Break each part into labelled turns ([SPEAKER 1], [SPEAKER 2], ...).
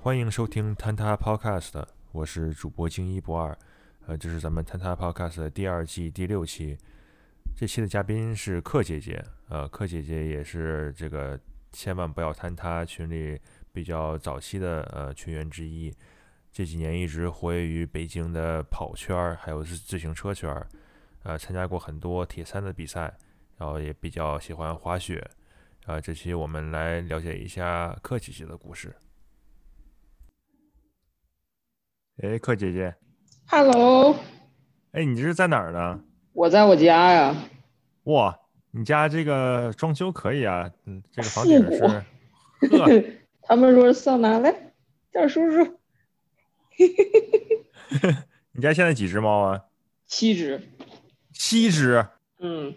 [SPEAKER 1] 欢迎收听坍塌 Podcast，我是主播精一不二，呃，这是咱们坍塌 Podcast 的第二季第六期。这期的嘉宾是克姐姐，呃，克姐姐也是这个千万不要坍塌群里比较早期的呃群员之一，这几年一直活跃于北京的跑圈儿，还有自自行车圈儿，呃，参加过很多铁三的比赛，然后也比较喜欢滑雪。啊、这期我们来了解一下克姐姐的故事。哎，克姐姐，
[SPEAKER 2] Hello，
[SPEAKER 1] 哎，你这是在哪儿呢？
[SPEAKER 2] 我在我家呀，
[SPEAKER 1] 哇，你家这个装修可以啊，嗯，这个房
[SPEAKER 2] 复
[SPEAKER 1] 顶
[SPEAKER 2] 古
[SPEAKER 1] 是，呵，
[SPEAKER 2] 他们说上哪来？叫叔叔，
[SPEAKER 1] 你家现在几只猫啊？
[SPEAKER 2] 七只，
[SPEAKER 1] 七只。
[SPEAKER 2] 嗯，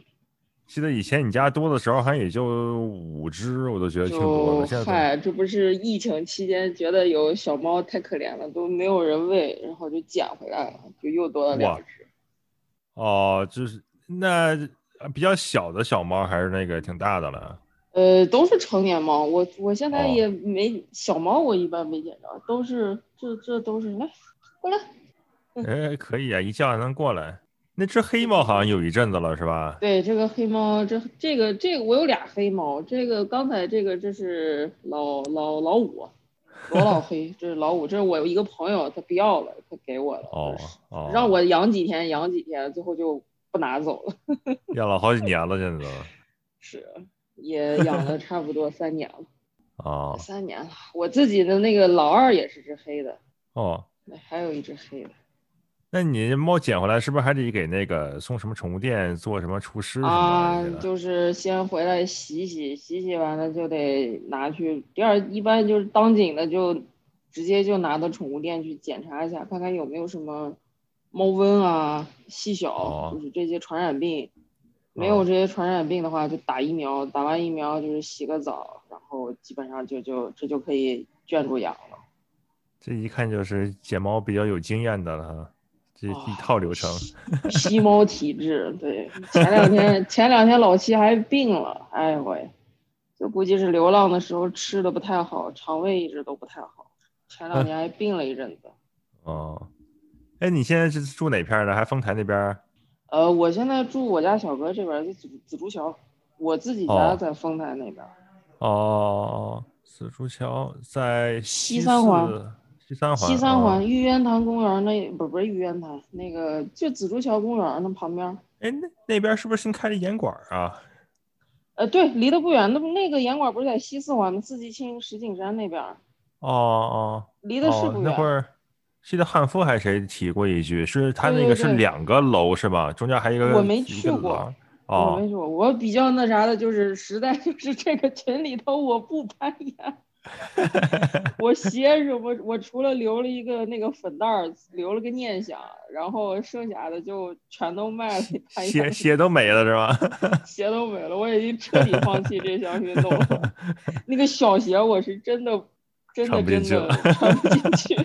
[SPEAKER 1] 记得以前你家多的时候，好像也就五只，我都觉得挺多
[SPEAKER 2] 就
[SPEAKER 1] 的。现在多
[SPEAKER 2] 嗨，这不是疫情期间觉得有小猫太可怜了，都没有人喂，然后就捡回来了，就又多了两
[SPEAKER 1] 哇
[SPEAKER 2] 只。
[SPEAKER 1] 哦，就是那呃比较小的小猫，还是那个挺大的了。
[SPEAKER 2] 呃，都是成年猫，我我现在
[SPEAKER 1] 哦
[SPEAKER 2] 也没、小猫，我一般没捡着，都是这这都是来过来，嗯
[SPEAKER 1] 哎，可以啊，一叫还能过来。那只黑猫好像有一阵子了，是吧？
[SPEAKER 2] 对，这个黑猫，这这个这个我有俩黑猫，这个刚才这个这是老老老五，罗老黑，这是老五，这是我有一个朋友他不要了，他给我了，
[SPEAKER 1] 哦哦，
[SPEAKER 2] 让我养几天养几天，最后就不拿走了，
[SPEAKER 1] 哦养了好几年了，现在都。
[SPEAKER 2] 是也养了差不多三年了，
[SPEAKER 1] 哦
[SPEAKER 2] 三年了，我自己的那个老二也是只黑的，
[SPEAKER 1] 哦，
[SPEAKER 2] 那还有一只黑的
[SPEAKER 1] 那你猫捡回来是不是还得给那个送什么宠物店做什么厨师什么
[SPEAKER 2] 啊
[SPEAKER 1] 的？，
[SPEAKER 2] 就是先回来洗洗，洗洗完了就得拿去。第二，一般就是当紧的就直接就拿到宠物店去检查一下，看看有没有什么猫瘟啊、细小，
[SPEAKER 1] 哦
[SPEAKER 2] 就是这些传染病。没
[SPEAKER 1] 哦
[SPEAKER 2] 有这些传染病的话，就打疫苗，打完疫苗就是洗个澡，然后基本上就就这就可以圈住养了。
[SPEAKER 1] 这一看就是捡猫比较有经验的了哈，这
[SPEAKER 2] 哦
[SPEAKER 1] 一套流程。
[SPEAKER 2] 吸猫体质，对，前两天前两天老七还病了，哎呦喂，就估计是流浪的时候吃的不太好，肠胃一直都不太好，前
[SPEAKER 1] 嗯
[SPEAKER 2] 两年还病了一阵子。
[SPEAKER 1] 哦，哎，你现在是住哪片儿呢？还丰台那边儿？
[SPEAKER 2] 呃，我现在住我家小哥这边，就紫竹紫竹桥，我自己家
[SPEAKER 1] 哦
[SPEAKER 2] 在丰台那边。
[SPEAKER 1] 哦，紫竹桥在
[SPEAKER 2] 西
[SPEAKER 1] 西
[SPEAKER 2] 三环
[SPEAKER 1] 四，西三环，
[SPEAKER 2] 西三环
[SPEAKER 1] 哦。
[SPEAKER 2] 玉渊潭公园那不不是玉渊潭，那个就紫竹桥公园那旁边。
[SPEAKER 1] 哎，那那边是不是新开了严管儿啊？
[SPEAKER 2] 呃，对，离得不远，那不那个严管不是在西四环吗？四季青石景山那边儿，
[SPEAKER 1] 哦哦
[SPEAKER 2] 离得是
[SPEAKER 1] 哦
[SPEAKER 2] 不，远。
[SPEAKER 1] 那会儿记得汉夫还是谁提过一句，是他
[SPEAKER 2] 对
[SPEAKER 1] 那
[SPEAKER 2] 对
[SPEAKER 1] 个是
[SPEAKER 2] 对
[SPEAKER 1] 两个楼是吧？中间还有一个
[SPEAKER 2] 我没
[SPEAKER 1] 一个
[SPEAKER 2] 去过
[SPEAKER 1] 廊
[SPEAKER 2] 我
[SPEAKER 1] 哦
[SPEAKER 2] 没说，我比较那啥的，就是实在就是 这个群里头我不攀 岩，我鞋什么，我除了留了一个那个粉袋儿，留了个念想，然后剩下的就全都卖了，攀
[SPEAKER 1] 鞋
[SPEAKER 2] 岩
[SPEAKER 1] 鞋都没了是吧？
[SPEAKER 2] 鞋都没了，我已经彻底放弃这项运动 了。那个小鞋我是真的真的
[SPEAKER 1] 穿不进
[SPEAKER 2] 真
[SPEAKER 1] 去
[SPEAKER 2] 的穿不进去，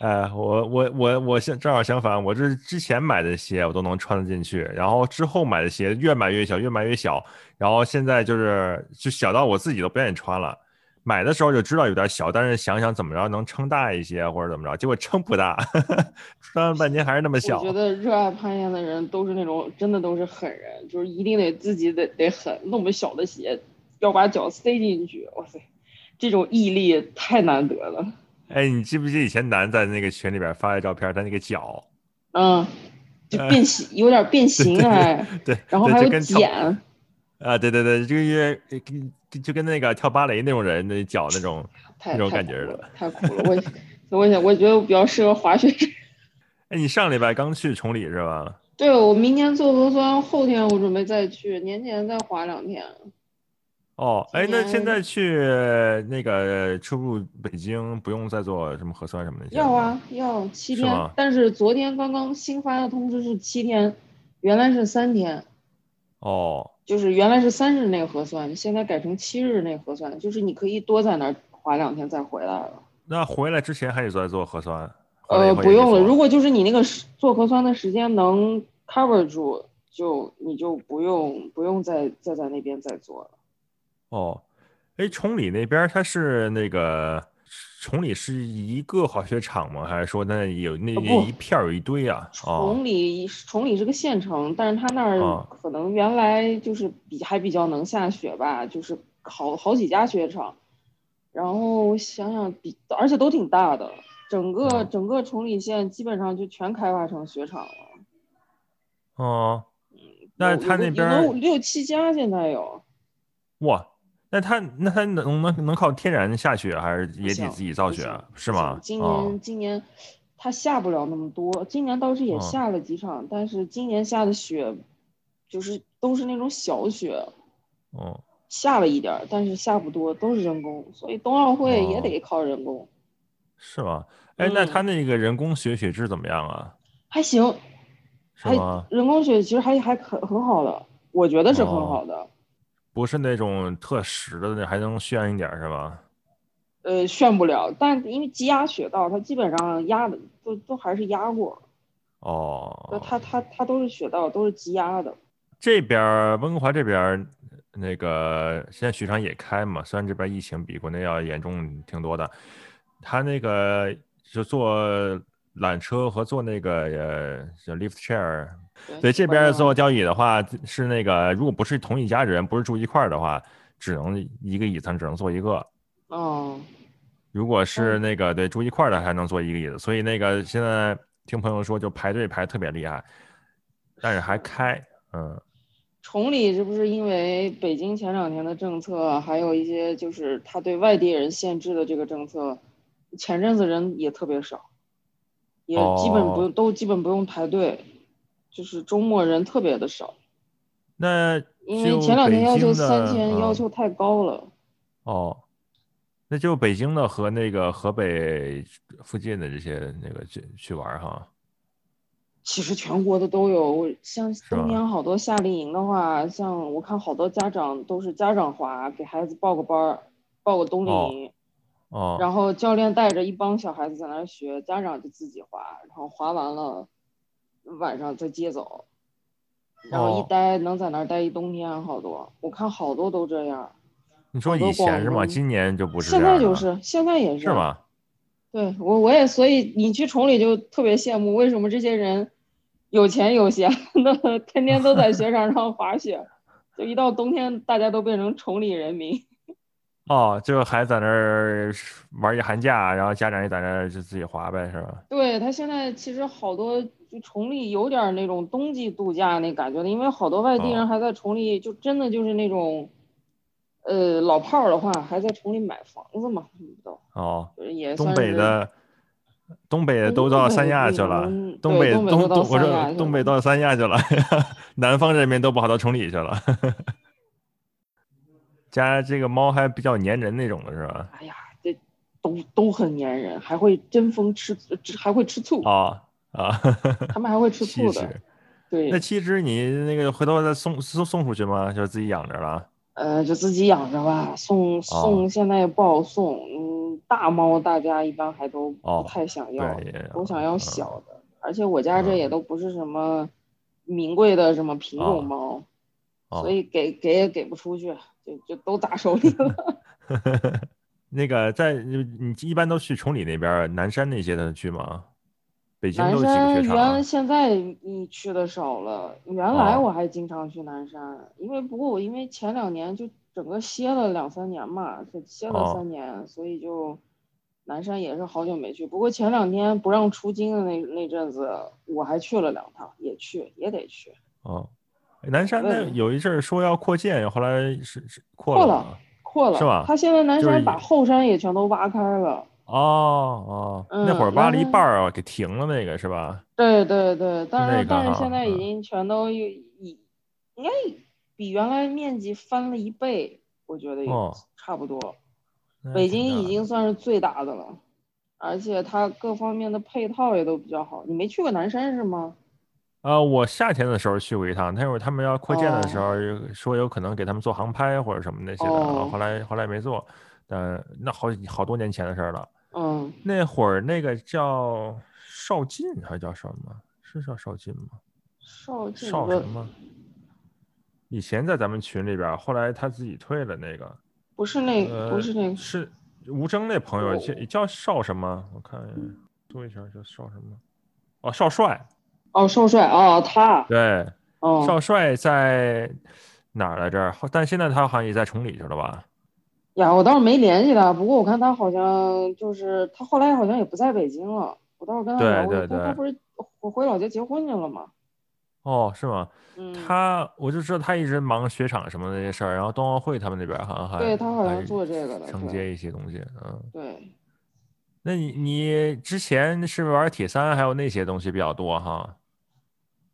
[SPEAKER 1] 哎，我我我我现正好相反，我这之前买的鞋我都能穿得进去，然后之后买的鞋越买越小，越买越小，然后现在就是就小到我自己都不愿意穿了。买的时候就知道有点小，但是想想怎么着能撑大一些或者怎么着，结果撑不大， 穿了半天还是那么小
[SPEAKER 2] 我觉。得热爱攀岩的人都是那种真的都是狠人，就是一定得自己得得狠，那么小的鞋要把脚塞进去，哇塞，这种毅力太难得了。
[SPEAKER 1] 哎，你记不记得以前楠在那个群里边发的照片，他那个脚，
[SPEAKER 2] 嗯，就变形，有点变形哎，
[SPEAKER 1] 对，
[SPEAKER 2] 然后
[SPEAKER 1] 对
[SPEAKER 2] 还
[SPEAKER 1] 就
[SPEAKER 2] 有
[SPEAKER 1] 跟跳
[SPEAKER 2] 茧，
[SPEAKER 1] 啊，对对对，就跟跟就跟那个跳芭蕾那种人的脚那种。
[SPEAKER 2] 太
[SPEAKER 1] 那种
[SPEAKER 2] 太
[SPEAKER 1] 感觉
[SPEAKER 2] 苦
[SPEAKER 1] 似的
[SPEAKER 2] 了，太苦了。我也我想，我觉得我比较适合滑雪。
[SPEAKER 1] 哎，你上礼拜刚去崇礼是吧？
[SPEAKER 2] 对我明天做核酸，后天我准备再去，年前再滑两天。
[SPEAKER 1] 哦，哎，那
[SPEAKER 2] 今
[SPEAKER 1] 现
[SPEAKER 2] 年
[SPEAKER 1] 在去那个出入北京不用再做什么核酸什么的？
[SPEAKER 2] 要啊，要七
[SPEAKER 1] 是
[SPEAKER 2] 天
[SPEAKER 1] 吗，
[SPEAKER 2] 但是昨天刚刚新发的通知是七天，原来是三天，
[SPEAKER 1] 哦，
[SPEAKER 2] 就是原来是三日内核酸，现在改成七日内核酸，就是你可以多在那儿滑两天再回来了。
[SPEAKER 1] 那回来之前还得再做核酸？回来以
[SPEAKER 2] 呃，
[SPEAKER 1] 后也
[SPEAKER 2] 不
[SPEAKER 1] 得
[SPEAKER 2] 用了，
[SPEAKER 1] 做
[SPEAKER 2] 如果就是你那个时做核酸的时间能 cover 住，就你就不用不用再再在那边再做了。
[SPEAKER 1] 哦，哎，崇礼那边儿它是那个崇礼是一个滑雪场吗？还是说那有那
[SPEAKER 2] 哦
[SPEAKER 1] 那
[SPEAKER 2] 不
[SPEAKER 1] 一片儿有一堆啊？哦
[SPEAKER 2] 崇礼崇礼是个县城，但是他那儿
[SPEAKER 1] 啊
[SPEAKER 2] 可能原来就是比还比较能下雪吧，就是好好几家雪场。然后我想想比，而且都挺大的，整个、
[SPEAKER 1] 嗯
[SPEAKER 2] 整个崇礼县基本上就全开发成雪场了。
[SPEAKER 1] 哦，那
[SPEAKER 2] 有
[SPEAKER 1] 他
[SPEAKER 2] 有个
[SPEAKER 1] 那边
[SPEAKER 2] 有
[SPEAKER 1] 儿
[SPEAKER 2] 能五六七家现在有，
[SPEAKER 1] 哇，那他那他能能能靠天然下雪，还是也得
[SPEAKER 2] 行
[SPEAKER 1] 自己造
[SPEAKER 2] 不
[SPEAKER 1] 雪
[SPEAKER 2] 行
[SPEAKER 1] 啊
[SPEAKER 2] 不
[SPEAKER 1] 是
[SPEAKER 2] 行
[SPEAKER 1] 吗？
[SPEAKER 2] 今年、
[SPEAKER 1] 哦
[SPEAKER 2] 今年他下不了那么多，今年倒是也
[SPEAKER 1] 嗯
[SPEAKER 2] 下了几场，但是今年下的雪就是都是那种小雪，
[SPEAKER 1] 哦
[SPEAKER 2] 下了一点儿，但是下不多，都是人工，所以冬奥会也
[SPEAKER 1] 哦
[SPEAKER 2] 得靠人工。
[SPEAKER 1] 是吗？哎，那
[SPEAKER 2] 嗯
[SPEAKER 1] 他那个人工雪雪质怎么样啊？
[SPEAKER 2] 还行，
[SPEAKER 1] 是
[SPEAKER 2] 还
[SPEAKER 1] 吗？
[SPEAKER 2] 人工雪其实还还可很好的，我觉得是很
[SPEAKER 1] 哦
[SPEAKER 2] 好的。
[SPEAKER 1] 不是那种特实的，那还能炫一点儿是吧？
[SPEAKER 2] 呃，炫不了，但因为积压雪道，它基本上压的都都还是压过，
[SPEAKER 1] 哦，
[SPEAKER 2] 它它它都是雪道，都是积压的。
[SPEAKER 1] 这边儿温哥华这边儿那个现在雪场也开嘛，虽然这边儿疫情比国内要严重挺多的，他那个就坐缆车和坐那个呃叫 lift chair，对
[SPEAKER 2] 哎
[SPEAKER 1] 这边儿
[SPEAKER 2] 做
[SPEAKER 1] 坐交椅的话是那个，如果不是同一家人，不是住一块儿的话，只能一个椅子上只能坐一个。
[SPEAKER 2] 哦，
[SPEAKER 1] 如果
[SPEAKER 2] 嗯
[SPEAKER 1] 是那个对住一块儿的，还能坐一个椅子，所以那个现在听朋友说就排队排特别厉害，但是还开，嗯，
[SPEAKER 2] 崇礼这不是因为北京前两年的政策，还有一些就是他对外地人限制的这个政策，前阵子人也特别少，也基本
[SPEAKER 1] 哦
[SPEAKER 2] 不用、都基本不用排队，就是周末人特别的少，
[SPEAKER 1] 那
[SPEAKER 2] 因为
[SPEAKER 1] 就
[SPEAKER 2] 前两天
[SPEAKER 1] 北
[SPEAKER 2] 要求
[SPEAKER 1] 京的
[SPEAKER 2] 三千
[SPEAKER 1] 嗯
[SPEAKER 2] 要求太高了，
[SPEAKER 1] 哦，那就北京的和那个河北附近的这些那个去去玩儿哈，
[SPEAKER 2] 其实全国的都有，我像
[SPEAKER 1] 吧
[SPEAKER 2] 冬天好多夏令营的话，像我看好多家长都是家长花给孩子报个班儿，报个冬
[SPEAKER 1] 哦
[SPEAKER 2] 令营。
[SPEAKER 1] 哦
[SPEAKER 2] 然后教练带着一帮小孩子在那儿学，家长就自己滑，然后滑完了，晚上再接走，然后
[SPEAKER 1] 哦
[SPEAKER 2] 一待、能在那儿待一冬天，好多我看好多都这样，
[SPEAKER 1] 你说
[SPEAKER 2] 好多
[SPEAKER 1] 以前是吗？
[SPEAKER 2] 广东
[SPEAKER 1] 今年就不是
[SPEAKER 2] 现
[SPEAKER 1] 这
[SPEAKER 2] 在
[SPEAKER 1] 样
[SPEAKER 2] 就
[SPEAKER 1] 了
[SPEAKER 2] 是，现在也是，
[SPEAKER 1] 是？吗？
[SPEAKER 2] 对我我也所以你去崇礼就特别羡慕，为什么这些人有钱有闲 的，天天都在雪场上滑雪，就一到冬天大家都变成崇礼人民。
[SPEAKER 1] 哦，就还在那儿玩儿一寒假，然后家长也在那儿就自己滑呗，是吧？
[SPEAKER 2] 对，它现在其实好多就崇礼有点儿那种冬季度假那感觉的，因为好多外地
[SPEAKER 1] 哦
[SPEAKER 2] 人还在崇礼，就真的就是那种，呃，老炮儿的话还在崇礼买房子嘛，什么的，
[SPEAKER 1] 哦。
[SPEAKER 2] 就是也
[SPEAKER 1] 东
[SPEAKER 2] 算
[SPEAKER 1] 北
[SPEAKER 2] 是
[SPEAKER 1] 的，东北的
[SPEAKER 2] 东
[SPEAKER 1] 都到
[SPEAKER 2] 北
[SPEAKER 1] 三亚
[SPEAKER 2] 地
[SPEAKER 1] 去了
[SPEAKER 2] 方，
[SPEAKER 1] 东
[SPEAKER 2] 对
[SPEAKER 1] 北
[SPEAKER 2] 东北
[SPEAKER 1] 东
[SPEAKER 2] 都到
[SPEAKER 1] 我
[SPEAKER 2] 三
[SPEAKER 1] 说
[SPEAKER 2] 亚去
[SPEAKER 1] 东
[SPEAKER 2] 了
[SPEAKER 1] 北到三亚去了，南方这边都跑到崇礼去了。 家这个猫还比较粘人那种的是吧？
[SPEAKER 2] 哎呀，这都都很粘人，还会争风吃，吃还会吃醋，
[SPEAKER 1] 哦啊，
[SPEAKER 2] 他们还会吃
[SPEAKER 1] 七
[SPEAKER 2] 醋的，
[SPEAKER 1] 只，
[SPEAKER 2] 对
[SPEAKER 1] 那，七只你那个回头再送送送出去吗？就自己养着了？
[SPEAKER 2] 呃，就自己养着吧，
[SPEAKER 1] 哦
[SPEAKER 2] 送送现在也不好送，嗯，大猫大家一般还都
[SPEAKER 1] 哦
[SPEAKER 2] 不太想要。
[SPEAKER 1] 对，也
[SPEAKER 2] 我
[SPEAKER 1] 嗯
[SPEAKER 2] 想要小的，而且我家这也都不是什么名贵的什么品
[SPEAKER 1] 啊
[SPEAKER 2] 种猫，
[SPEAKER 1] 哦
[SPEAKER 2] 所以给给也给不出去，就就都打手里 了。
[SPEAKER 1] 那个在你你一般都去崇礼那边儿南山那些的去吗？北京
[SPEAKER 2] 南
[SPEAKER 1] 都有几个
[SPEAKER 2] 山
[SPEAKER 1] 雪场啊
[SPEAKER 2] 原？现在你去的少了，原来
[SPEAKER 1] 哦
[SPEAKER 2] 我还经常去南山，因为不过我因为前两年就整个歇了两三年嘛，就歇
[SPEAKER 1] 哦
[SPEAKER 2] 了三年，所以就南山也是好久没去。不过前两天不让出京的那那阵子，我还去了两趟，也去也得去。
[SPEAKER 1] 哦，南山那
[SPEAKER 2] 嗯
[SPEAKER 1] 有一阵儿说要扩建，后来是是扩
[SPEAKER 2] 扩
[SPEAKER 1] 了
[SPEAKER 2] 了
[SPEAKER 1] 吗。
[SPEAKER 2] 扩了，
[SPEAKER 1] 是吧
[SPEAKER 2] 他现在南
[SPEAKER 1] 就是
[SPEAKER 2] 山把后山也全都挖开了。
[SPEAKER 1] 哦哦，那会儿
[SPEAKER 2] 嗯
[SPEAKER 1] 挖
[SPEAKER 2] 南
[SPEAKER 1] 了一
[SPEAKER 2] 山
[SPEAKER 1] 半儿啊，给停了那个是吧？
[SPEAKER 2] 对对对，但
[SPEAKER 1] 那
[SPEAKER 2] 是、
[SPEAKER 1] 个
[SPEAKER 2] 但
[SPEAKER 1] 哈
[SPEAKER 2] 是现在已
[SPEAKER 1] 嗯
[SPEAKER 2] 经全都有已应该比原来面积翻了一倍，我觉得有、
[SPEAKER 1] 哦
[SPEAKER 2] 差不多。
[SPEAKER 1] 那
[SPEAKER 2] 北
[SPEAKER 1] 挺
[SPEAKER 2] 京已
[SPEAKER 1] 大
[SPEAKER 2] 经算是最大的了，而且它各方面的配套也都比较好。你没去过南山是吗？
[SPEAKER 1] 呃，我夏天的时候去过一趟，那会儿他们要扩建的时候，说有可能给他们做航拍或者什么那些的，啊
[SPEAKER 2] 哦
[SPEAKER 1] 后来后来没做，但那好几好多年前的事儿了。
[SPEAKER 2] 嗯，
[SPEAKER 1] 那会儿那个叫邵进还是叫什么？是叫邵进吗？
[SPEAKER 2] 绍兴
[SPEAKER 1] 邵
[SPEAKER 2] 不是
[SPEAKER 1] 什么？以前在咱们群里边儿，后来他自己退了那个，
[SPEAKER 2] 不是那
[SPEAKER 1] 呃，
[SPEAKER 2] 嗯不是那个，
[SPEAKER 1] 是吴征那朋友
[SPEAKER 2] 我
[SPEAKER 1] 叫叫邵什么？我看一眼，读一下叫邵什么？哦，邵帅，
[SPEAKER 2] 哦，少帅哦，他
[SPEAKER 1] 对，
[SPEAKER 2] 哦
[SPEAKER 1] 邵帅在哪儿来着？后但现在他好像也在崇礼去了吧？
[SPEAKER 2] 呀，我倒是没联系他，不过我看他好像就是他后来好像也不在北京了，我倒是跟他
[SPEAKER 1] 对
[SPEAKER 2] 聊过，
[SPEAKER 1] 对
[SPEAKER 2] 他
[SPEAKER 1] 对
[SPEAKER 2] 他不是回回老家结婚去了吗？
[SPEAKER 1] 哦，是吗？
[SPEAKER 2] 嗯，
[SPEAKER 1] 他我就知道他一直忙雪场什么的那些事儿，然后冬奥会他们那边好像还
[SPEAKER 2] 对他好像
[SPEAKER 1] 还
[SPEAKER 2] 做这个的，
[SPEAKER 1] 承
[SPEAKER 2] 对
[SPEAKER 1] 接一些东西，嗯。
[SPEAKER 2] 对，
[SPEAKER 1] 那你你之前是玩铁三，还有那些东西比较多哈？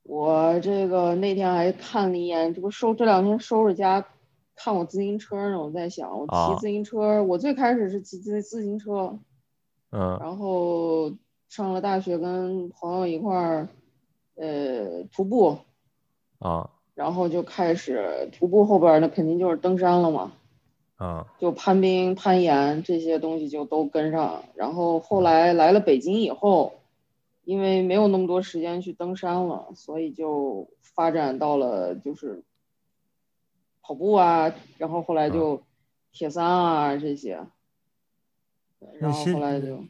[SPEAKER 2] 我这个那天还看了一眼，这不收这两天收拾家，看我自行车呢，我在想我
[SPEAKER 1] 啊
[SPEAKER 2] 骑自行车，我最开始是骑自自行车，
[SPEAKER 1] 嗯
[SPEAKER 2] 然后上了大学跟朋友一块儿，呃，徒步，
[SPEAKER 1] 啊
[SPEAKER 2] 然后就开始徒步后边儿那肯定就是登山了嘛，
[SPEAKER 1] 啊
[SPEAKER 2] 就攀冰、攀岩这些东西就都跟上。然后后来来了北京以后，因为没有那么多时间去登山了，所以就发展到了就是跑步啊，然后后来就铁三啊这些，然后后来就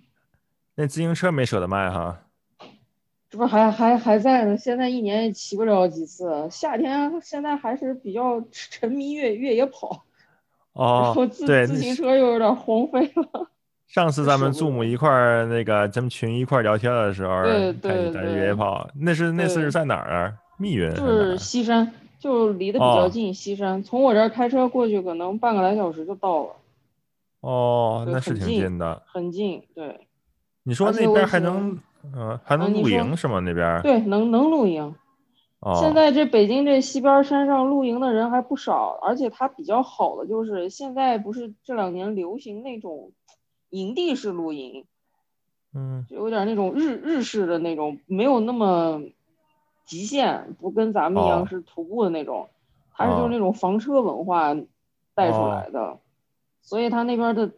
[SPEAKER 1] 那自行车没舍得卖哈？
[SPEAKER 2] 这不还还还在呢，现在一年也骑不了几次。夏天现在还是比较沉迷越越野跑，然后
[SPEAKER 1] 哦，
[SPEAKER 2] 自
[SPEAKER 1] 对，
[SPEAKER 2] 自
[SPEAKER 1] 那
[SPEAKER 2] 行
[SPEAKER 1] 是
[SPEAKER 2] 车又有点荒废 了。
[SPEAKER 1] 上次咱们
[SPEAKER 2] 舍不
[SPEAKER 1] Zoom 一块儿那个咱们群一块儿聊天的时候，
[SPEAKER 2] 对
[SPEAKER 1] 看你
[SPEAKER 2] 对
[SPEAKER 1] 在
[SPEAKER 2] 对
[SPEAKER 1] 越野跑，那是那次
[SPEAKER 2] 对
[SPEAKER 1] 是在哪儿啊？密云还
[SPEAKER 2] 就是
[SPEAKER 1] 哪
[SPEAKER 2] 是
[SPEAKER 1] 儿
[SPEAKER 2] 西山，就离得比较
[SPEAKER 1] 哦
[SPEAKER 2] 近。西山、从我这儿开车过去，可能半个来小时就到了，
[SPEAKER 1] 哦，
[SPEAKER 2] 对
[SPEAKER 1] 那是
[SPEAKER 2] 很
[SPEAKER 1] 挺
[SPEAKER 2] 近
[SPEAKER 1] 近的。
[SPEAKER 2] 很近。对
[SPEAKER 1] 你说
[SPEAKER 2] 而
[SPEAKER 1] 那
[SPEAKER 2] 且我
[SPEAKER 1] 边
[SPEAKER 2] 喜
[SPEAKER 1] 还
[SPEAKER 2] 欢
[SPEAKER 1] 能嗯还能
[SPEAKER 2] 你
[SPEAKER 1] 露
[SPEAKER 2] 说
[SPEAKER 1] 营是吗？那边
[SPEAKER 2] 对，能能露营。
[SPEAKER 1] 啊哦，
[SPEAKER 2] 现在这北京这西边山上露营的人还不少，而且它比较好的就是现在不是这两年流行那种营地式露营，
[SPEAKER 1] 嗯
[SPEAKER 2] 就有点那种日日式的那种，没有那么极限，不跟咱们一
[SPEAKER 1] 哦
[SPEAKER 2] 样是徒步的那种，它是
[SPEAKER 1] 哦
[SPEAKER 2] 就是那种房车文化带出来的，所以它那边的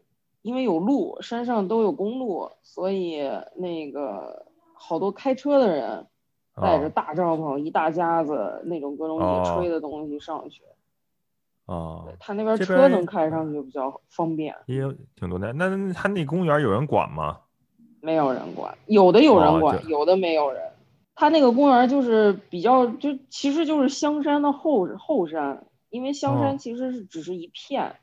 [SPEAKER 2] 因为有路，山上都有公路，所以那个好多开车的人带着
[SPEAKER 1] 哦
[SPEAKER 2] 大帐篷、一大家子那种各种野炊的东西上去，
[SPEAKER 1] 哦，
[SPEAKER 2] 他那边
[SPEAKER 1] 这
[SPEAKER 2] 车
[SPEAKER 1] 边
[SPEAKER 2] 能开上去就比较方便，
[SPEAKER 1] 也有挺多的。那那他那公园有人管吗？
[SPEAKER 2] 没有人管，有的有人
[SPEAKER 1] 哦
[SPEAKER 2] 管，
[SPEAKER 1] 对
[SPEAKER 2] 有的没有人。它那个公园就是比较，就其实就是香山的后后山，因为香
[SPEAKER 1] 哦
[SPEAKER 2] 山其实是只是一片，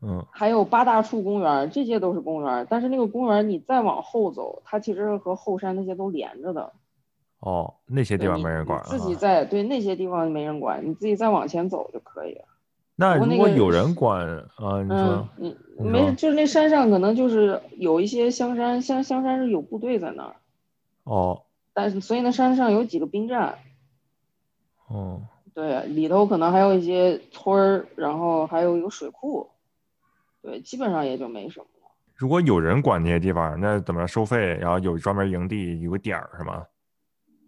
[SPEAKER 1] 嗯
[SPEAKER 2] 还有八大处公园，这些都是公园。但是那个公园你再往后走，它其实是和后山那些都连着的。
[SPEAKER 1] 哦，那些地
[SPEAKER 2] 对
[SPEAKER 1] 方
[SPEAKER 2] 你
[SPEAKER 1] 没人
[SPEAKER 2] 你
[SPEAKER 1] 管
[SPEAKER 2] 自己
[SPEAKER 1] 啊。
[SPEAKER 2] 在对那些地方没人管，你自己再往前走就可以了。
[SPEAKER 1] 那
[SPEAKER 2] 我
[SPEAKER 1] 如
[SPEAKER 2] 那
[SPEAKER 1] 果
[SPEAKER 2] 个
[SPEAKER 1] 有人管啊，你
[SPEAKER 2] 嗯
[SPEAKER 1] 说，
[SPEAKER 2] 你
[SPEAKER 1] 你
[SPEAKER 2] 没
[SPEAKER 1] 说
[SPEAKER 2] 事，就是那山上可能就是有一些香山，香香山是有部队在那儿，
[SPEAKER 1] 哦
[SPEAKER 2] 但是所以那山上有几个兵站，
[SPEAKER 1] 哦
[SPEAKER 2] 对，里头可能还有一些村儿，然后还有一个水库，对，基本上也就没什么了。
[SPEAKER 1] 如果有人管那些地方，那怎么收费？然后有专门营地，有个点儿是吗？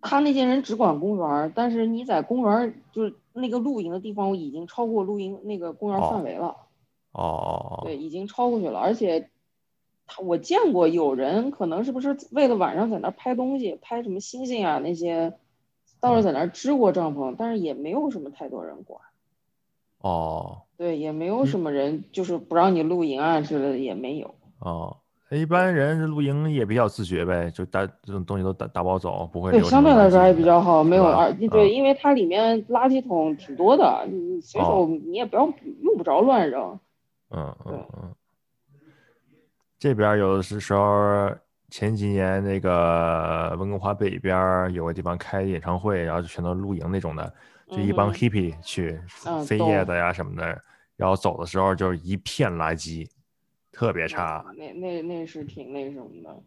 [SPEAKER 2] 他那些人只管公园儿，但是你在公园儿就是那个露营的地方，已经超过露营那个公园儿
[SPEAKER 1] 哦
[SPEAKER 2] 范围了，
[SPEAKER 1] 哦哦
[SPEAKER 2] 对，已经超过去了。而且他我见过有人可能是不是为了晚上在那儿拍东西，拍什么星星啊那些，倒
[SPEAKER 1] 嗯
[SPEAKER 2] 是在那儿支过帐篷，但是也没有什么太多人管。
[SPEAKER 1] 哦哦
[SPEAKER 2] 对，也没有什么人就是不让你露营啊之类的，也没有。
[SPEAKER 1] 哦，一般人露营也比较自觉呗，就打这种东西都打打包走，不会
[SPEAKER 2] 对，
[SPEAKER 1] 留什
[SPEAKER 2] 相
[SPEAKER 1] 么
[SPEAKER 2] 对来
[SPEAKER 1] 垃
[SPEAKER 2] 说
[SPEAKER 1] 圾
[SPEAKER 2] 还
[SPEAKER 1] 什
[SPEAKER 2] 比
[SPEAKER 1] 么的
[SPEAKER 2] 较好，没有
[SPEAKER 1] 吧
[SPEAKER 2] 二对，
[SPEAKER 1] 嗯
[SPEAKER 2] 因为它里面垃圾桶挺多的，你你随
[SPEAKER 1] 哦
[SPEAKER 2] 手你也不要用不着乱扔。
[SPEAKER 1] 嗯嗯
[SPEAKER 2] 对
[SPEAKER 1] 嗯，这边儿有的是时候，前几年那个温哥华北边儿有个地方开演唱会，然后就全都露营那种的，就一帮
[SPEAKER 2] 嗯哼
[SPEAKER 1] hippie 去
[SPEAKER 2] 嗯
[SPEAKER 1] 飞叶
[SPEAKER 2] 懂
[SPEAKER 1] 子呀什么的，然后走的时候就是一片垃圾，特别差。
[SPEAKER 2] 那那那是挺那什么的。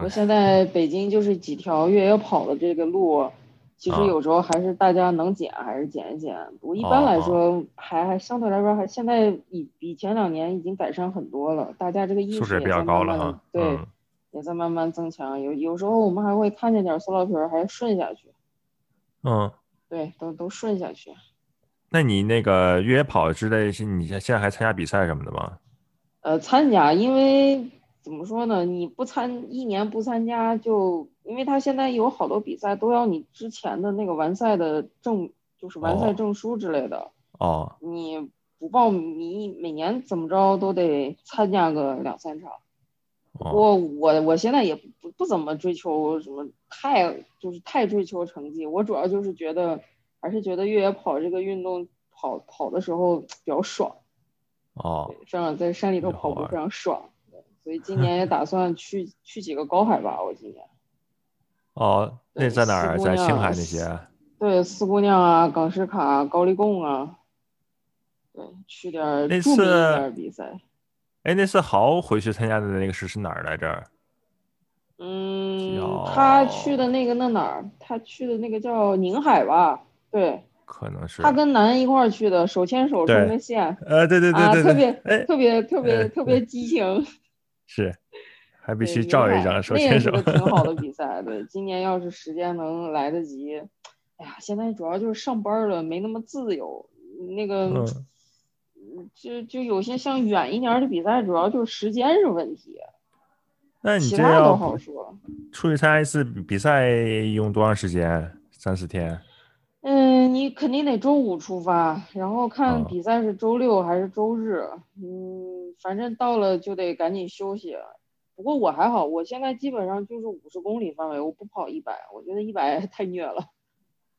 [SPEAKER 2] 我
[SPEAKER 1] 嗯
[SPEAKER 2] 现在北京就是几条越野跑的这个路，其实
[SPEAKER 1] 啊
[SPEAKER 2] 有时候还是大家能减还是减一减。不过一般
[SPEAKER 1] 哦
[SPEAKER 2] 来
[SPEAKER 1] 哦
[SPEAKER 2] 说还还相对来说还现在比比前两年已经改善很多了，大家这个意
[SPEAKER 1] 素
[SPEAKER 2] 识
[SPEAKER 1] 质
[SPEAKER 2] 也
[SPEAKER 1] 比较
[SPEAKER 2] 在
[SPEAKER 1] 高
[SPEAKER 2] 慢
[SPEAKER 1] 了
[SPEAKER 2] 慢
[SPEAKER 1] 哈
[SPEAKER 2] 的。对
[SPEAKER 1] 嗯，
[SPEAKER 2] 也在慢慢增强。有有时候我们还会看见点塑料瓶儿还顺下去，
[SPEAKER 1] 嗯，
[SPEAKER 2] 对，都都顺下去。
[SPEAKER 1] 那你那个越野跑之类，是你现在还参加比赛什么的吗？
[SPEAKER 2] 呃，参加，因为怎么说呢，你不参一年不参加就，因为他现在有好多比赛都要你之前的那个完赛的证，就是完
[SPEAKER 1] 哦
[SPEAKER 2] 赛证书之类的，
[SPEAKER 1] 哦
[SPEAKER 2] 你不报迷，每年怎么着都得参加个两三场。
[SPEAKER 1] 哦，
[SPEAKER 2] 我我我现在也不不怎么追求什么太就是太追求成绩，我主要就是觉得还是觉得越野跑这个运动跑跑的时候比较爽，
[SPEAKER 1] 哦，
[SPEAKER 2] 这样在山里头
[SPEAKER 1] 也好
[SPEAKER 2] 跑步
[SPEAKER 1] 玩
[SPEAKER 2] 非常爽。对所以今年也打算去去几个高海拔，我今年
[SPEAKER 1] 哦，那在哪
[SPEAKER 2] 四
[SPEAKER 1] 儿？
[SPEAKER 2] 姑
[SPEAKER 1] 在青
[SPEAKER 2] 娘
[SPEAKER 1] 海那些？
[SPEAKER 2] 对四姑娘啊、港石卡啊、高丽贡啊，对，去点儿
[SPEAKER 1] 那
[SPEAKER 2] 著名一
[SPEAKER 1] 次
[SPEAKER 2] 点儿比赛。
[SPEAKER 1] 哎，那次豪回去参加的那个是是哪儿来着？
[SPEAKER 2] 嗯，他去的那个那哪儿，他去的那个叫宁海吧？对，
[SPEAKER 1] 可能是
[SPEAKER 2] 他跟楠一块儿去的，手牵手
[SPEAKER 1] 对
[SPEAKER 2] 冲着线
[SPEAKER 1] 呃，对对
[SPEAKER 2] 啊，
[SPEAKER 1] 对
[SPEAKER 2] 特
[SPEAKER 1] 对对，
[SPEAKER 2] 别
[SPEAKER 1] 哎，
[SPEAKER 2] 特别特
[SPEAKER 1] 哎
[SPEAKER 2] 别特别激情，
[SPEAKER 1] 是，还必
[SPEAKER 2] 对
[SPEAKER 1] 须
[SPEAKER 2] 宁
[SPEAKER 1] 照
[SPEAKER 2] 海
[SPEAKER 1] 一张手
[SPEAKER 2] 那
[SPEAKER 1] 牵
[SPEAKER 2] 也是
[SPEAKER 1] 手。
[SPEAKER 2] 个挺好的比赛。对，今年要是时间能来得及，哎呀，现在主要就是上班了，没那么自由，那个。
[SPEAKER 1] 嗯，
[SPEAKER 2] 就就有些像远一点儿的比赛，主要就是时间是问题，
[SPEAKER 1] 那你
[SPEAKER 2] 其
[SPEAKER 1] 这
[SPEAKER 2] 他
[SPEAKER 1] 要
[SPEAKER 2] 都好说。
[SPEAKER 1] 出去参加一次比比赛，用多长时间？三四天？
[SPEAKER 2] 嗯，你肯定得周五出发，然后看
[SPEAKER 1] 嗯
[SPEAKER 2] 比赛是周六还是周日。嗯，反正到了就得赶紧休息。不过我还好，我现在基本上就是五十公里范围，我不跑一百，我觉得一百太虐了，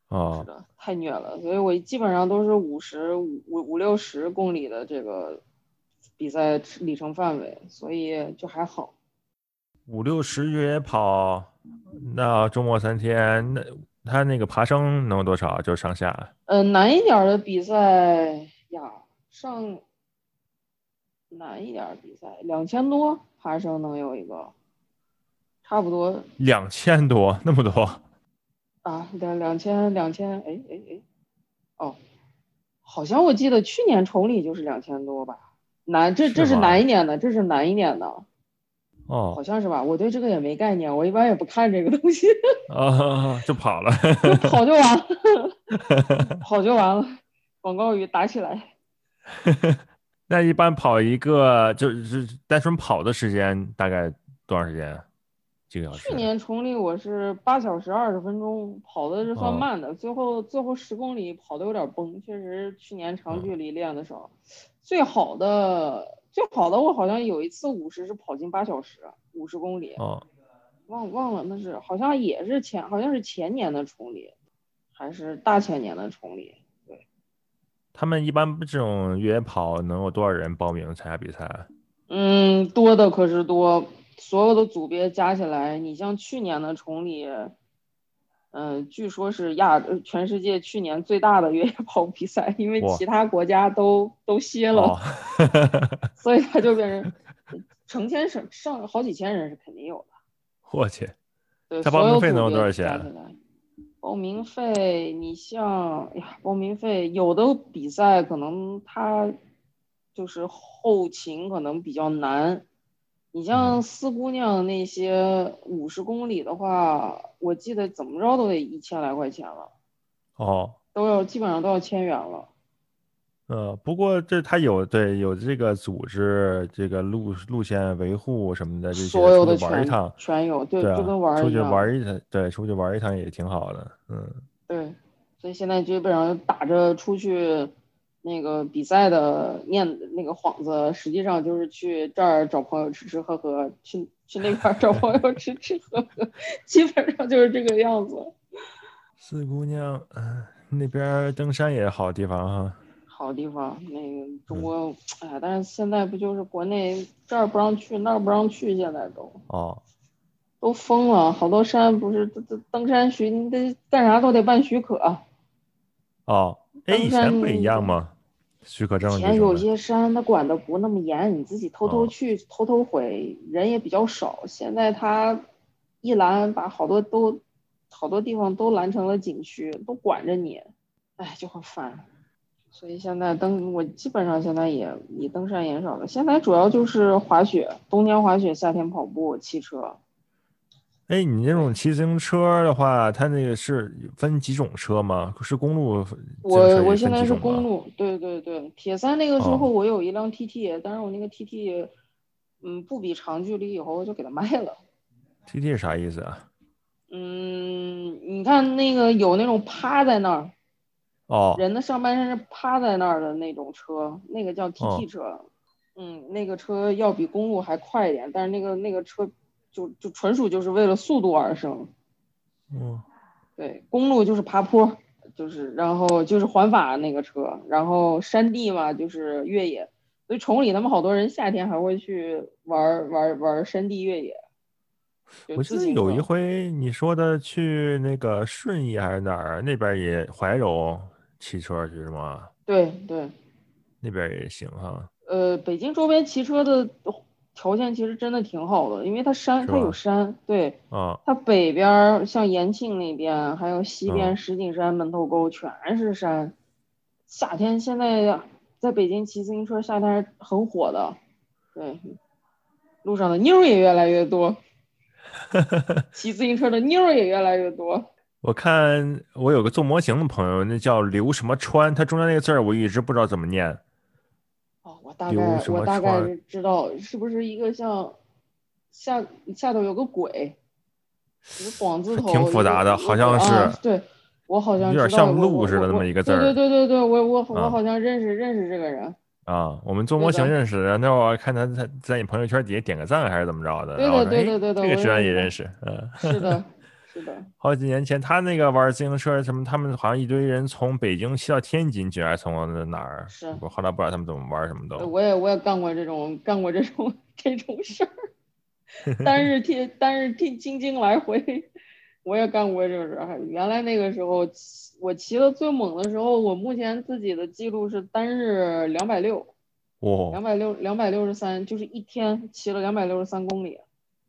[SPEAKER 2] 是
[SPEAKER 1] 哦，
[SPEAKER 2] 的，太虐了。所以我基本上都是五十五五五六十公里的这个比赛里程范围，所以就还好。
[SPEAKER 1] 五六十越野跑，那周末三天，那他那个爬升能有多少？就上下
[SPEAKER 2] 呃，难一点儿的比赛呀，上难一点儿比赛，两千多爬升能有一个，差不多
[SPEAKER 1] 两千多，那么多。
[SPEAKER 2] 啊，两两千两千，哎哎哎，哦，好像我记得去年崇礼就是两千多吧，难，这这
[SPEAKER 1] 是
[SPEAKER 2] 是
[SPEAKER 1] 吗
[SPEAKER 2] 难一点的，这是难一点的，好
[SPEAKER 1] 哦
[SPEAKER 2] 像是吧？我对这个也没概念，我一般也不看这个东西，
[SPEAKER 1] 啊，就跑了。
[SPEAKER 2] 就跑就完了，跑就完了，广告语打起来。
[SPEAKER 1] 那一般跑一个就是单纯跑的时间大概多长时间？啊几个小时？
[SPEAKER 2] 去年崇礼我是八小时二十分钟，跑的是算
[SPEAKER 1] 哦
[SPEAKER 2] 慢的，最后最后十公里跑的有点崩，确实去年长
[SPEAKER 1] 嗯
[SPEAKER 2] 距离练的少。最好的最好的我好像有一次五十是跑进八小时，五十公里，
[SPEAKER 1] 哦
[SPEAKER 2] 忘忘了那是好像也是前好像是前年的崇礼，还是大前年的崇礼。
[SPEAKER 1] 他们一般这种越野跑能有多少人报名参加比赛？
[SPEAKER 2] 嗯，多的可是多，所有的组别加起来，你像去年的崇礼，嗯、据说是亚呃全世界去年最大的越野跑比赛，因为
[SPEAKER 1] 哇
[SPEAKER 2] 其他国家都都歇了，
[SPEAKER 1] 哦，
[SPEAKER 2] 所以它就变成成千上上好几千人是肯定有的。
[SPEAKER 1] 我去，
[SPEAKER 2] 对，
[SPEAKER 1] 它
[SPEAKER 2] 所
[SPEAKER 1] 报名
[SPEAKER 2] 有
[SPEAKER 1] 费
[SPEAKER 2] 组
[SPEAKER 1] 能有
[SPEAKER 2] 别
[SPEAKER 1] 多少
[SPEAKER 2] 加
[SPEAKER 1] 钱啊
[SPEAKER 2] 起来报名费，你像哎呀，报名费有的比赛可能它就是后勤可能比较难。你像
[SPEAKER 1] 嗯
[SPEAKER 2] 四姑娘那些五十公里的话，我记得怎么着都得一千来块钱了，
[SPEAKER 1] 哦，
[SPEAKER 2] 都要基本上都要千元了。
[SPEAKER 1] 呃，不过这他有对有这个组织这个路路线维护什么的这些，
[SPEAKER 2] 所有
[SPEAKER 1] 出
[SPEAKER 2] 的
[SPEAKER 1] 去玩儿一
[SPEAKER 2] 全
[SPEAKER 1] 趟，
[SPEAKER 2] 全有，对，
[SPEAKER 1] 对啊，
[SPEAKER 2] 就跟玩儿
[SPEAKER 1] 出
[SPEAKER 2] 一
[SPEAKER 1] 去
[SPEAKER 2] 样。
[SPEAKER 1] 玩儿一趟，对，出去玩儿一趟也挺好的，嗯，
[SPEAKER 2] 对，所以现在基本上打着出去那个比赛的念那个幌子，实际上就是去这儿找朋友吃吃喝喝，去去那块儿找朋友吃吃喝喝，基本上就是这个样子。
[SPEAKER 1] 四姑娘，嗯、那边儿登山也好地方哈，
[SPEAKER 2] 好地方，那个中国，哎呀，但是现在不就是国内这儿不让去，那儿不让去，现在都
[SPEAKER 1] 哦，
[SPEAKER 2] 都封了，好多山不是登登登山许，你得干啥都得办许可。啊
[SPEAKER 1] 哦，哎，以
[SPEAKER 2] 登
[SPEAKER 1] 前不也一
[SPEAKER 2] 山
[SPEAKER 1] 样吗？许可证
[SPEAKER 2] 以
[SPEAKER 1] 这
[SPEAKER 2] 前
[SPEAKER 1] 种
[SPEAKER 2] 有
[SPEAKER 1] 的，
[SPEAKER 2] 些山它管的不那么严，你自己偷
[SPEAKER 1] 哦
[SPEAKER 2] 偷去、偷偷回，人也比较少。现在它一拦，把好多都好多地方都拦成了景区，都管着你，哎，就很烦。所以现在登我基本上现在也以登山减少了，现在主要就是滑雪，冬天滑雪，夏天跑步、骑车。
[SPEAKER 1] 哎，你那种骑自行车的话，它那个是分几种车吗？是公路自行车
[SPEAKER 2] 我
[SPEAKER 1] 也
[SPEAKER 2] 我
[SPEAKER 1] 分
[SPEAKER 2] 现在
[SPEAKER 1] 几
[SPEAKER 2] 是
[SPEAKER 1] 种吗
[SPEAKER 2] 公路，对对对，铁三那个时
[SPEAKER 1] 哦
[SPEAKER 2] 候我有一辆 TT，、但是我那个 TT，嗯，不比长距离，以后我就给它卖了。
[SPEAKER 1] ，TT 是啥意思啊？
[SPEAKER 2] 嗯，你看那个有那种趴在那儿，
[SPEAKER 1] 哦，
[SPEAKER 2] 人的上半身是趴在那儿的那种车，那个叫
[SPEAKER 1] 哦
[SPEAKER 2] TT 车，嗯，那个车要比公路还快一点，但是那个那个车就就纯属就是为了速度而生，
[SPEAKER 1] 嗯，
[SPEAKER 2] 对，公路就是爬坡，就是然后就是环法那个车，然后山地嘛就是越野，所以崇礼他们好多人夏天还会去玩玩玩山地越野。就
[SPEAKER 1] 我
[SPEAKER 2] 自
[SPEAKER 1] 记得
[SPEAKER 2] 行
[SPEAKER 1] 有一
[SPEAKER 2] 车
[SPEAKER 1] 回你说的去那个顺义还是哪儿，那边儿也怀柔骑车去是吗？
[SPEAKER 2] 对对，
[SPEAKER 1] 那边儿也行哈。
[SPEAKER 2] 呃，北京周边骑车的条件其实真的挺好的，因为它山，
[SPEAKER 1] 是
[SPEAKER 2] 它有
[SPEAKER 1] 吧
[SPEAKER 2] 山，对，
[SPEAKER 1] 啊，
[SPEAKER 2] 它北边儿像延庆那边，还有西边
[SPEAKER 1] 嗯
[SPEAKER 2] 石景山、门头沟全是山。夏天现在啊在北京骑自行车，夏天很火的，对，路上的妞儿也越来越多， 骑自行车的妞儿也越来越多。
[SPEAKER 1] 我看我有个做模型的朋友，那叫刘什么川，他中间那个字儿我一直不知道怎么念。
[SPEAKER 2] 哦，我大
[SPEAKER 1] 有
[SPEAKER 2] 概
[SPEAKER 1] 什
[SPEAKER 2] 我
[SPEAKER 1] 么
[SPEAKER 2] 大概
[SPEAKER 1] 川
[SPEAKER 2] 是知道，是不是一个像下下头有个鬼，一个广字
[SPEAKER 1] 还
[SPEAKER 2] 头，
[SPEAKER 1] 挺
[SPEAKER 2] 一
[SPEAKER 1] 复
[SPEAKER 2] 个
[SPEAKER 1] 杂的
[SPEAKER 2] 一个
[SPEAKER 1] 好像
[SPEAKER 2] 鬼啊
[SPEAKER 1] 是
[SPEAKER 2] 对，我好像
[SPEAKER 1] 有点
[SPEAKER 2] 知道
[SPEAKER 1] 像
[SPEAKER 2] 我
[SPEAKER 1] 鹿
[SPEAKER 2] 我
[SPEAKER 1] 似的
[SPEAKER 2] 我
[SPEAKER 1] 那么
[SPEAKER 2] 我
[SPEAKER 1] 一个字儿
[SPEAKER 2] 对对对对对，我我
[SPEAKER 1] 啊
[SPEAKER 2] 我好像认识认识这个人，
[SPEAKER 1] 啊，我们做模
[SPEAKER 2] 对的
[SPEAKER 1] 型认识的，那我看他在在你朋友圈底下点个赞还是怎么着的，
[SPEAKER 2] 对
[SPEAKER 1] 然后我
[SPEAKER 2] 的
[SPEAKER 1] 说
[SPEAKER 2] 对
[SPEAKER 1] 哎
[SPEAKER 2] 的对的
[SPEAKER 1] 这个
[SPEAKER 2] 我
[SPEAKER 1] 居然
[SPEAKER 2] 认
[SPEAKER 1] 也
[SPEAKER 2] 识
[SPEAKER 1] 认识，嗯，
[SPEAKER 2] 是的，是的，
[SPEAKER 1] 好几年前他那个玩自行车什么，他们好像一堆人从北京骑到天津去，还是从哪儿？
[SPEAKER 2] 是呃
[SPEAKER 1] 我后来不知道他们怎么玩什么都。
[SPEAKER 2] 我也我也干过这种干过这种这种事儿，单日天单日天京京来回，我也干过这个事儿。原来那个时候骑我骑的最猛的时候，我目前自己的记录是单日两百六，两
[SPEAKER 1] 哦，
[SPEAKER 2] 百六两百六十三，就是一天骑了两百六十三公里，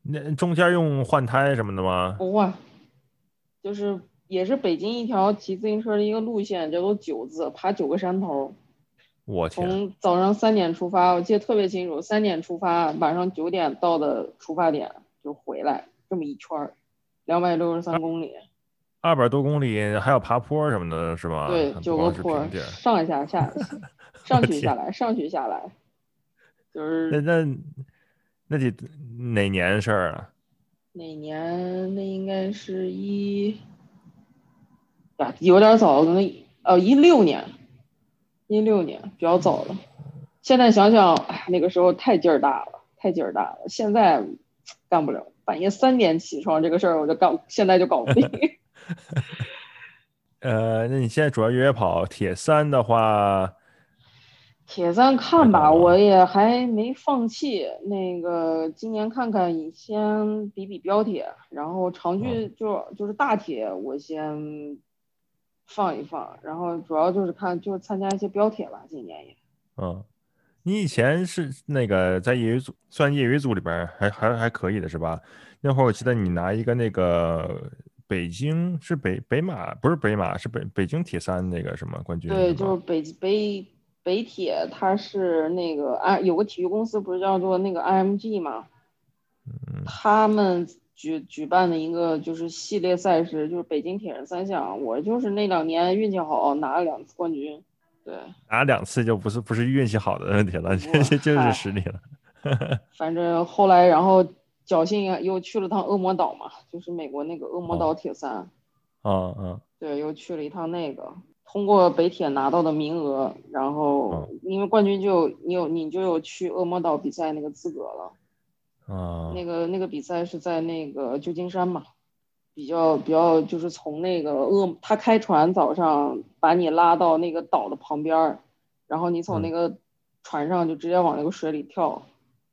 [SPEAKER 1] 那中间用换胎什么的吗？
[SPEAKER 2] 不换，就是也是北京一条骑自行车的一个路线，叫做九字，爬九个山头儿。
[SPEAKER 1] 我天，啊
[SPEAKER 2] 从早上三点出发，我记得特别清楚，三点出发，晚上九点到的出发点就回来，这么一圈儿，两百六十
[SPEAKER 1] 啊
[SPEAKER 2] 三公里，
[SPEAKER 1] 二百多公里还要爬坡什么的，是吧？
[SPEAKER 2] 对，
[SPEAKER 1] 还
[SPEAKER 2] 九
[SPEAKER 1] 啊不光是
[SPEAKER 2] 个坡儿
[SPEAKER 1] 平地儿。，
[SPEAKER 2] 上一下下， 上去
[SPEAKER 1] 天
[SPEAKER 2] 下来，上去下来，就
[SPEAKER 1] 那
[SPEAKER 2] 是
[SPEAKER 1] 那那得哪年事儿啊？
[SPEAKER 2] 哪年？那应该是一，啊，有点早，可能呃一六年，一六年比较早了。现在想想，哎，那个时候太劲儿大了，太劲儿大了。现在干不了，半夜三点起床这个事儿，我就搞，现在就搞不定。
[SPEAKER 1] 呃，那你现在主要越野跑铁三的话，
[SPEAKER 2] 铁三看
[SPEAKER 1] 太
[SPEAKER 2] 吧，
[SPEAKER 1] 早了
[SPEAKER 2] 我也还没放弃。那个今年看看，先比比标铁，然后
[SPEAKER 1] 嗯
[SPEAKER 2] 长距就、就是大铁，我先放一放。然后主要就是看，就是参加一些标铁吧，今年也。
[SPEAKER 1] 嗯，你以前是那个在业余组，算业余组里边儿还还还可以的是吧？那会儿我记得你拿一个那个北京是北北马，不是北马，是北北京铁三那个什么冠军
[SPEAKER 2] 对，
[SPEAKER 1] 是
[SPEAKER 2] 就是
[SPEAKER 1] 吗？
[SPEAKER 2] 北北北铁，它是那个啊，有个体育公司不是叫做那个 IMG 嘛，
[SPEAKER 1] 嗯
[SPEAKER 2] 他们举举办的一个就是系列赛事，就是北京铁人三项。我就是那两年运气好，拿了两次冠军。对，
[SPEAKER 1] 拿两次就不是不是运气好的问题了，这
[SPEAKER 2] 哇
[SPEAKER 1] 这 就是
[SPEAKER 2] 嗨
[SPEAKER 1] 实力了。
[SPEAKER 2] 反正后来然后侥幸又去了趟恶魔岛嘛，就是美国那个恶魔
[SPEAKER 1] 哦
[SPEAKER 2] 岛铁三。
[SPEAKER 1] 啊啊
[SPEAKER 2] 对，又去了一趟那个，通过北铁拿到的名额，然后因为冠军就有你有你就有去恶魔岛比赛那个资格了。
[SPEAKER 1] 啊！
[SPEAKER 2] 那个那个比赛是在那个旧金山嘛，比较比较就是从那个恶他开船早上把你拉到那个岛的旁边儿，然后你从
[SPEAKER 1] 嗯
[SPEAKER 2] 那个船上就直接往那个水里跳，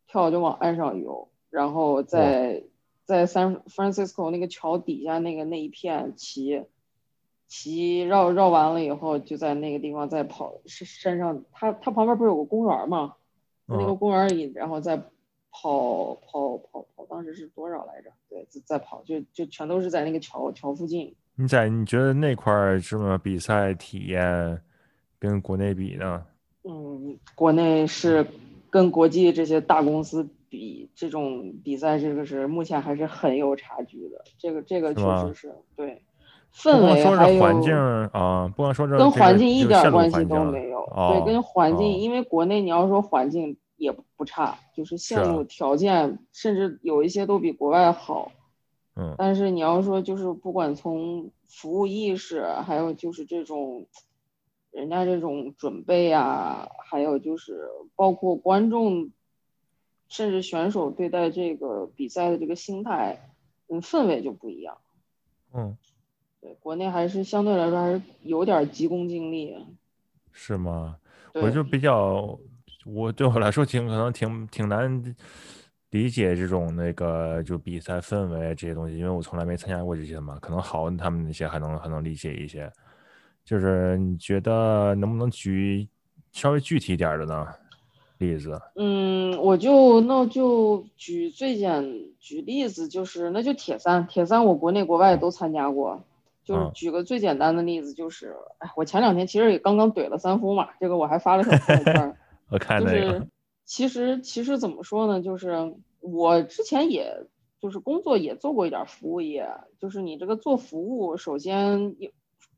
[SPEAKER 2] 跳就往岸上游，然后在在 San Francisco 那个桥底下那个那一片骑。骑绕绕完了以后，就在那个地方再跑，是山上，它它旁边不是有个公园吗？在那个
[SPEAKER 1] 嗯
[SPEAKER 2] 公园里，然后再跑跑跑跑，当时是多少来着？对，再再跑，就就全都是在那个桥桥附近。
[SPEAKER 1] 你在你觉得那块儿什么比赛体验跟国内比呢？
[SPEAKER 2] 嗯，国内是跟国际这些大公司比，这种比赛这个是目前还是很有差距的。这个这个
[SPEAKER 1] 是
[SPEAKER 2] 确
[SPEAKER 1] 吗
[SPEAKER 2] 实是对
[SPEAKER 1] 不
[SPEAKER 2] 氛
[SPEAKER 1] 光
[SPEAKER 2] 围
[SPEAKER 1] 说
[SPEAKER 2] 还
[SPEAKER 1] 是
[SPEAKER 2] 有
[SPEAKER 1] 环境啊，不光说这这
[SPEAKER 2] 跟环
[SPEAKER 1] 个
[SPEAKER 2] 境一
[SPEAKER 1] 就
[SPEAKER 2] 点
[SPEAKER 1] 线
[SPEAKER 2] 儿
[SPEAKER 1] 路
[SPEAKER 2] 关系
[SPEAKER 1] 环
[SPEAKER 2] 都
[SPEAKER 1] 境
[SPEAKER 2] 没有。
[SPEAKER 1] 哦
[SPEAKER 2] 对，跟环境，
[SPEAKER 1] 哦
[SPEAKER 2] 因为国内你要说环境也不差，就是线
[SPEAKER 1] 是啊
[SPEAKER 2] 路条件，甚至有一些都比国外好。
[SPEAKER 1] 嗯
[SPEAKER 2] 但是你要说就是不管从服务意识，还有就是这种人家这种准备啊，还有就是包括观众，甚至选手对待这个比赛的这个心态，嗯，氛围就不一样。
[SPEAKER 1] 嗯，
[SPEAKER 2] 对，国内还是相对来说还是有点急功近利啊。
[SPEAKER 1] 是吗？
[SPEAKER 2] 对
[SPEAKER 1] 我就比较，我对我来说挺可能挺挺难理解这种那个就比赛氛围这些东西，因为我从来没参加过这些嘛。可能好他们那些还能还能理解一些，就是你觉得能不能举稍微具体一点儿的呢例子？
[SPEAKER 2] 嗯，我就那就举最简举例子，就是那就铁三，铁三我国内国外都参加过。就是
[SPEAKER 1] 嗯
[SPEAKER 2] 举个最简单的例子，就是，哎，我前两天其实也刚刚怼了三夫嘛，这个我还发了小朋友 圈儿，
[SPEAKER 1] 我看
[SPEAKER 2] 就
[SPEAKER 1] 那个，
[SPEAKER 2] 是其实其实怎么说呢？就是我之前也就是工作也做过一点儿服务业，就是你这个做服务，首先有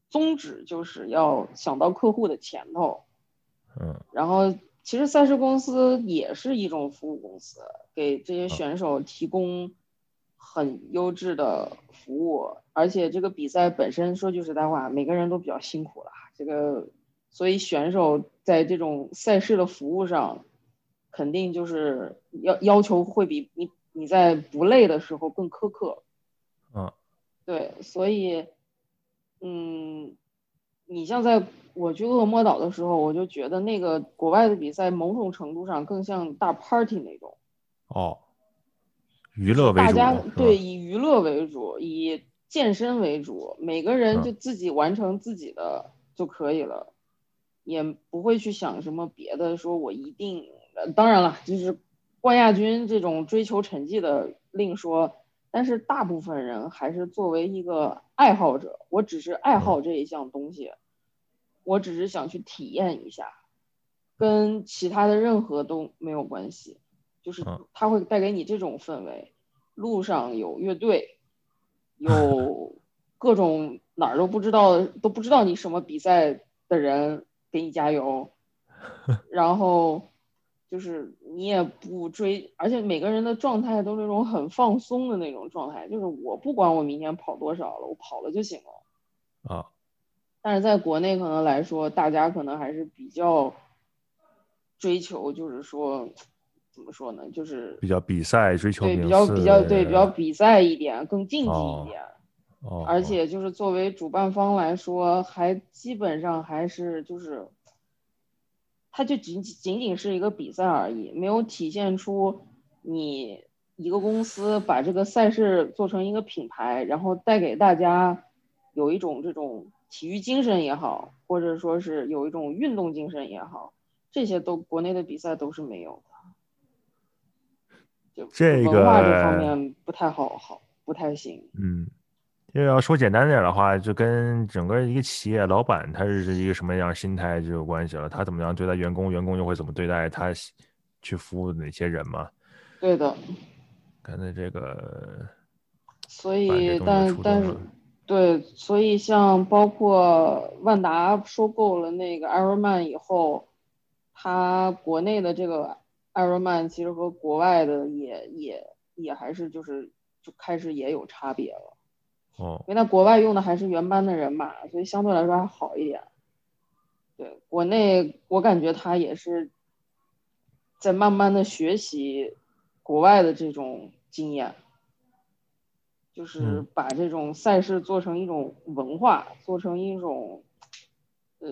[SPEAKER 2] 宗旨就是要想到客户的前头，
[SPEAKER 1] 嗯
[SPEAKER 2] 然后其实赛事公司也是一种服务公司，给这些选手提供很优质的服务，而且这个比赛本身说句实在话，每个人都比较辛苦了，这个所以选手在这种赛事的服务上，肯定就是要要求会比你你在不累的时候更苛刻。
[SPEAKER 1] 嗯
[SPEAKER 2] 对，所以，嗯，你像在我去恶魔岛的时候，我就觉得那个国外的比赛某种程度上更像大 party 那种，
[SPEAKER 1] 哦，娱乐为
[SPEAKER 2] 大
[SPEAKER 1] 主
[SPEAKER 2] 家
[SPEAKER 1] 是吧
[SPEAKER 2] 对以娱乐为主，以健身为主，每个人
[SPEAKER 1] 嗯
[SPEAKER 2] 就自己完成自己的就可以了，也不会去想什么别的，说我一定，呃当然了，就是冠亚军这种追求成绩的另说，但是大部分人还是作为一个爱好者，我只是
[SPEAKER 1] 嗯
[SPEAKER 2] 爱好这一项东西，我只是想去体验一下，跟其他的任何都没有关系，就是
[SPEAKER 1] 嗯
[SPEAKER 2] 它会带给你这种氛围。路上有乐队，有 各种哪儿都不知道都不知道你什么比赛的人给你加 油，然后就是你也不追，而且每个人的状态都是那种很放松的那种状态，就是我不管我明天跑多少了，我跑了就行了。
[SPEAKER 1] 啊，
[SPEAKER 2] 但是在国内可能来说，大家可能还是比较追求，就是说怎么说呢，就是
[SPEAKER 1] 比较比赛追求
[SPEAKER 2] 对
[SPEAKER 1] 名
[SPEAKER 2] 比较
[SPEAKER 1] 次
[SPEAKER 2] 比较对比较
[SPEAKER 1] 的
[SPEAKER 2] 比赛一点，更竞技
[SPEAKER 1] 哦
[SPEAKER 2] 一点。
[SPEAKER 1] 哦，
[SPEAKER 2] 而且就是作为主办方来说，还基本上还是就是，它就仅仅仅是一个比赛而已，没有体现出你一个公司把这个赛事做成一个品牌，然后带给大家有一种这种体育精神也好，或者说是有一种运动精神也好，这些都国内的比赛都是没有的，就
[SPEAKER 1] 这
[SPEAKER 2] 文化这
[SPEAKER 1] 个
[SPEAKER 2] 方面不太好好不太行。
[SPEAKER 1] 嗯，因为要说简单点儿的话，就跟整个一个企业老板他是一个什么样的心态就有关系了。他怎么样对待员工，员工又会怎么对待他喜去服务哪些人嘛？
[SPEAKER 2] 对的，
[SPEAKER 1] 看才这个，
[SPEAKER 2] 所
[SPEAKER 1] 把这东
[SPEAKER 2] 以
[SPEAKER 1] 西
[SPEAKER 2] 但
[SPEAKER 1] 出
[SPEAKER 2] 但
[SPEAKER 1] 动
[SPEAKER 2] 是
[SPEAKER 1] 了
[SPEAKER 2] 对，所以像包括万达收购了那个艾瑞曼以后，它国内的这个艾瑞曼其实和国外的也也也还是就是就开始也有差别了，
[SPEAKER 1] 哦，
[SPEAKER 2] 因为在国外用的还是原班的人马，所以相对来说还好一点。对，国内我感觉它也是在慢慢的学习国外的这种经验。就是
[SPEAKER 1] 嗯
[SPEAKER 2] 把这种赛事做成一种文化，做成一种，呃，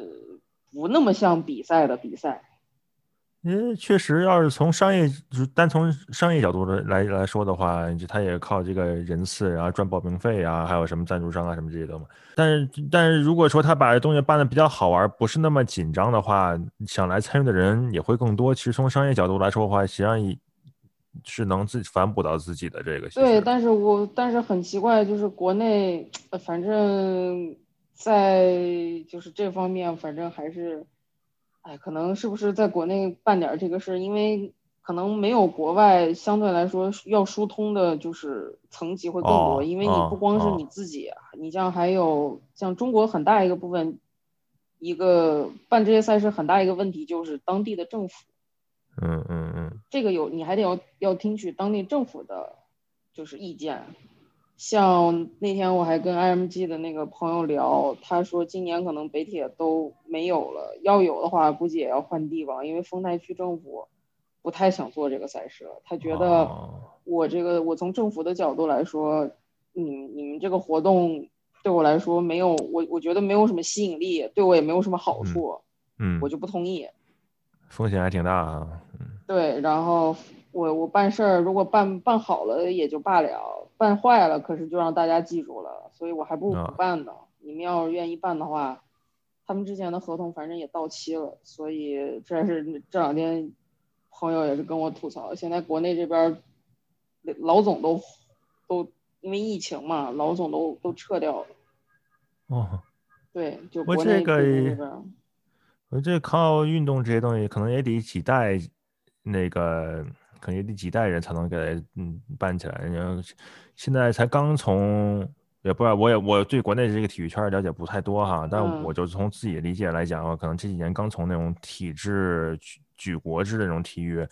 [SPEAKER 2] 不那么像比赛的比赛。
[SPEAKER 1] 因为确实，要是从商业，就单从商业角度的来来说的话，就他也靠这个人次，然后赚报名费啊，还有什么赞助商啊什么这些东西。但是，但是如果说他把东西办的比较好玩，不是那么紧张的话，想来参与的人也会更多。其实从商业角度来说的话，实际上也是能自己反哺到自己的这个。其
[SPEAKER 2] 对，
[SPEAKER 1] 实
[SPEAKER 2] 但是我但是很奇怪，就是国内，呃反正在就是这方面，反正还是，哎，可能是不是在国内办点儿这个事儿，因为可能没有国外相对来说要疏通的，就是层级会更多，
[SPEAKER 1] 哦
[SPEAKER 2] 因为你
[SPEAKER 1] 哦
[SPEAKER 2] 不光是
[SPEAKER 1] 哦
[SPEAKER 2] 你自己，啊你像还有像中国很大一个部分，一个办这些赛事很大一个问题就是当地的政府。
[SPEAKER 1] 嗯嗯嗯，
[SPEAKER 2] 这个有你还得要要听取当地政府的，就是意见，像那天我还跟 IMG 的那个朋友聊，他说今年可能北铁都没有了，要有的话估计也要换地方，因为丰台区政府不太想做这个赛事了。他觉得
[SPEAKER 1] 哦
[SPEAKER 2] 我这个，我从政府的角度来说，你你们这个活动对我来说没有，我我觉得没有什么吸引力，对我也没有什么好处，
[SPEAKER 1] 嗯
[SPEAKER 2] 我，就不同意。
[SPEAKER 1] 风险还挺大啊。嗯
[SPEAKER 2] 对，然后我我办事儿，如果办办好了也就罢了，办坏了可是就让大家记住了，所以我还不如
[SPEAKER 1] 啊
[SPEAKER 2] 不办呢。你们要是愿意办的话，他们之前的合同反正也到期了，所以这是这两天朋友也是跟我吐槽，现在国内这边儿老总都都因为疫情嘛，老总都都撤掉了。
[SPEAKER 1] 哦，
[SPEAKER 2] 对，就
[SPEAKER 1] 我
[SPEAKER 2] 国
[SPEAKER 1] 这
[SPEAKER 2] 内
[SPEAKER 1] 个
[SPEAKER 2] 这边儿
[SPEAKER 1] 我这靠运动这些东西，可能也得几代那个，可能也得几代人才能给它嗯办起来。然后现在才刚从，也不知道，我也我对国内这个体育圈儿了解不太多哈，但
[SPEAKER 2] 嗯
[SPEAKER 1] 我就从自己的理解来讲，我可能这几年刚从那种体制举举国制的那种体育。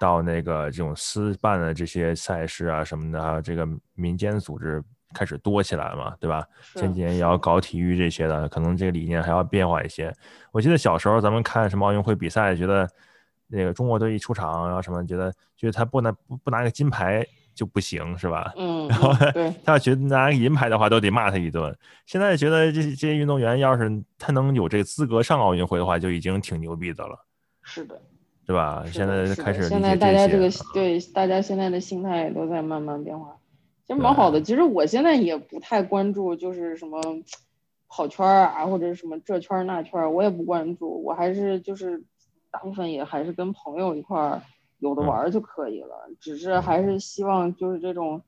[SPEAKER 1] 到那个这种私办的这些赛事啊什么的，还有这个民间组织开始多起来嘛，对吧？
[SPEAKER 2] 是
[SPEAKER 1] 前几年也
[SPEAKER 2] 是
[SPEAKER 1] 要搞体育这些的，可能这个理念还要变化一些。我记得小时候咱们看什么奥运会比赛，觉得那个中国队一出场，然后什么，觉得觉得他不拿不不拿个金牌就不行，是吧？
[SPEAKER 2] 嗯，
[SPEAKER 1] 然后
[SPEAKER 2] 嗯对，
[SPEAKER 1] 他要觉得拿个银牌的话，都得骂他一顿。现在觉得这这些运动员要是他能有这个资格上奥运会的话，就已经挺牛逼的了，
[SPEAKER 2] 是的。
[SPEAKER 1] 对吧？
[SPEAKER 2] 是
[SPEAKER 1] 现
[SPEAKER 2] 的
[SPEAKER 1] 在
[SPEAKER 2] 是
[SPEAKER 1] 开
[SPEAKER 2] 的
[SPEAKER 1] 始理
[SPEAKER 2] 现
[SPEAKER 1] 解
[SPEAKER 2] 在大家这
[SPEAKER 1] 些啊
[SPEAKER 2] 个，对大家现在的心态也都在慢慢变化，其实蛮好的。其实我现在也不太关注，就是什么跑圈儿啊，或者是什么这圈儿那圈儿，我也不关注。我还是就是大部分也还是跟朋友一块儿有的
[SPEAKER 1] 嗯。
[SPEAKER 2] 玩儿就可以了。只是还是希望就是这种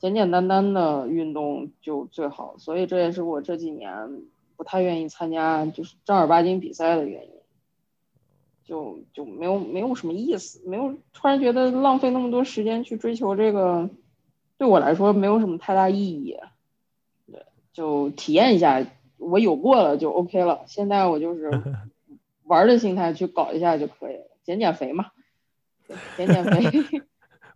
[SPEAKER 2] 简简单单的运动就最好。所以这也是我这几年不太愿意参加就是正儿八经比赛的原因。就就没有没有什么意思，没有突然觉得浪费那么多时间去追求这个，对我来说没有什么太大意义。对，就体验一下，我有过了就 OK 了。现在我就是玩儿的心态去搞一下就可以了，减减肥嘛，对减减肥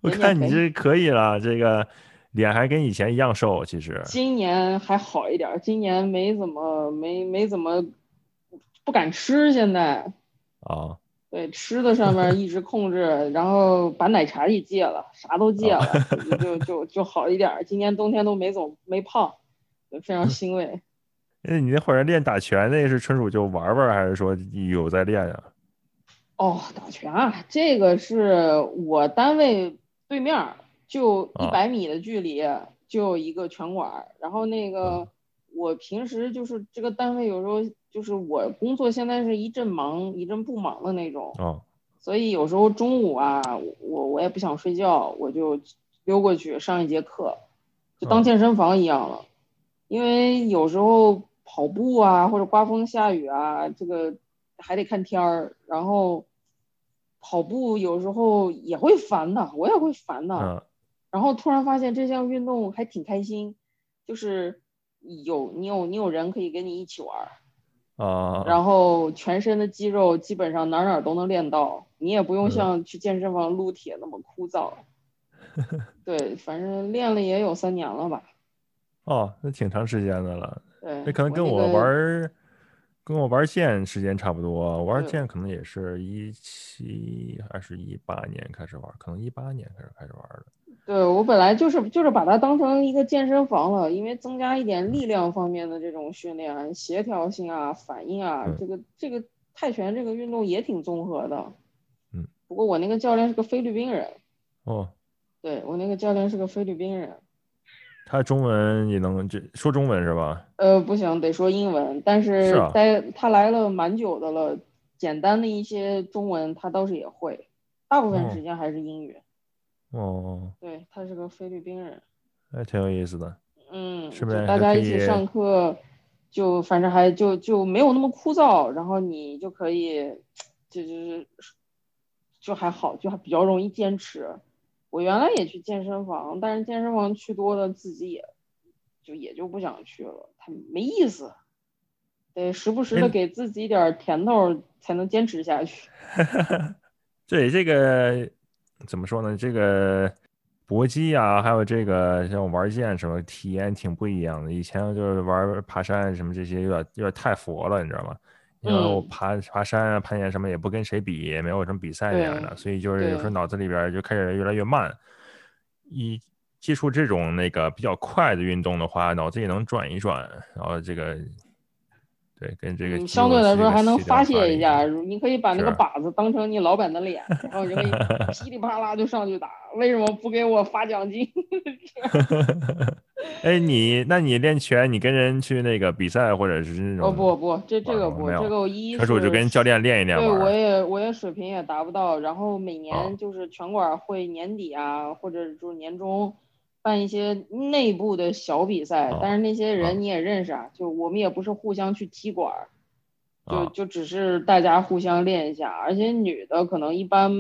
[SPEAKER 1] 我
[SPEAKER 2] 减减
[SPEAKER 1] 看你
[SPEAKER 2] 肥
[SPEAKER 1] 这可以了，这个脸还跟以前一样瘦，其实。
[SPEAKER 2] 今年还好一点儿，今年没怎么没没怎么不敢吃，现在
[SPEAKER 1] 啊，
[SPEAKER 2] 对吃的上面一直控制，然后把奶茶也戒了，啥都戒了，就就就好一点儿。今年冬天都没总没胖，就非常欣慰。
[SPEAKER 1] 那你那会儿练打拳，那是纯属就玩玩儿，还是说有在练啊呀、
[SPEAKER 2] 哦，打拳啊，这个是我单位对面儿就
[SPEAKER 1] 啊
[SPEAKER 2] 一百米的距离就有一个拳馆儿，然后那个我平时就是这个单位有时候就是我工作现在是一阵忙一阵不忙的那种，
[SPEAKER 1] 哦，
[SPEAKER 2] 所以有时候中午啊，我我也不想睡觉，我就溜过去上一节课，就
[SPEAKER 1] 嗯
[SPEAKER 2] 当健身房一样了。因为有时候跑步啊，或者刮风下雨啊，这个还得看天儿。然后跑步有时候也会烦的，我也会烦的。
[SPEAKER 1] 嗯，
[SPEAKER 2] 然后突然发现这项运动还挺开心，就是有你有你有人可以跟你一起玩儿。
[SPEAKER 1] 啊，
[SPEAKER 2] 然后全身的肌肉基本上哪儿哪儿都能练到，你也不用
[SPEAKER 1] 嗯
[SPEAKER 2] 像去健身房撸铁那么枯燥。 对，反正练了也有三年了吧。
[SPEAKER 1] 哦，那挺长时间的了，
[SPEAKER 2] 对，
[SPEAKER 1] 那可能跟
[SPEAKER 2] 那
[SPEAKER 1] 我
[SPEAKER 2] 个
[SPEAKER 1] 玩儿，跟我玩儿剑时间差不多，我玩儿
[SPEAKER 2] 对
[SPEAKER 1] 剑可能也是一七还是一八年开始玩儿，可能一八年开始开始玩儿的。
[SPEAKER 2] 对我本来就是就是把它当成一个健身房了，因为增加一点力量方面的这种训练，协调性啊、反应啊
[SPEAKER 1] 嗯，
[SPEAKER 2] 这个这个泰拳这个运动也挺综合的。
[SPEAKER 1] 嗯，
[SPEAKER 2] 不过我那个教练是个菲律宾人，
[SPEAKER 1] 哦，
[SPEAKER 2] 对我那个教练是个菲律宾人，
[SPEAKER 1] 他中文也能这说中文是吧？
[SPEAKER 2] 呃，不行，得说英文。但
[SPEAKER 1] 是
[SPEAKER 2] 是
[SPEAKER 1] 啊
[SPEAKER 2] 待他来了蛮久的了，简单的一些中文他倒是也会，大部分
[SPEAKER 1] 哦
[SPEAKER 2] 时间还是英语。
[SPEAKER 1] 哦，
[SPEAKER 2] 对他是个菲律宾人，
[SPEAKER 1] 还挺有意思的。
[SPEAKER 2] 嗯，
[SPEAKER 1] 是
[SPEAKER 2] 就
[SPEAKER 1] 不是
[SPEAKER 2] 大
[SPEAKER 1] 还
[SPEAKER 2] 家
[SPEAKER 1] 可
[SPEAKER 2] 一起
[SPEAKER 1] 以
[SPEAKER 2] 上课，就反正还就就没有那么枯燥，然后你就可以，就就是就还好，就还比较容易坚持。我原来也去健身房，但是健身房去多了，自己也就也就不想去了，它没意思。得时不时
[SPEAKER 1] 哎
[SPEAKER 2] 的给自己一点儿甜头儿，才能坚持下去。
[SPEAKER 1] 对这个怎么说呢？这个搏击啊，还有这个像玩剑什么，体验挺不一样的。以前就是玩爬山什么这些，有点有点太佛了，你知道吗？因为我
[SPEAKER 2] 嗯
[SPEAKER 1] 爬爬山啊、攀岩什么也不跟谁比，也没有什么比赛那样的，
[SPEAKER 2] 对
[SPEAKER 1] 所以就是有时候
[SPEAKER 2] 对
[SPEAKER 1] 脑子里边就开始越来越慢。一接触这种那个比较快的运动的话，脑子也能转一转，然后这个对跟这个
[SPEAKER 2] 嗯
[SPEAKER 1] 肌
[SPEAKER 2] 相
[SPEAKER 1] 肉
[SPEAKER 2] 对来
[SPEAKER 1] 是
[SPEAKER 2] 说
[SPEAKER 1] 个
[SPEAKER 2] 还能
[SPEAKER 1] 协调
[SPEAKER 2] 发泄
[SPEAKER 1] 力
[SPEAKER 2] 一下，你可以把那个
[SPEAKER 1] 是
[SPEAKER 2] 靶子当成你老板的脸，然后 你可以噼里啪啦就上去打。为什么不给我发奖金？
[SPEAKER 1] 哎，你那你练拳，你跟人去那个比赛或者是那种
[SPEAKER 2] 哦不不，这这
[SPEAKER 1] 网
[SPEAKER 2] 个
[SPEAKER 1] 上
[SPEAKER 2] 不，
[SPEAKER 1] 没有
[SPEAKER 2] 这个我一
[SPEAKER 1] 开始我就是跟教练练一练
[SPEAKER 2] 对，
[SPEAKER 1] 玩
[SPEAKER 2] 我
[SPEAKER 1] 儿。
[SPEAKER 2] 也我也水平也达不到，然后每
[SPEAKER 1] 啊
[SPEAKER 2] 年就是拳馆会年底啊，或者就是年终办一些内部的小比赛，
[SPEAKER 1] 啊
[SPEAKER 2] 但是那些
[SPEAKER 1] 啊
[SPEAKER 2] 人你也认识啊，就我们也不是互相去踢馆儿，就
[SPEAKER 1] 啊
[SPEAKER 2] 就只是大家互相练一下，而且女的可能一般，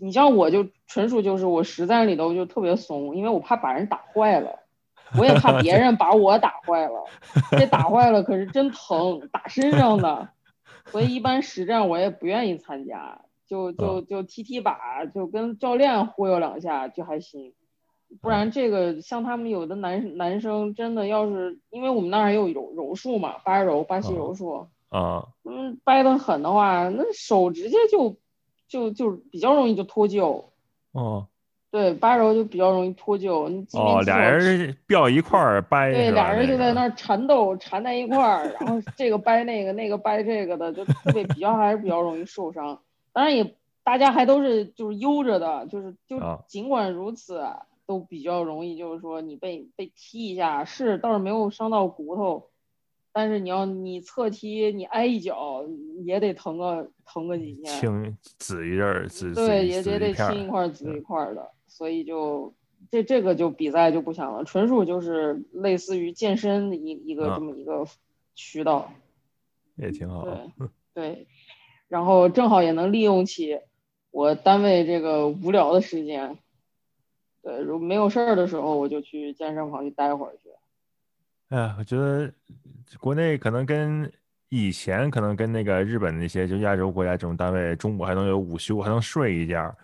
[SPEAKER 2] 你像我就纯属就是我实战里头就特别怂，因为我怕把人打坏了，我也怕别人把我打坏了，这打坏了可是真疼，打身上的，所以一般实战我也不愿意参加，就就就踢踢靶，就跟教练忽悠两下就还行。不然这个像他们有的男男生真的要是，因为我们那儿还有柔柔术嘛，巴柔、巴西
[SPEAKER 1] 啊
[SPEAKER 2] 柔术，
[SPEAKER 1] 啊
[SPEAKER 2] 嗯，掰得狠的话，那手直接就就就比较容易就脱臼。
[SPEAKER 1] 哦
[SPEAKER 2] 对，八柔就比较容易脱臼。你即便
[SPEAKER 1] 哦，
[SPEAKER 2] 技
[SPEAKER 1] 俩
[SPEAKER 2] 巧
[SPEAKER 1] 人吊一块儿掰
[SPEAKER 2] 对
[SPEAKER 1] 是吧
[SPEAKER 2] 俩人就在
[SPEAKER 1] 个
[SPEAKER 2] 那儿缠斗，缠在一块儿，然后这个掰那个，那个掰这个的，就特别比较还是比较容易受伤。当然也大家还都是就是悠着的，就是就
[SPEAKER 1] 啊
[SPEAKER 2] 尽管如此，都比较容易就是说你被被踢一下，是倒是没有伤到骨头，但是你要你侧踢你挨一脚也得疼个疼个几天。
[SPEAKER 1] 青紫一阵儿，紫紫
[SPEAKER 2] 对，
[SPEAKER 1] 一
[SPEAKER 2] 也
[SPEAKER 1] 紫
[SPEAKER 2] 也
[SPEAKER 1] 一
[SPEAKER 2] 得
[SPEAKER 1] 片儿嗯
[SPEAKER 2] 亲一块儿紫
[SPEAKER 1] 对
[SPEAKER 2] 一块儿的，所以就这这个就比赛就不想了，纯属就是类似于健身的一一个
[SPEAKER 1] 啊哦
[SPEAKER 2] 这么一个渠道，
[SPEAKER 1] 也挺好。
[SPEAKER 2] 对对，然后正好也能利用起我单位这个无聊的时间，对，如果没有事儿的时候我就去健身房去待会儿去，
[SPEAKER 1] 哎呀，我觉得国内可能跟以前可能跟那个日本那些就亚洲国家这种单位，中午还能有午休，还能睡一觉儿。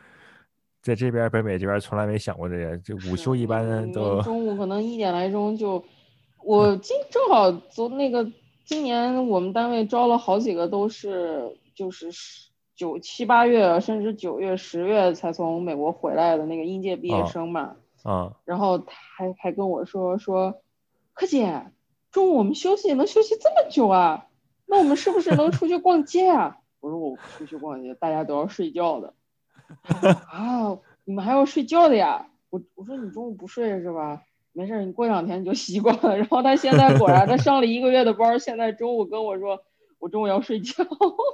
[SPEAKER 1] 在这边儿北美这边儿从来没想过这些，这午
[SPEAKER 2] 是
[SPEAKER 1] 休一
[SPEAKER 2] 你
[SPEAKER 1] 般
[SPEAKER 2] 你
[SPEAKER 1] 都嗯
[SPEAKER 2] 中午可能一点来钟就，我今正好昨那个今年我们单位招了好几个都是就是十九七八月甚至九月十月才从美国回来的那个应届毕
[SPEAKER 1] 啊
[SPEAKER 2] 业生嘛，
[SPEAKER 1] 啊
[SPEAKER 2] 然后他还还跟我说说，柯姐，中午我们休息能休息这么久啊？那我们是不是能出去逛街啊？ 我说我不出去逛街，大家都要睡觉的。他说啊， 你们还要睡觉的呀？我我说你中午不睡是吧？没事儿，你过两天你就习惯了。然 后他现在果然，他上了一个月的班儿，现在中午跟我说，我中午要睡觉，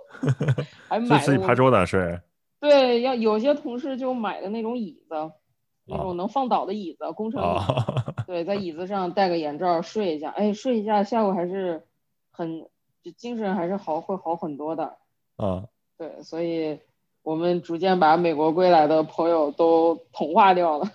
[SPEAKER 2] 还
[SPEAKER 1] 就
[SPEAKER 2] 买
[SPEAKER 1] 自己
[SPEAKER 2] 了
[SPEAKER 1] 爬桌子睡。
[SPEAKER 2] 对，要有些同事就买的那种椅子，那
[SPEAKER 1] 哦
[SPEAKER 2] 种能放倒的椅子，工程椅。
[SPEAKER 1] 啊，
[SPEAKER 2] 对，在椅子上戴个眼罩儿睡一下，哎，睡一下，下午还是很就精神还是好，会好很多的。
[SPEAKER 1] 啊，
[SPEAKER 2] 对，所以我们逐渐把美国归来的朋友都同化掉了。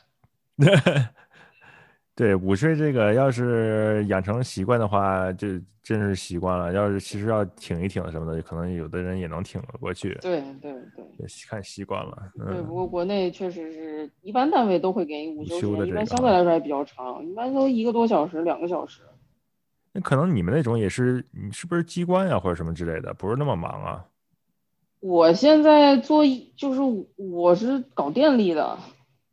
[SPEAKER 1] 对，午睡这个要是养成习惯的话，就真是习惯了。要是其实要挺一挺什么的，可能有的人也能挺得过去，
[SPEAKER 2] 对对对
[SPEAKER 1] 也习看习惯了。
[SPEAKER 2] 对，不
[SPEAKER 1] 嗯，
[SPEAKER 2] 过国内确实是一般单位都会给你午
[SPEAKER 1] 午
[SPEAKER 2] 休
[SPEAKER 1] 休
[SPEAKER 2] 时
[SPEAKER 1] 的
[SPEAKER 2] 间，一
[SPEAKER 1] 这个
[SPEAKER 2] 般相
[SPEAKER 1] 啊
[SPEAKER 2] 对来说还比较长，一般都一个多小时、两个小时。
[SPEAKER 1] 那可能你们那种也是，你是不是机关呀、或者什么之类的，不是那么忙啊？
[SPEAKER 2] 我现在做一就是我是搞电力的，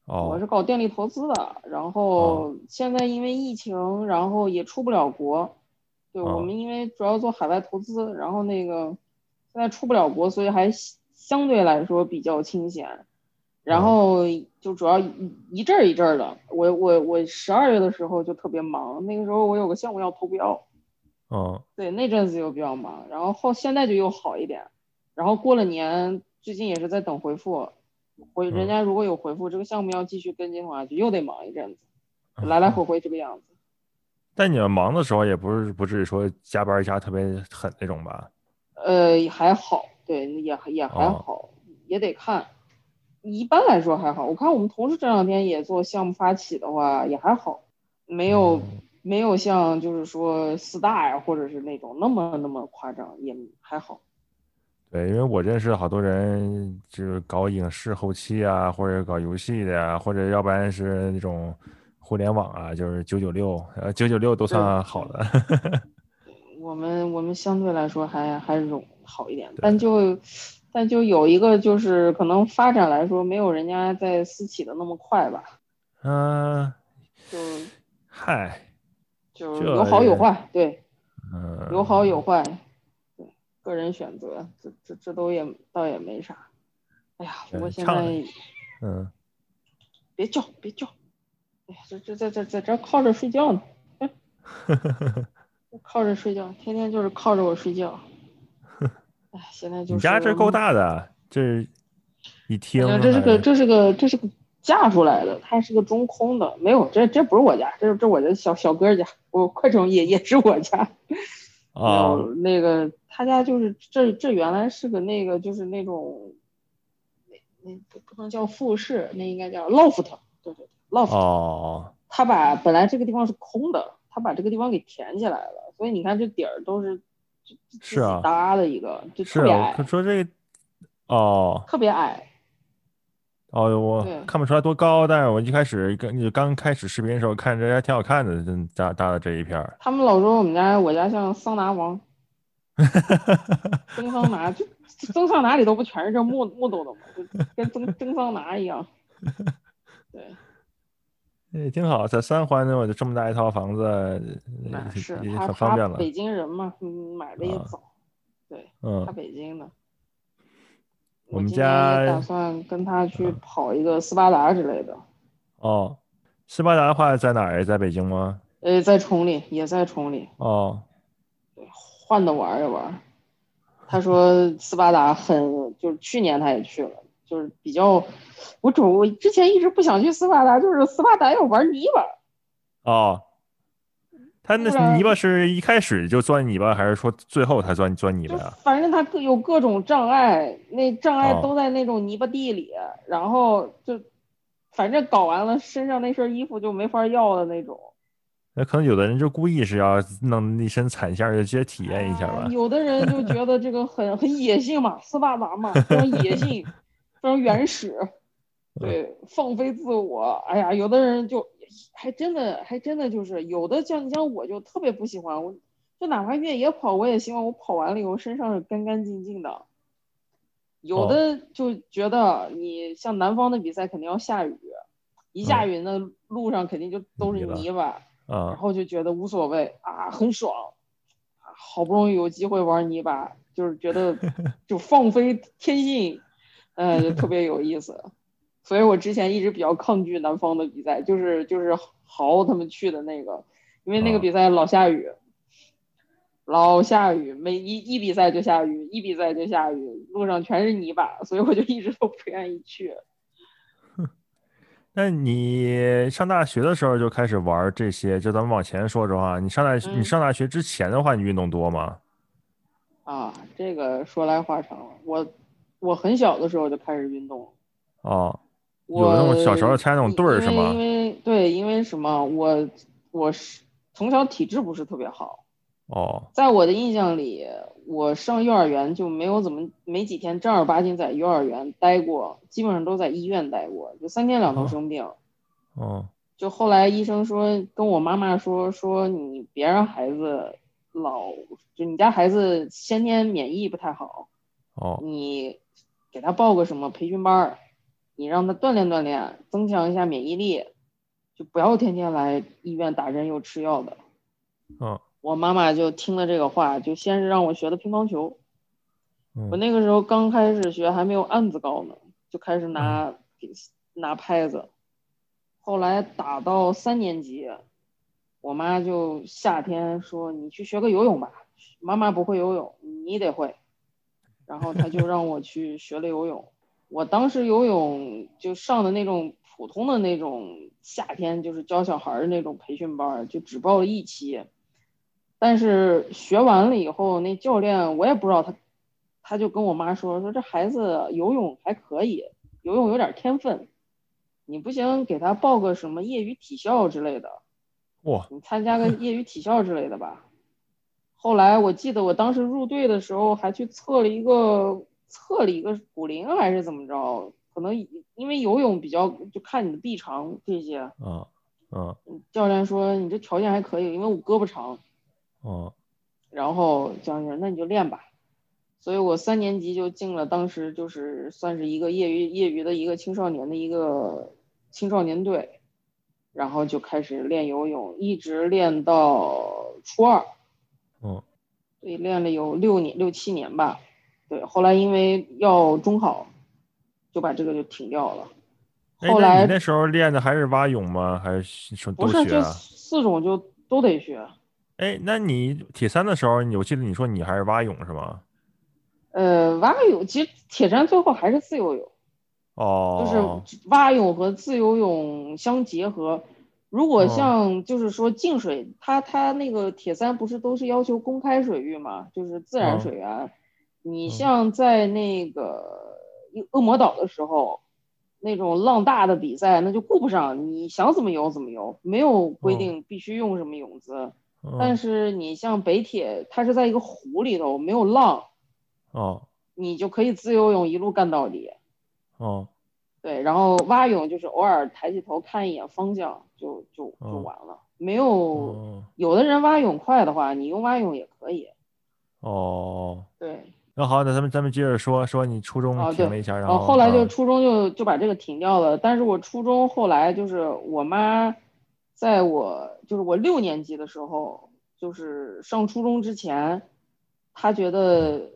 [SPEAKER 2] 我
[SPEAKER 1] 哦
[SPEAKER 2] 是搞电力投资的，然后现在因为疫情，然后也出不了国。对，
[SPEAKER 1] 哦
[SPEAKER 2] 我们因为主要做海外投资，然后那个现在出不了国，所以还相对来说比较清闲。然
[SPEAKER 1] 哦
[SPEAKER 2] 后就主要一一阵儿一阵儿的，我我我十二月的时候就特别忙，那个时候我有个项目要投标，
[SPEAKER 1] 哦
[SPEAKER 2] 对，那阵子又比较忙，然后后现在就又好一点，然后过了年，最近也是在等回复，回
[SPEAKER 1] 嗯
[SPEAKER 2] 人家如果有回复，这个项目要继续跟进的话，就又得忙一阵子，
[SPEAKER 1] 嗯
[SPEAKER 2] 来来回回这个样子。
[SPEAKER 1] 但你们忙的时候也不是不至于说加班加特别狠那种吧？
[SPEAKER 2] 呃，也还好，对，也也还
[SPEAKER 1] 哦
[SPEAKER 2] 好，也得看。一般来说还好，我看我们同事这两天也做项目发起的话，也还好，没有、
[SPEAKER 1] 嗯
[SPEAKER 2] 没有像就是说四大呀，或者是那种那么那么夸张，也还好。
[SPEAKER 1] 对，因为我认识好多人，就是搞影视后期啊，或者搞游戏的呀、或者要不然是那种互联网啊，就是九九六，呃，九九六都算好的。
[SPEAKER 2] 我们我们相对来说还还容好一点，但就但就有一个就是可能发展来说没有人家在私企的那么快吧，
[SPEAKER 1] 嗯、
[SPEAKER 2] 就
[SPEAKER 1] 嗨，
[SPEAKER 2] 就
[SPEAKER 1] 这
[SPEAKER 2] 有好有坏，对，
[SPEAKER 1] 嗯、
[SPEAKER 2] 有好有坏，对，个人选择，这这这都也倒也没啥。哎呀，
[SPEAKER 1] 对
[SPEAKER 2] 我现
[SPEAKER 1] 唱
[SPEAKER 2] 在
[SPEAKER 1] 嗯，
[SPEAKER 2] 别叫别叫，哎呀，这这这这在这儿靠着睡 觉呢，靠着睡觉，天天就是靠着我 睡觉。哎，现在就是嗯
[SPEAKER 1] 你家这够大的，这一厅
[SPEAKER 2] 嗯，这是个
[SPEAKER 1] 还
[SPEAKER 2] 这是个这是个架出来的，它是个中空的，没有，这这不是我家，这这我的小小哥家，我快手也也是我家。
[SPEAKER 1] 啊
[SPEAKER 2] 没有那个他家就是这这原来是个那个就是那种，那那不不能叫复式，那应该叫 loft，对对对，loft。
[SPEAKER 1] 哦，
[SPEAKER 2] 他把本来这个地方是空的，他把这个地方给填起来了，所以你看这底儿都是自自
[SPEAKER 1] 是啊
[SPEAKER 2] 自己搭的一个，就是特别
[SPEAKER 1] 啊，
[SPEAKER 2] 矮
[SPEAKER 1] 我，说这个哦。
[SPEAKER 2] 特别矮。
[SPEAKER 1] 哦，我
[SPEAKER 2] 对
[SPEAKER 1] 看不出来多高，但是我一开始刚你刚开始视频的时候看着还挺好看的，真搭搭的这一片儿，
[SPEAKER 2] 他们老说我们家我家像桑拿王， 蒸桑拿，就蒸桑拿里头不全是这木木头的吗？就跟蒸蒸桑拿一样。 对，
[SPEAKER 1] 也挺好。在三环呢，我就这么大一套房子，
[SPEAKER 2] 那
[SPEAKER 1] 呃
[SPEAKER 2] 是
[SPEAKER 1] 也也
[SPEAKER 2] 他
[SPEAKER 1] 很方便
[SPEAKER 2] 他
[SPEAKER 1] 了。
[SPEAKER 2] 北京人嘛，嗯买的也
[SPEAKER 1] 啊
[SPEAKER 2] 早，对他
[SPEAKER 1] 嗯，
[SPEAKER 2] 北京的。
[SPEAKER 1] 我们
[SPEAKER 2] 今年也
[SPEAKER 1] 家啊
[SPEAKER 2] 打算跟他去跑一个斯巴达之类的，
[SPEAKER 1] 哦，斯巴达的话在哪儿？在北京吗？
[SPEAKER 2] 呃，在崇礼也在崇礼，
[SPEAKER 1] 哦，
[SPEAKER 2] 换着玩儿一玩儿。他说斯巴达很，就是去年他也去了，就是比较，我主我之前一直不想去斯巴达，就是斯巴达要玩泥巴，
[SPEAKER 1] 哦，他
[SPEAKER 2] 不然
[SPEAKER 1] 那泥巴是一开始就钻泥巴，还是说最后才钻钻泥巴
[SPEAKER 2] 就
[SPEAKER 1] 呀？
[SPEAKER 2] 反正他各有各种障碍，那障碍
[SPEAKER 1] 哦
[SPEAKER 2] 都在那种泥巴地里，然后就反正搞完了身上那身衣服就没法要的那种。
[SPEAKER 1] 那可能有的人就故意是要弄一身惨线儿，就直接体验一下
[SPEAKER 2] 啊
[SPEAKER 1] 吧。
[SPEAKER 2] 有的人就觉得这个很 很野性嘛，斯巴达嘛，非常野 性，非常原始，
[SPEAKER 1] 嗯
[SPEAKER 2] 对，放飞自我。哎呀，有的人就还真的还真的就是有的像你像我就特别不喜欢，我就哪怕越野跑，我也希望我跑完了以后身上是干干净净的。
[SPEAKER 1] 哦
[SPEAKER 2] 有的就觉得你像南方的比赛肯定要下雨，一下雨那路上肯定就都
[SPEAKER 1] 嗯
[SPEAKER 2] 是
[SPEAKER 1] 泥巴
[SPEAKER 2] 泥巴。然
[SPEAKER 1] 啊，
[SPEAKER 2] 后就觉得无所谓啊，很爽，啊好不容易有机会玩泥巴，就是觉 得就放飞天性，呃，就特别有意思。所以我之前一直比较抗拒南方的比赛，就是就是豪他们去的那个，因为那个
[SPEAKER 1] 啊
[SPEAKER 2] 比赛老下雨，老下雨，每一一比赛就下雨，一比赛就下雨，路上全是泥巴，所以我就一直都不愿意去。
[SPEAKER 1] 那你上大学的时候就开始玩这些？就咱们往前说说啊，你上大学你
[SPEAKER 2] 嗯
[SPEAKER 1] 上大学之前的话，你运动多吗？
[SPEAKER 2] 啊，这个说来话长了，我我很小的时候就开始运动了。
[SPEAKER 1] 哦，有
[SPEAKER 2] 我
[SPEAKER 1] 那种小时候参加那种队儿是吗
[SPEAKER 2] 因为因为对，因为什么？我我是从小体质不是特别好，
[SPEAKER 1] 哦，
[SPEAKER 2] 在我的印象里，我上幼儿园就没有怎么没几天正儿八经在幼儿园待过，基本上都在医院待过，就三天两头
[SPEAKER 1] 哦
[SPEAKER 2] 生病。
[SPEAKER 1] 哦，
[SPEAKER 2] 就后来医生说跟我妈妈说说你别让孩子老，就你家孩子先天免疫不太好，
[SPEAKER 1] 哦，
[SPEAKER 2] 你给他报个什么培训班儿，你让他锻炼锻炼，增强一下免疫力，就不要天天来医院打针又吃药的。
[SPEAKER 1] 哦，
[SPEAKER 2] 我妈妈就听了这个话，就先是让我学的乒乓球。我
[SPEAKER 1] 嗯，
[SPEAKER 2] 那个时候刚开始学，还没有案子高呢，就开始拿、拿拍子。后来打到三年级，我妈就夏天说：“你去学个游泳吧，妈妈不会游泳，你得会。”然后她就让我去学了游泳。我当时游泳就上的那种普通的那种夏天就是教小孩儿的那种培训班儿，就只报了一期。但是学完了以后，那教练我也不知道他，他就跟我妈说说这孩子游泳还可以，游泳有点天分，你不行给他报个什么业余体校之类的，
[SPEAKER 1] 哇，
[SPEAKER 2] 你参加个业余体校之类的吧。后来我记得我当时入队的时候还去测了一个测了一个骨龄还是怎么着，可能因为游泳比较就看你的臂长这些，
[SPEAKER 1] 嗯嗯
[SPEAKER 2] 教练说你这条件还可以，因为我胳膊长，
[SPEAKER 1] 嗯
[SPEAKER 2] 然后教练说那你就练吧，所以我三年级就进了当时就是算是一个业余业余的一个青少年的一个青少年队，然后就开始练游泳，一直练到初二。
[SPEAKER 1] 嗯
[SPEAKER 2] 对，练了有六年六七年吧。对，后来因为要中考，就把这个就停掉了。
[SPEAKER 1] 哎
[SPEAKER 2] 后
[SPEAKER 1] 那
[SPEAKER 2] 来
[SPEAKER 1] 你那时候练的还是蛙泳吗？还是什么
[SPEAKER 2] 不
[SPEAKER 1] 都
[SPEAKER 2] 是
[SPEAKER 1] 学
[SPEAKER 2] 这
[SPEAKER 1] 啊？
[SPEAKER 2] 四种就都得学。
[SPEAKER 1] 哎，那你铁三的时候，你我记得你说你还是蛙泳是吗？
[SPEAKER 2] 呃，蛙泳其实铁山最后还是自由泳，
[SPEAKER 1] 哦，
[SPEAKER 2] 就是蛙泳和自由泳相结合。如果
[SPEAKER 1] 哦
[SPEAKER 2] 像就是说净水，它它那个铁三不是都是要求公开水域嘛，就是自然
[SPEAKER 1] 嗯
[SPEAKER 2] 水源。你
[SPEAKER 1] 嗯
[SPEAKER 2] 像在那个一恶魔岛的时候，那种浪大的比赛，那就顾不上，你想怎么游怎么游，没有规
[SPEAKER 1] 嗯
[SPEAKER 2] 定必须用什么泳姿。但
[SPEAKER 1] 嗯
[SPEAKER 2] 是你像北铁，它是在一个湖里头，没有浪，
[SPEAKER 1] 哦
[SPEAKER 2] 你就可以自由泳一路干到底。
[SPEAKER 1] 哦
[SPEAKER 2] 对，然后蛙泳就是偶尔抬起头看一眼方向就就就
[SPEAKER 1] 嗯
[SPEAKER 2] 完了，没有
[SPEAKER 1] 哦
[SPEAKER 2] 有的人蛙泳快的话，你用蛙泳也可以。
[SPEAKER 1] 哦。
[SPEAKER 2] 对，
[SPEAKER 1] 那好，那咱们咱们接着说说你初中
[SPEAKER 2] 哦对
[SPEAKER 1] 停了一下，然
[SPEAKER 2] 后
[SPEAKER 1] 后
[SPEAKER 2] 后来就
[SPEAKER 1] 嗯
[SPEAKER 2] 初中就就把这个停掉了，但是我初中后来就是我妈，在我就是我六年级的时候，就是上初中之前，她觉得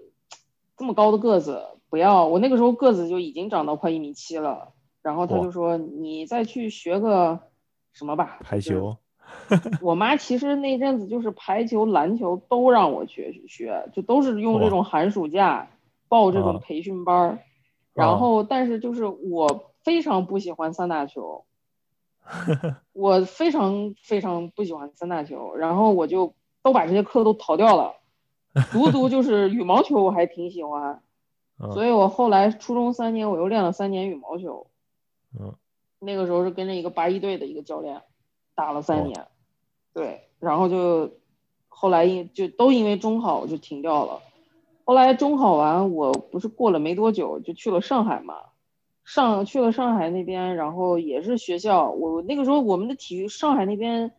[SPEAKER 2] 这么高的个子不要，我那个时候个子就已经长到快一米七了，然后她
[SPEAKER 1] 哇
[SPEAKER 2] 就说你再去学个什么吧，
[SPEAKER 1] 排
[SPEAKER 2] 就是
[SPEAKER 1] 球，
[SPEAKER 2] 我妈其实那阵子就是排球、篮球都让我去学，就都是用
[SPEAKER 1] 哇
[SPEAKER 2] 这种寒暑假报这种
[SPEAKER 1] 啊
[SPEAKER 2] 培训班儿。
[SPEAKER 1] 啊
[SPEAKER 2] 然后，但是就是我非常不喜欢三 大球，我非常非常不喜欢三大球，然后我就都把这些课都逃 掉了，独独就是羽毛球我还挺喜欢，
[SPEAKER 1] 嗯
[SPEAKER 2] 所以我后来初中三年我又练了三年羽毛球，
[SPEAKER 1] 嗯
[SPEAKER 2] 那个时候是跟着一个八一队的一个教练打了
[SPEAKER 1] 哇
[SPEAKER 2] 三年，对，然后就后来因就都因为中考就停掉了。后来中考完，我不是过了没多久就去了上海嘛，上去了上海那边，然后也是学校，我那个时候我们的体育上海那边，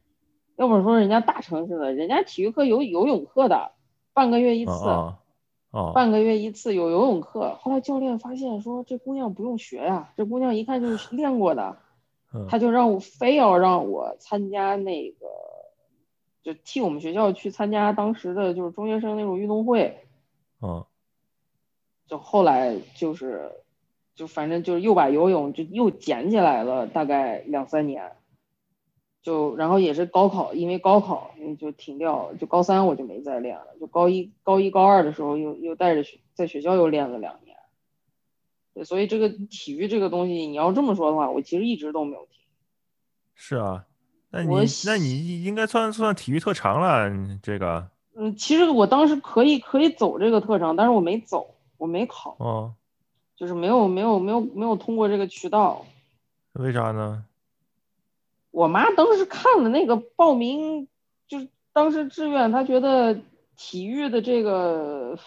[SPEAKER 2] 要不说人家大城市的，人家体育课有游泳课的，半个月一次。
[SPEAKER 1] 哦哦哦
[SPEAKER 2] 半个月一次有游泳课。后来教练发现说这姑娘不用学呀、这姑娘一看就是练过的，
[SPEAKER 1] 嗯
[SPEAKER 2] 他就让我非要让我参加那个，就替我们学校去参加当时的就是中学生那种运动会。
[SPEAKER 1] 嗯
[SPEAKER 2] 就后来就是，就反正就是又把游泳就又捡起来了，大概两三年。就然后也是高考，因为高考嗯就停掉了，就高三我就没再练了，就高一、高一、高二的时候又又带着学在学校又练了两年。对，所以这个体育这个东西，你要这么说的话，我其实一直都没有停。
[SPEAKER 1] 是啊，那你
[SPEAKER 2] 我
[SPEAKER 1] 那你应该算算体育特长了，你这个
[SPEAKER 2] 嗯，其实我当时可以可以走这个特长，但是我没走，我没考，
[SPEAKER 1] 哦，
[SPEAKER 2] 就是没有没有没有没有通过这个渠道。
[SPEAKER 1] 为啥呢？
[SPEAKER 2] 我妈当时看了那个报名，就是当时志愿，她觉得体育的这个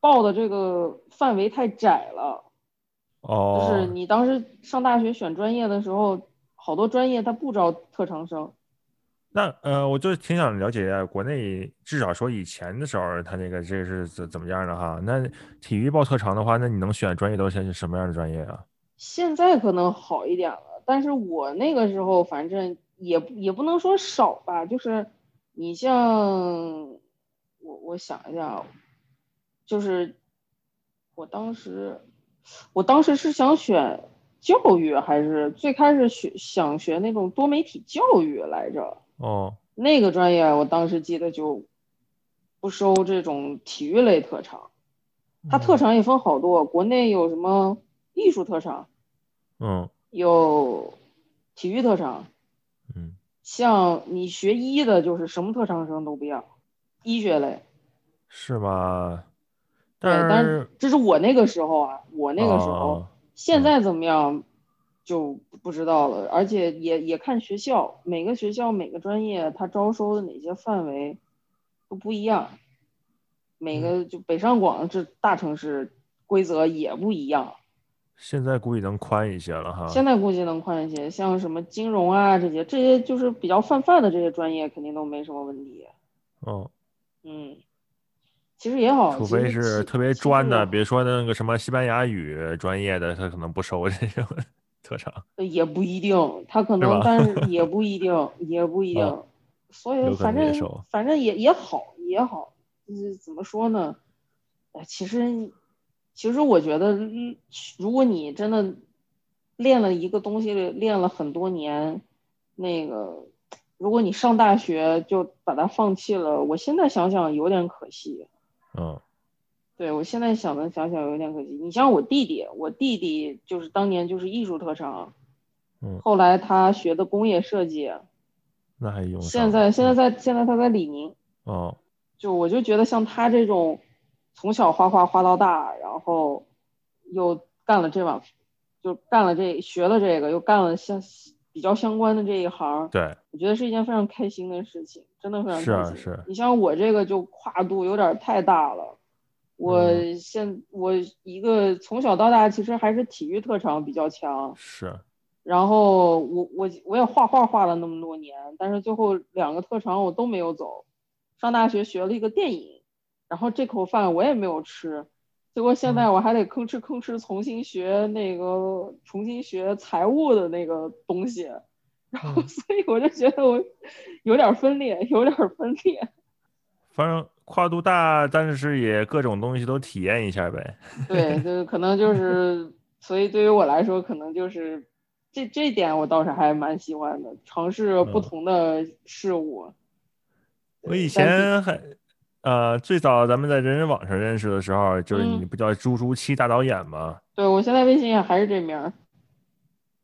[SPEAKER 2] 报的这个范围太窄了，就
[SPEAKER 1] 哦，
[SPEAKER 2] 是你当时上大学选专业的时候，好多专业它不招特长生。
[SPEAKER 1] 那呃，我就挺想了解一下国内，至少说以前的时候，他那个这是怎怎么样的哈？那体育报特长的话，那你能选专业都是什么样的专业啊？
[SPEAKER 2] 现在可能好一点了，但是我那个时候反正也不也不能说少吧，就是你像我我想一下啊，就是我当时我当时是想选教育，还是最开始学想学那种多媒体教育来着？
[SPEAKER 1] 哦，
[SPEAKER 2] 那个专业我当时记得就不收这种体育类特长，它特
[SPEAKER 1] 嗯
[SPEAKER 2] 长也分好多，国内有什么艺术特长。
[SPEAKER 1] 嗯
[SPEAKER 2] 有体育特长，
[SPEAKER 1] 嗯
[SPEAKER 2] 像你学医的，就是什么特长生都不要，医学类。
[SPEAKER 1] 是吧？
[SPEAKER 2] 对，
[SPEAKER 1] 但
[SPEAKER 2] 但
[SPEAKER 1] 是
[SPEAKER 2] 这是我那个时候啊，我那个时候，
[SPEAKER 1] 哦
[SPEAKER 2] 现在怎么样就不知道了。而且也也看学校，每个学校每个专业它招收的哪些范围，都不一
[SPEAKER 1] 嗯
[SPEAKER 2] 样，每个就北上广这大城市规则也不一样。
[SPEAKER 1] 现在估计能宽一些了哈。
[SPEAKER 2] 现在估计能宽一些，像什么金融啊这些，这些就是比较泛泛的这些专业，肯定都没什么问题。
[SPEAKER 1] 嗯，
[SPEAKER 2] 嗯，其实也好，
[SPEAKER 1] 除
[SPEAKER 2] 其实
[SPEAKER 1] 非是
[SPEAKER 2] 其
[SPEAKER 1] 特别
[SPEAKER 2] 其
[SPEAKER 1] 专
[SPEAKER 2] 实
[SPEAKER 1] 的，
[SPEAKER 2] 我
[SPEAKER 1] 比如说那个什么西班牙语专业的，他可能不收这种 特长。
[SPEAKER 2] 也不一定，他可
[SPEAKER 1] 是吧
[SPEAKER 2] 能，但是也不 一定，也不一定。
[SPEAKER 1] 啊
[SPEAKER 2] 所
[SPEAKER 1] 有
[SPEAKER 2] 以
[SPEAKER 1] 可
[SPEAKER 2] 反
[SPEAKER 1] 能也
[SPEAKER 2] 正
[SPEAKER 1] 少
[SPEAKER 2] 反正也也好也好，就是怎么说呢？哎，其实其实我觉得，嗯如果你真的练了一个东西，练了很多年，那个如果你上大学就把它放弃了，我现在想想有点可惜。
[SPEAKER 1] 嗯
[SPEAKER 2] 对，我现在想的想想有点可惜。你像我弟弟，我弟弟就是当年就是艺术特长，
[SPEAKER 1] 嗯
[SPEAKER 2] 后来他学的工业设计，
[SPEAKER 1] 那还用上
[SPEAKER 2] 现在现在
[SPEAKER 1] 嗯
[SPEAKER 2] 在现在他在李宁，
[SPEAKER 1] 哦，
[SPEAKER 2] 就我就觉得像他这种从小画画画到大，然后又干了这碗，就干了这学了这个，又干了相比较相关的这一行，
[SPEAKER 1] 对，
[SPEAKER 2] 我觉得是一件非常开心的事情，真的非常
[SPEAKER 1] 是啊
[SPEAKER 2] 开心。
[SPEAKER 1] 是
[SPEAKER 2] 你像我这个就跨度有点太大了，我
[SPEAKER 1] 嗯
[SPEAKER 2] 现、我一个从小到大其实还是体育特长比较强，
[SPEAKER 1] 是，
[SPEAKER 2] 然后我我我也画画画了那么多年，但是最后两个特长我都没有走。上大学学了一个电影，然后这口饭我也没有吃，结果现
[SPEAKER 1] 嗯
[SPEAKER 2] 在我还得吭哧吭哧重新学那个重新学财务的那个东西，然后
[SPEAKER 1] 嗯
[SPEAKER 2] 所以我就觉得我有点分裂，有点分裂。
[SPEAKER 1] 反正跨度大，但是也各种东西都体验一下呗。
[SPEAKER 2] 对，就是可能就是，所以对于我来说，可能就是这这一点我倒是还蛮喜欢的，尝试不
[SPEAKER 1] 嗯
[SPEAKER 2] 同的事物。
[SPEAKER 1] 我以
[SPEAKER 2] 但
[SPEAKER 1] 前还，呃，最早咱们在人人网上认识的时候，就是
[SPEAKER 2] 嗯
[SPEAKER 1] 你不叫朱朱七大导演吗？
[SPEAKER 2] 对我现在微信也还是这名儿，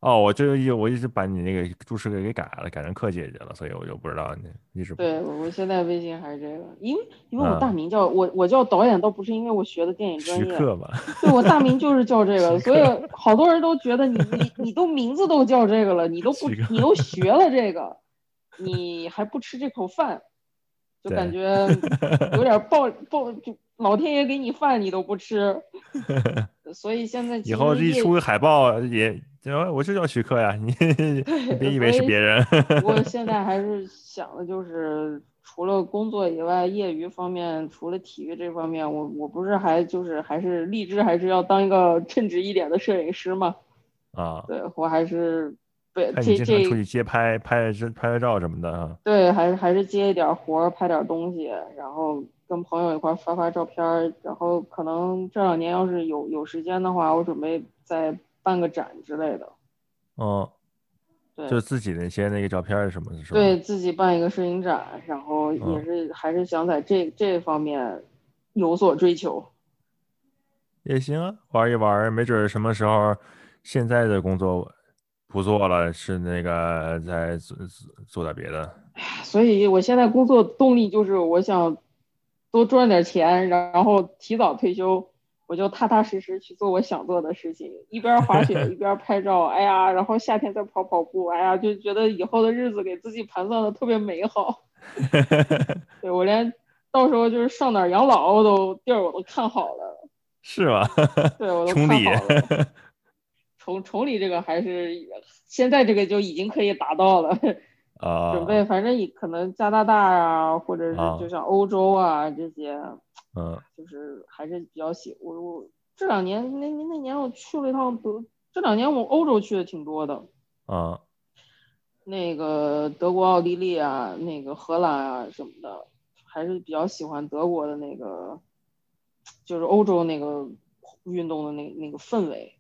[SPEAKER 1] 哦，我这一我一直把你那个注释给给改了，改成克姐姐了，所以我就不知道你一直不
[SPEAKER 2] 对我我现在微信还是这个，因为因为我
[SPEAKER 1] 嗯
[SPEAKER 2] 大名叫、我我叫导演，倒不是因为我学的电影专
[SPEAKER 1] 徐
[SPEAKER 2] 业，啊
[SPEAKER 1] 克吧？
[SPEAKER 2] 对我大名就是叫 这个，
[SPEAKER 1] 徐
[SPEAKER 2] 所以好多人都觉得你你你都名字都叫这个了，你都不
[SPEAKER 1] 徐克
[SPEAKER 2] 你都学了这个，你还不吃这口饭，就
[SPEAKER 1] 对
[SPEAKER 2] 感觉有点暴暴，就老天爷给你饭你都 不吃，所以现在其
[SPEAKER 1] 以后
[SPEAKER 2] 实
[SPEAKER 1] 一
[SPEAKER 2] 业
[SPEAKER 1] 出个海报也，就我就叫徐克呀，你你别以为是别人。
[SPEAKER 2] 不过现在还是想的就是，除了工作以外，业余方面，除了体育这方面，我我不是还就是还是立志还是要当一个称职一点的摄影师嘛？
[SPEAKER 1] 啊，
[SPEAKER 2] 对我还是被
[SPEAKER 1] 看
[SPEAKER 2] 这
[SPEAKER 1] 你经常出
[SPEAKER 2] 这
[SPEAKER 1] 去街拍拍拍拍照什么的啊。
[SPEAKER 2] 对还是还是接一点活儿，拍点东西，然后跟朋友一块儿发发照片儿，然后可能这两年要是有有时间的话，我准备再办个展之类的。
[SPEAKER 1] 嗯，
[SPEAKER 2] 对，
[SPEAKER 1] 就自己的一些那个照片儿什么的，是吧？
[SPEAKER 2] 对自己办一个摄影展，然后也
[SPEAKER 1] 嗯
[SPEAKER 2] 是、还是想在这这方面有所追求。
[SPEAKER 1] 也行啊，玩一玩，没准儿什么时候现在的工作不做了，是那个再做做点别的。
[SPEAKER 2] 所以我现在工作动力就是我想多赚点钱，然后提早退休，我就踏踏实实去做我想做的事情，一边滑雪一边拍照，哎呀，然后夏天再跑跑步，哎呀，就觉得以后的日子给自己盘算的特别美好。对我连到时候就是上哪儿养老，我都地儿我都看好了。
[SPEAKER 1] 是吧？
[SPEAKER 2] 对，我都
[SPEAKER 1] 崇
[SPEAKER 2] 看
[SPEAKER 1] 礼
[SPEAKER 2] 好了。 崇崇礼这个还是现在这个就已经可以达到了，
[SPEAKER 1] 啊，
[SPEAKER 2] 准备反正也可能加拿大啊，或者是
[SPEAKER 1] 啊
[SPEAKER 2] 就像欧洲啊这些，
[SPEAKER 1] 嗯，
[SPEAKER 2] 就是还是比较喜我我这两年那那那年我去了一趟德，这两年我欧洲去的挺多的，
[SPEAKER 1] 啊，
[SPEAKER 2] 那个德国、奥地利啊，那个荷兰啊什么的，还是比较喜欢德国的那个，就是欧洲那个运动的那那个氛围。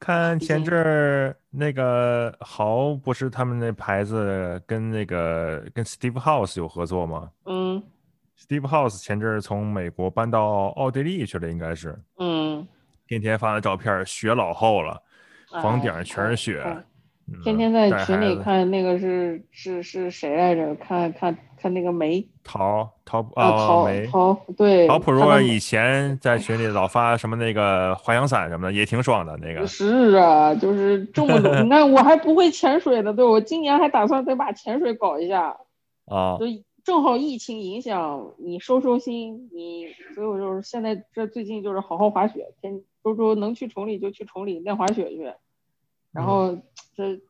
[SPEAKER 1] 看
[SPEAKER 2] 毕
[SPEAKER 1] 前
[SPEAKER 2] 竟
[SPEAKER 1] 阵儿那个豪不是他们那牌子跟那个跟 Steve House 有合作吗
[SPEAKER 2] 嗯
[SPEAKER 1] ？Steve House 前阵儿从美国搬到奥地利去了，应该是
[SPEAKER 2] 嗯，
[SPEAKER 1] 那天发的照片儿，雪老厚了，房
[SPEAKER 2] 哎
[SPEAKER 1] 顶儿全是雪。
[SPEAKER 2] 哎
[SPEAKER 1] 嗯
[SPEAKER 2] 天天在
[SPEAKER 1] 带
[SPEAKER 2] 群
[SPEAKER 1] 孩
[SPEAKER 2] 里
[SPEAKER 1] 子
[SPEAKER 2] 看那个是是是谁来着？看看看那个梅
[SPEAKER 1] 陶陶
[SPEAKER 2] 啊，
[SPEAKER 1] 哦
[SPEAKER 2] 陶
[SPEAKER 1] 没
[SPEAKER 2] 陶对，
[SPEAKER 1] 陶普
[SPEAKER 2] 看
[SPEAKER 1] 若
[SPEAKER 2] 到
[SPEAKER 1] 以前在群里老发什么那个滑翔伞什么的，也挺爽的那个。
[SPEAKER 2] 是啊，就是这 么多。你看我还不会潜水呢，对我今年还打算再把潜水搞一下，
[SPEAKER 1] 啊
[SPEAKER 2] 就正好疫情影响，你收收心，你所以我就是现在这最近就是好好滑雪，天周周能去崇礼就去崇礼练滑雪去，然
[SPEAKER 1] 嗯
[SPEAKER 2] 后这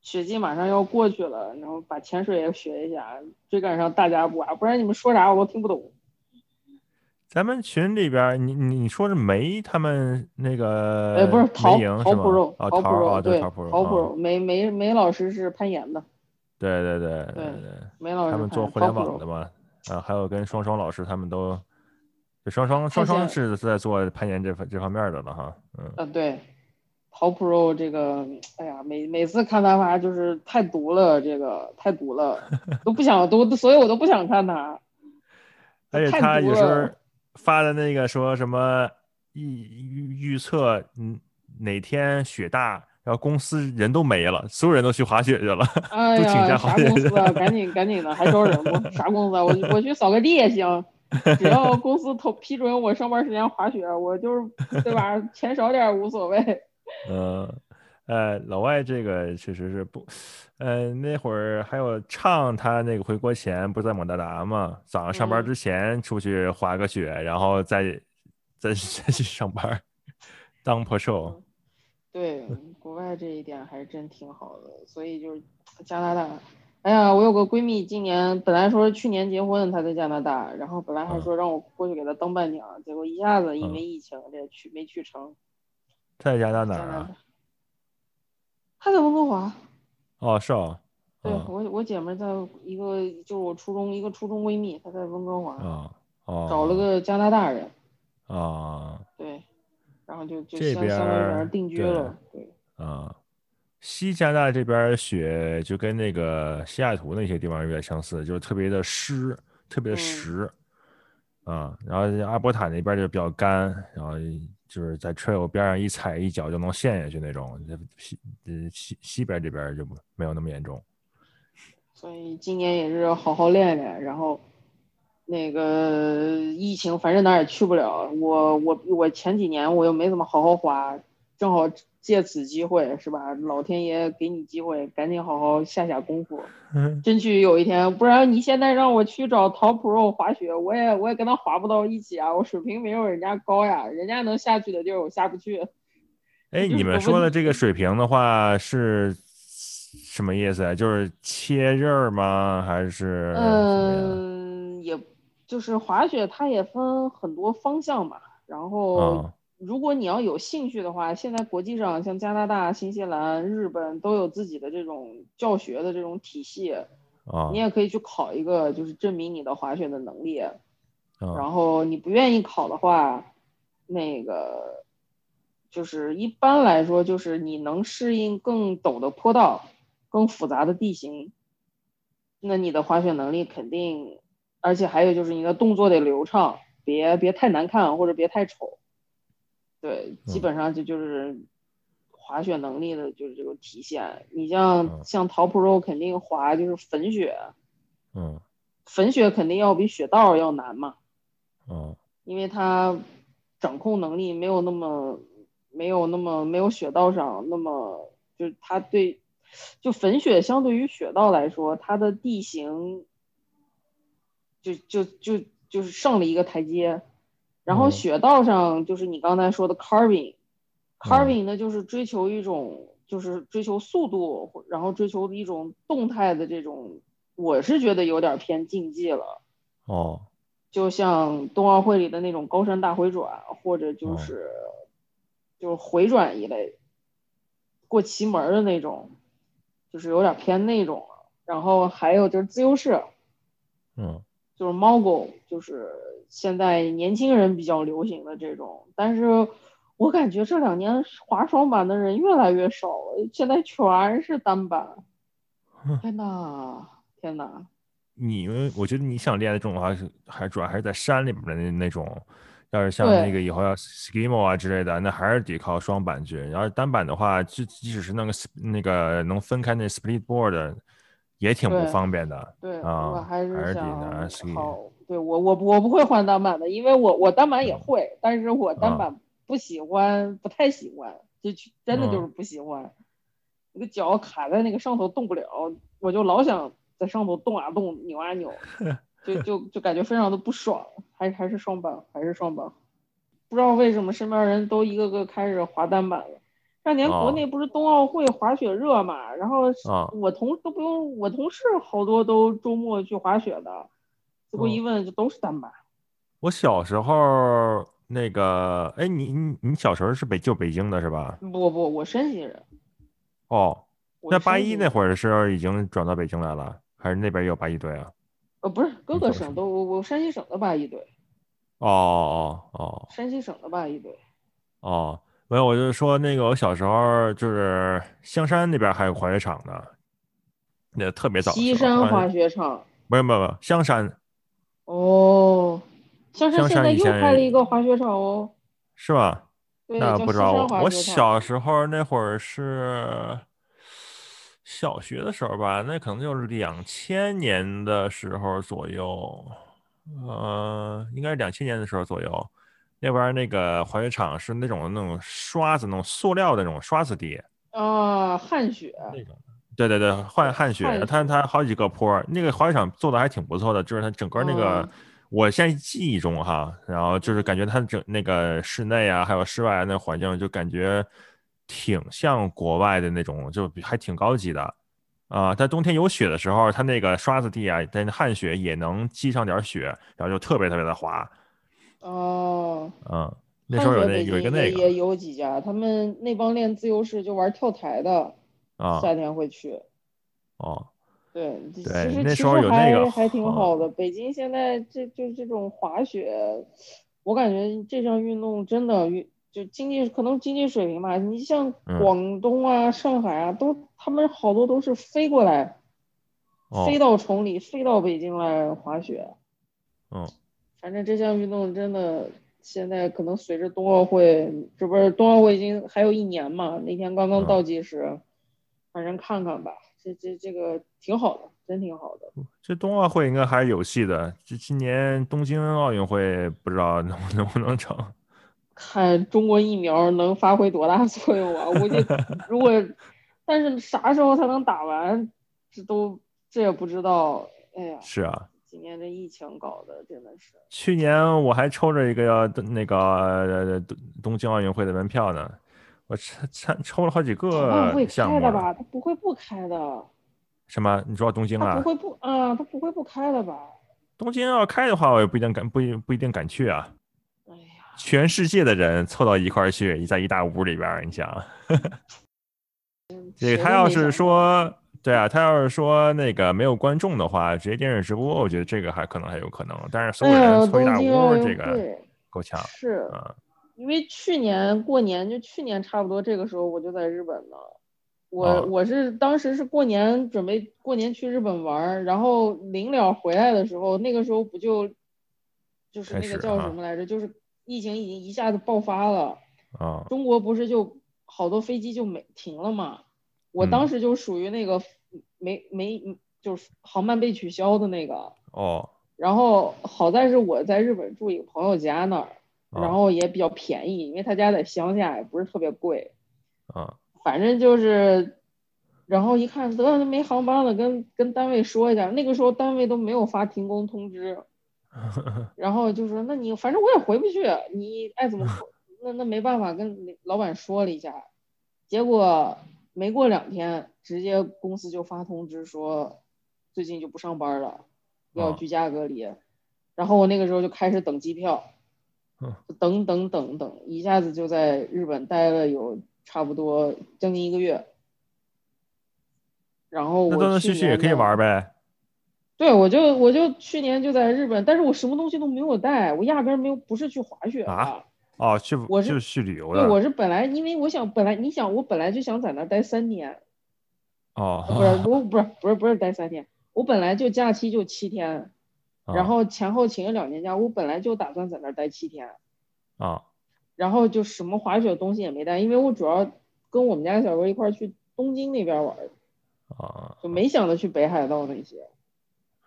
[SPEAKER 2] 雪季马上要过去了，然后把潜水也学一下，追赶上大家步啊，不然你们说啥我都听不懂。
[SPEAKER 1] 咱们群里边儿，你你你说是梅他们那个，
[SPEAKER 2] 哎，不是陶
[SPEAKER 1] 梅莹
[SPEAKER 2] 陶
[SPEAKER 1] 吗
[SPEAKER 2] 普肉，
[SPEAKER 1] 哦，
[SPEAKER 2] 陶
[SPEAKER 1] 陶
[SPEAKER 2] 普
[SPEAKER 1] 儿
[SPEAKER 2] 肉
[SPEAKER 1] 啊，
[SPEAKER 2] 对，
[SPEAKER 1] 陶
[SPEAKER 2] 陶
[SPEAKER 1] 普
[SPEAKER 2] 普
[SPEAKER 1] 肉，
[SPEAKER 2] 肉，梅梅梅老师是攀岩的，
[SPEAKER 1] 对对对
[SPEAKER 2] 对
[SPEAKER 1] 对，
[SPEAKER 2] 梅老师
[SPEAKER 1] 他们
[SPEAKER 2] 攀
[SPEAKER 1] 做
[SPEAKER 2] 岩
[SPEAKER 1] 互
[SPEAKER 2] 陶
[SPEAKER 1] 联
[SPEAKER 2] 普
[SPEAKER 1] 网
[SPEAKER 2] 肉
[SPEAKER 1] 的嘛，啊，还有跟双双老师他们都，就双双双
[SPEAKER 2] 看
[SPEAKER 1] 双
[SPEAKER 2] 见
[SPEAKER 1] 是在做攀岩这方这方面的了哈，嗯，
[SPEAKER 2] 嗯，对，陶 pro 这个，哎呀，每每次看他发就是太毒了，这个太毒了，都不想都，所以我都不想看他。
[SPEAKER 1] 而且
[SPEAKER 2] 太
[SPEAKER 1] 他
[SPEAKER 2] 毒
[SPEAKER 1] 有时候
[SPEAKER 2] 了
[SPEAKER 1] 发的那个说什么预预预测，嗯，哪天雪大，然后公司人都没了，所有人都去滑雪去了，
[SPEAKER 2] 哎
[SPEAKER 1] 都请假
[SPEAKER 2] 呀，
[SPEAKER 1] 好
[SPEAKER 2] 啥
[SPEAKER 1] 些
[SPEAKER 2] 公
[SPEAKER 1] 人
[SPEAKER 2] 司啊？赶紧赶紧的，还招人吗？啥公司啊？我我去扫个地也行，只要公司投批准我上班时间滑雪，我就是对吧？钱少点儿无所谓。
[SPEAKER 1] 嗯。呃，老外这个确实是不，呃，那会儿还有唱他那个回国前不是在蒙大拿嘛，早上上班
[SPEAKER 2] 嗯
[SPEAKER 1] 之前出去滑个雪，然后再再再去上班，当
[SPEAKER 2] 嗯
[SPEAKER 1] 破瘦，
[SPEAKER 2] 对，国外这一点还真挺好的，所以就是加拿大。哎呀，我有个闺蜜，今年本来说去年结婚，她在加拿大，然后本来还
[SPEAKER 1] 嗯
[SPEAKER 2] 说让我过去给她当伴娘，结果一下子因
[SPEAKER 1] 嗯
[SPEAKER 2] 为疫情这去没去成。
[SPEAKER 1] 在加拿大
[SPEAKER 2] 加
[SPEAKER 1] 哪儿
[SPEAKER 2] 拿
[SPEAKER 1] 啊
[SPEAKER 2] 大？，她在温哥华。
[SPEAKER 1] 哦，是哦，
[SPEAKER 2] 对，
[SPEAKER 1] 嗯
[SPEAKER 2] 我我姐们儿在一个就是我初中一个初中闺蜜，她在温哥华、
[SPEAKER 1] 哦哦，
[SPEAKER 2] 找了个加拿大人，
[SPEAKER 1] 啊
[SPEAKER 2] 对，然后就就
[SPEAKER 1] 这
[SPEAKER 2] 相
[SPEAKER 1] 边
[SPEAKER 2] 相当于在那
[SPEAKER 1] 儿
[SPEAKER 2] 儿定居
[SPEAKER 1] 对
[SPEAKER 2] 了，对。
[SPEAKER 1] 啊，西加拿大这边儿雪就跟那个西雅图那些地方有点相似，就是特别的湿，特别的
[SPEAKER 2] 嗯
[SPEAKER 1] 实，啊，然后阿伯塔那边儿就比较干，然后就是在 trail 边上一踩一脚就能陷下去那种，西呃西西边这边儿就不没有那么严 重，
[SPEAKER 2] 所以今年也是好好练练，然后那个疫情反正哪儿也去不了，我我我前几年我又没怎么好好滑，正好借此机会是吧？老天爷给你机会，赶紧好好下下功夫，争取有一天，不然你现在让我去找陶 pro 滑雪，我也我也跟他滑不到一起啊，我水平没有人家高呀，人家能下去的地儿我下不去。
[SPEAKER 1] 哎，
[SPEAKER 2] 就
[SPEAKER 1] 你
[SPEAKER 2] 是
[SPEAKER 1] 们
[SPEAKER 2] 我
[SPEAKER 1] 说
[SPEAKER 2] 问
[SPEAKER 1] 的
[SPEAKER 2] 你
[SPEAKER 1] 这个水平的话是什么意思啊？就是切刃儿吗？还是什么呀？
[SPEAKER 2] 嗯，也就是滑雪，它也分很多方向嘛。然后
[SPEAKER 1] 啊，
[SPEAKER 2] 如果你要有兴趣的话，现在国际上像加拿大、新西兰、日本都有自己的这种教学的这种体系，
[SPEAKER 1] 啊
[SPEAKER 2] 你也可以去考一个，就是证明你的滑雪的能力。
[SPEAKER 1] 啊
[SPEAKER 2] 然后你不愿意考的话，那个就是一般来说，就是你能适应更陡的坡道、更复杂的地形，那你的滑雪能力肯定，而且还有就是你的动作得流畅，别别太难看或者别太丑。对，基
[SPEAKER 1] 嗯
[SPEAKER 2] 本上就就是滑雪能力的就是这种体现。你像
[SPEAKER 1] 嗯
[SPEAKER 2] 像陶 pro 肯定滑就是粉雪，
[SPEAKER 1] 嗯
[SPEAKER 2] 粉雪肯定要比雪道要难嘛。
[SPEAKER 1] 嗯
[SPEAKER 2] 因为它掌控能力没有那么没有那么没有雪道上那么，就是它对就粉雪相对于雪道来说，它的地形就就就就是上了一个台阶，然后
[SPEAKER 1] 嗯
[SPEAKER 2] 雪道上就是你刚才说的 carving。carving 呢，就是追求一种，就是追求速度，或然后追求一种动态的这种，我是觉得有点偏竞技了。
[SPEAKER 1] 哦。
[SPEAKER 2] 就像冬奥会里的那种高山大回转，或者就是、就是回转一类，过旗门儿的那种，就是有点偏那种了。然后还有就是自由式，
[SPEAKER 1] 嗯
[SPEAKER 2] 就是 Mogo，就是现在年轻人比较流行的这种。但是我感觉这两年滑双板的人越来越少了，现在全是单板
[SPEAKER 1] 哼。
[SPEAKER 2] 天呐，天呐！，
[SPEAKER 1] 你们我觉得你想练的这种还是还主要还是在山里边的那那种，要是像
[SPEAKER 2] 对
[SPEAKER 1] 那个以后要 skimo 啊之类的，那还是得靠双板去。然后单板的话，就即使是那个 sp- 那个能分开那 split board，也挺不
[SPEAKER 2] 对
[SPEAKER 1] 方便的。
[SPEAKER 2] 对，
[SPEAKER 1] 啊
[SPEAKER 2] 我还
[SPEAKER 1] 还是得
[SPEAKER 2] 想
[SPEAKER 1] 拿 ski
[SPEAKER 2] 好。对我，我不我不会换单板的，因为我我单板
[SPEAKER 1] 嗯
[SPEAKER 2] 也会，但是我
[SPEAKER 1] 啊
[SPEAKER 2] 单板不喜欢，不太喜欢，就去真的就
[SPEAKER 1] 嗯
[SPEAKER 2] 是不喜欢。那个脚卡在那个上头动不了，我就老想在在上头动啊动，扭 啊扭，就就就感觉非常的不爽，还还是双板，还是双板。不知道为什么身边人都一个个开始滑单板了。那年国内不是冬奥会滑雪热嘛，然后
[SPEAKER 1] 啊
[SPEAKER 2] 我同都不用，我同事好多都周末去滑雪的，结
[SPEAKER 1] 嗯
[SPEAKER 2] 果一问就都是单板。
[SPEAKER 1] 我小时候那个，哎，你你你小时候是北就北京的是吧？
[SPEAKER 2] 不不，我山西人。
[SPEAKER 1] 哦，
[SPEAKER 2] 我
[SPEAKER 1] 那
[SPEAKER 2] 是
[SPEAKER 1] 八
[SPEAKER 2] 山
[SPEAKER 1] 一
[SPEAKER 2] 西
[SPEAKER 1] 那
[SPEAKER 2] 人
[SPEAKER 1] 会儿是已经转到北京来了，还是那边也有八一队啊？
[SPEAKER 2] 呃不是各
[SPEAKER 1] 你
[SPEAKER 2] 个
[SPEAKER 1] 说什
[SPEAKER 2] 省
[SPEAKER 1] 么
[SPEAKER 2] 都，我我山西省的八一队，
[SPEAKER 1] 哦哦哦
[SPEAKER 2] 山西省的八一队。
[SPEAKER 1] 哦，没有，我就说那个我小时候就是香山那边还有滑雪场呢，那特别早的时
[SPEAKER 2] 西
[SPEAKER 1] 候。
[SPEAKER 2] 山
[SPEAKER 1] 好像
[SPEAKER 2] 滑雪场
[SPEAKER 1] 没有没有没有香山
[SPEAKER 2] 哦，香山
[SPEAKER 1] 香
[SPEAKER 2] 现
[SPEAKER 1] 山
[SPEAKER 2] 在
[SPEAKER 1] 以
[SPEAKER 2] 又
[SPEAKER 1] 前
[SPEAKER 2] 开了一个滑雪场哦，
[SPEAKER 1] 是吧？
[SPEAKER 2] 对，
[SPEAKER 1] 那
[SPEAKER 2] 叫
[SPEAKER 1] 不
[SPEAKER 2] 西
[SPEAKER 1] 知道
[SPEAKER 2] 山
[SPEAKER 1] 我，
[SPEAKER 2] 滑
[SPEAKER 1] 我
[SPEAKER 2] 雪场。
[SPEAKER 1] 小时候那会儿是小学的时候吧，那可能就是两千年的时候左右，呃，应该是两千年的时候左右。那边儿那个滑雪场是那种那种刷子，那种塑料的那种刷子地，
[SPEAKER 2] 啊，旱雪，
[SPEAKER 1] 那种。对对对，旱旱雪，
[SPEAKER 2] 旱
[SPEAKER 1] 它
[SPEAKER 2] 雪
[SPEAKER 1] 它好几个坡儿，那个滑雪场做的还挺不错的，就是它整个那个，
[SPEAKER 2] 嗯
[SPEAKER 1] 我现在记忆中哈，然后就是感觉它整那个室内啊，还有室外啊那环境，就感觉挺像国外的那种，就比还挺高级的啊。它冬天有雪的时候，它那个刷子地啊，但旱雪也能积上点儿雪，然后就特别特别的滑，
[SPEAKER 2] 哦，
[SPEAKER 1] 嗯，那时候
[SPEAKER 2] 旱
[SPEAKER 1] 有那
[SPEAKER 2] 雪北
[SPEAKER 1] 有一个
[SPEAKER 2] 京
[SPEAKER 1] 那
[SPEAKER 2] 也
[SPEAKER 1] 个
[SPEAKER 2] 也有几家，他们那帮练自由式就玩跳台的，
[SPEAKER 1] 啊
[SPEAKER 2] 夏天会去。
[SPEAKER 1] 哦
[SPEAKER 2] 对，其
[SPEAKER 1] 对
[SPEAKER 2] 实
[SPEAKER 1] 那
[SPEAKER 2] 其
[SPEAKER 1] 时
[SPEAKER 2] 实
[SPEAKER 1] 候有那个
[SPEAKER 2] 还还挺
[SPEAKER 1] 嗯
[SPEAKER 2] 好的。北京现在这就这种滑雪，我感觉这项运动真的运就经济可能经济水平吧，你像
[SPEAKER 1] 嗯
[SPEAKER 2] 广东啊、上海啊，都他们好多都是飞过来，
[SPEAKER 1] 哦
[SPEAKER 2] 飞到崇礼、飞到北京来滑雪。
[SPEAKER 1] 嗯
[SPEAKER 2] 反正这项运动真的现在可能随着冬奥会，这不是冬奥会已经还有一年嘛？那天刚刚
[SPEAKER 1] 嗯
[SPEAKER 2] 倒计时，反正看看吧，这这这个挺好的，真挺好的。
[SPEAKER 1] 这冬奥会应该还是有戏的，这今年东京奥运会不知道能不能不能成。
[SPEAKER 2] 看中国疫苗能发挥多大作用啊！我就 如果，但是啥时候才能打完，这都这也不知道。哎呀，
[SPEAKER 1] 是啊，
[SPEAKER 2] 今年这疫情搞的真的是，
[SPEAKER 1] 去年我还抽着一个那个呃东东京奥运会的门票呢，我抽抽抽了好几
[SPEAKER 2] 他奥运
[SPEAKER 1] 个
[SPEAKER 2] 会
[SPEAKER 1] 项
[SPEAKER 2] 开
[SPEAKER 1] 目
[SPEAKER 2] 的
[SPEAKER 1] 了。
[SPEAKER 2] 吧？他不会不开的，
[SPEAKER 1] 什么？你说东京
[SPEAKER 2] 他不
[SPEAKER 1] 啊？
[SPEAKER 2] 会不啊，他不会不开的吧？
[SPEAKER 1] 东京要开的话，我也不一定敢，不一不一定敢去啊。
[SPEAKER 2] 哎呀，
[SPEAKER 1] 全世界的人凑到一块儿去，在一大屋里边儿，你想，啊这个
[SPEAKER 2] 谁都
[SPEAKER 1] 他要
[SPEAKER 2] 没想
[SPEAKER 1] 是
[SPEAKER 2] 到
[SPEAKER 1] 说，对
[SPEAKER 2] 嗯
[SPEAKER 1] 啊，他要是说那个没有观众的话，直接电视直播，我觉得这个还可能还有可能，但是所
[SPEAKER 2] 哎
[SPEAKER 1] 有
[SPEAKER 2] 呀，
[SPEAKER 1] 人凑一
[SPEAKER 2] 东
[SPEAKER 1] 大
[SPEAKER 2] 京奥
[SPEAKER 1] 屋，
[SPEAKER 2] 运
[SPEAKER 1] 这个
[SPEAKER 2] 会
[SPEAKER 1] 够呛。
[SPEAKER 2] 是
[SPEAKER 1] 嗯，
[SPEAKER 2] 因为去年过年就去年差不多这个时候我就在日本呢，我、
[SPEAKER 1] 啊
[SPEAKER 2] 我是当时是过年准备过年去日本玩儿，然后临了回来的时候，那个时候不就就是
[SPEAKER 1] 开
[SPEAKER 2] 那个
[SPEAKER 1] 始
[SPEAKER 2] 叫
[SPEAKER 1] 哈
[SPEAKER 2] 什么来着，就是疫情已经一下子爆发了。
[SPEAKER 1] 啊
[SPEAKER 2] 中国不是就好多飞机就没停了嘛？我
[SPEAKER 1] 嗯
[SPEAKER 2] 当时就属于那个没没就是航班被取消的那个。
[SPEAKER 1] 哦，
[SPEAKER 2] 然后好在是我在日本住一个朋友家那儿，
[SPEAKER 1] 啊
[SPEAKER 2] 然后也比较便宜，因为他家在乡下，也不是特别贵。
[SPEAKER 1] 啊
[SPEAKER 2] 反正就是，然后一看得没航班了，跟跟单位说一下。那个时候单位都没有发停工通知，
[SPEAKER 1] 嗯
[SPEAKER 2] 然后就说那你反正我也回不去，你爱怎么 说，那那没办法，跟老板说了一下，结果没过两天，直接公司就发通知说最近就不上班了，要
[SPEAKER 1] 啊
[SPEAKER 2] 居家隔离。然后我那个时候就开始等机票
[SPEAKER 1] 嗯，
[SPEAKER 2] 等等等等，一下子就在日本待了有差不多将近一个月。然后我
[SPEAKER 1] 那断断
[SPEAKER 2] 去
[SPEAKER 1] 续续也
[SPEAKER 2] 年
[SPEAKER 1] 可以
[SPEAKER 2] 的
[SPEAKER 1] 玩儿呗。
[SPEAKER 2] 对，我就我就去年就在日本，但是我什么东西都没有带，我压根儿没有不是去滑雪的
[SPEAKER 1] 啊哦，去
[SPEAKER 2] 我是
[SPEAKER 1] 就是去旅游
[SPEAKER 2] 对，我
[SPEAKER 1] 的。
[SPEAKER 2] 是本来因为我想本来你想我本来就想在那儿待三天，不是
[SPEAKER 1] 哦，
[SPEAKER 2] 不不是不是不是待三天，我本来就假期就七天，
[SPEAKER 1] 啊
[SPEAKER 2] 然后前后请了两天假，我本来就打算在那儿待七天，
[SPEAKER 1] 啊
[SPEAKER 2] 然后就什么滑雪东西也没带，因为我主要跟我们家小哥一块儿去东京那边玩儿，
[SPEAKER 1] 啊啊
[SPEAKER 2] 就没想着去北海道那些，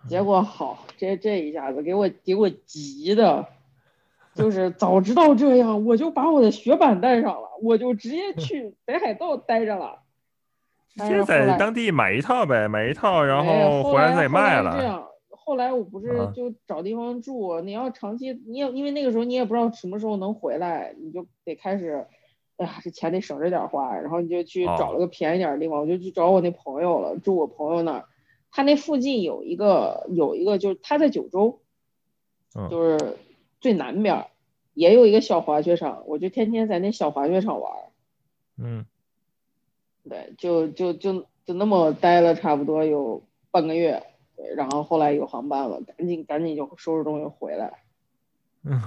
[SPEAKER 2] 结果好，这这一下子给我给我急的，就是早知道这样，我就把我的雪板带上了，我就直接去北海道待着了。但
[SPEAKER 1] 就是
[SPEAKER 2] 哎后
[SPEAKER 1] 在
[SPEAKER 2] 来
[SPEAKER 1] 当地买一套呗，买一套，然
[SPEAKER 2] 没有
[SPEAKER 1] 后回来再
[SPEAKER 2] 哎后
[SPEAKER 1] 卖
[SPEAKER 2] 来这
[SPEAKER 1] 了。
[SPEAKER 2] 样，后来我不是
[SPEAKER 1] 啊
[SPEAKER 2] 就找地方住，你要长期，你也因为那个时候你也不知道什么时候能回来，你就得开始，哎呀，这钱得省着点儿花，然后你就去
[SPEAKER 1] 哦
[SPEAKER 2] 找了个便宜点儿的地方，我就去找我那朋友了，住我朋友那儿。他那附近有一个有一个，就是他在九州，
[SPEAKER 1] 嗯
[SPEAKER 2] 就是最南边儿也有一个小滑雪场，我就天天在那小滑雪场玩儿。
[SPEAKER 1] 嗯，
[SPEAKER 2] 对，就就就就那么待了差不多有半个月，对然后后来有航班了，赶紧赶紧就收拾东西回来。
[SPEAKER 1] 嗯，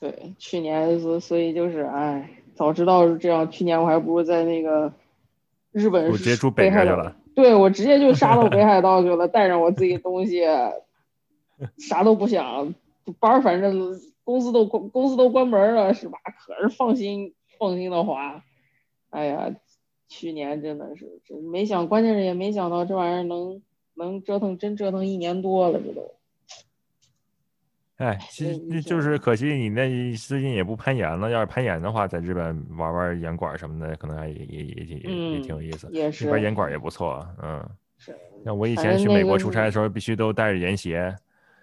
[SPEAKER 2] 对，去年所所以就是，哎，早知道是这样，去年我还不如在那个日本
[SPEAKER 1] 我直接住
[SPEAKER 2] 北
[SPEAKER 1] 北
[SPEAKER 2] 海
[SPEAKER 1] 边去
[SPEAKER 2] 道
[SPEAKER 1] 了。
[SPEAKER 2] 对我直接就杀到北海道去了，带上我自己的东西，啥都不想，班儿反正公司都关公司都关门了，是吧？可是放心放心的滑，哎呀，去年真的是真没想，关键是也没想到这玩意儿能能折腾，真折腾一年多了，这都。
[SPEAKER 1] 哎，其
[SPEAKER 2] 所
[SPEAKER 1] 实
[SPEAKER 2] 以
[SPEAKER 1] 那
[SPEAKER 2] 你
[SPEAKER 1] 就
[SPEAKER 2] 想
[SPEAKER 1] 是可惜你那一最近也不攀岩了。要是攀岩的话，在日本玩玩岩馆什么的，可能还也也也也也也挺有
[SPEAKER 2] 嗯
[SPEAKER 1] 意思。
[SPEAKER 2] 也
[SPEAKER 1] 那边
[SPEAKER 2] 是
[SPEAKER 1] 岩馆也不错，嗯。
[SPEAKER 2] 是
[SPEAKER 1] 像我以
[SPEAKER 2] 反
[SPEAKER 1] 前
[SPEAKER 2] 正
[SPEAKER 1] 去
[SPEAKER 2] 那
[SPEAKER 1] 美
[SPEAKER 2] 个
[SPEAKER 1] 国
[SPEAKER 2] 是
[SPEAKER 1] 出差的时候，必须都带着岩鞋，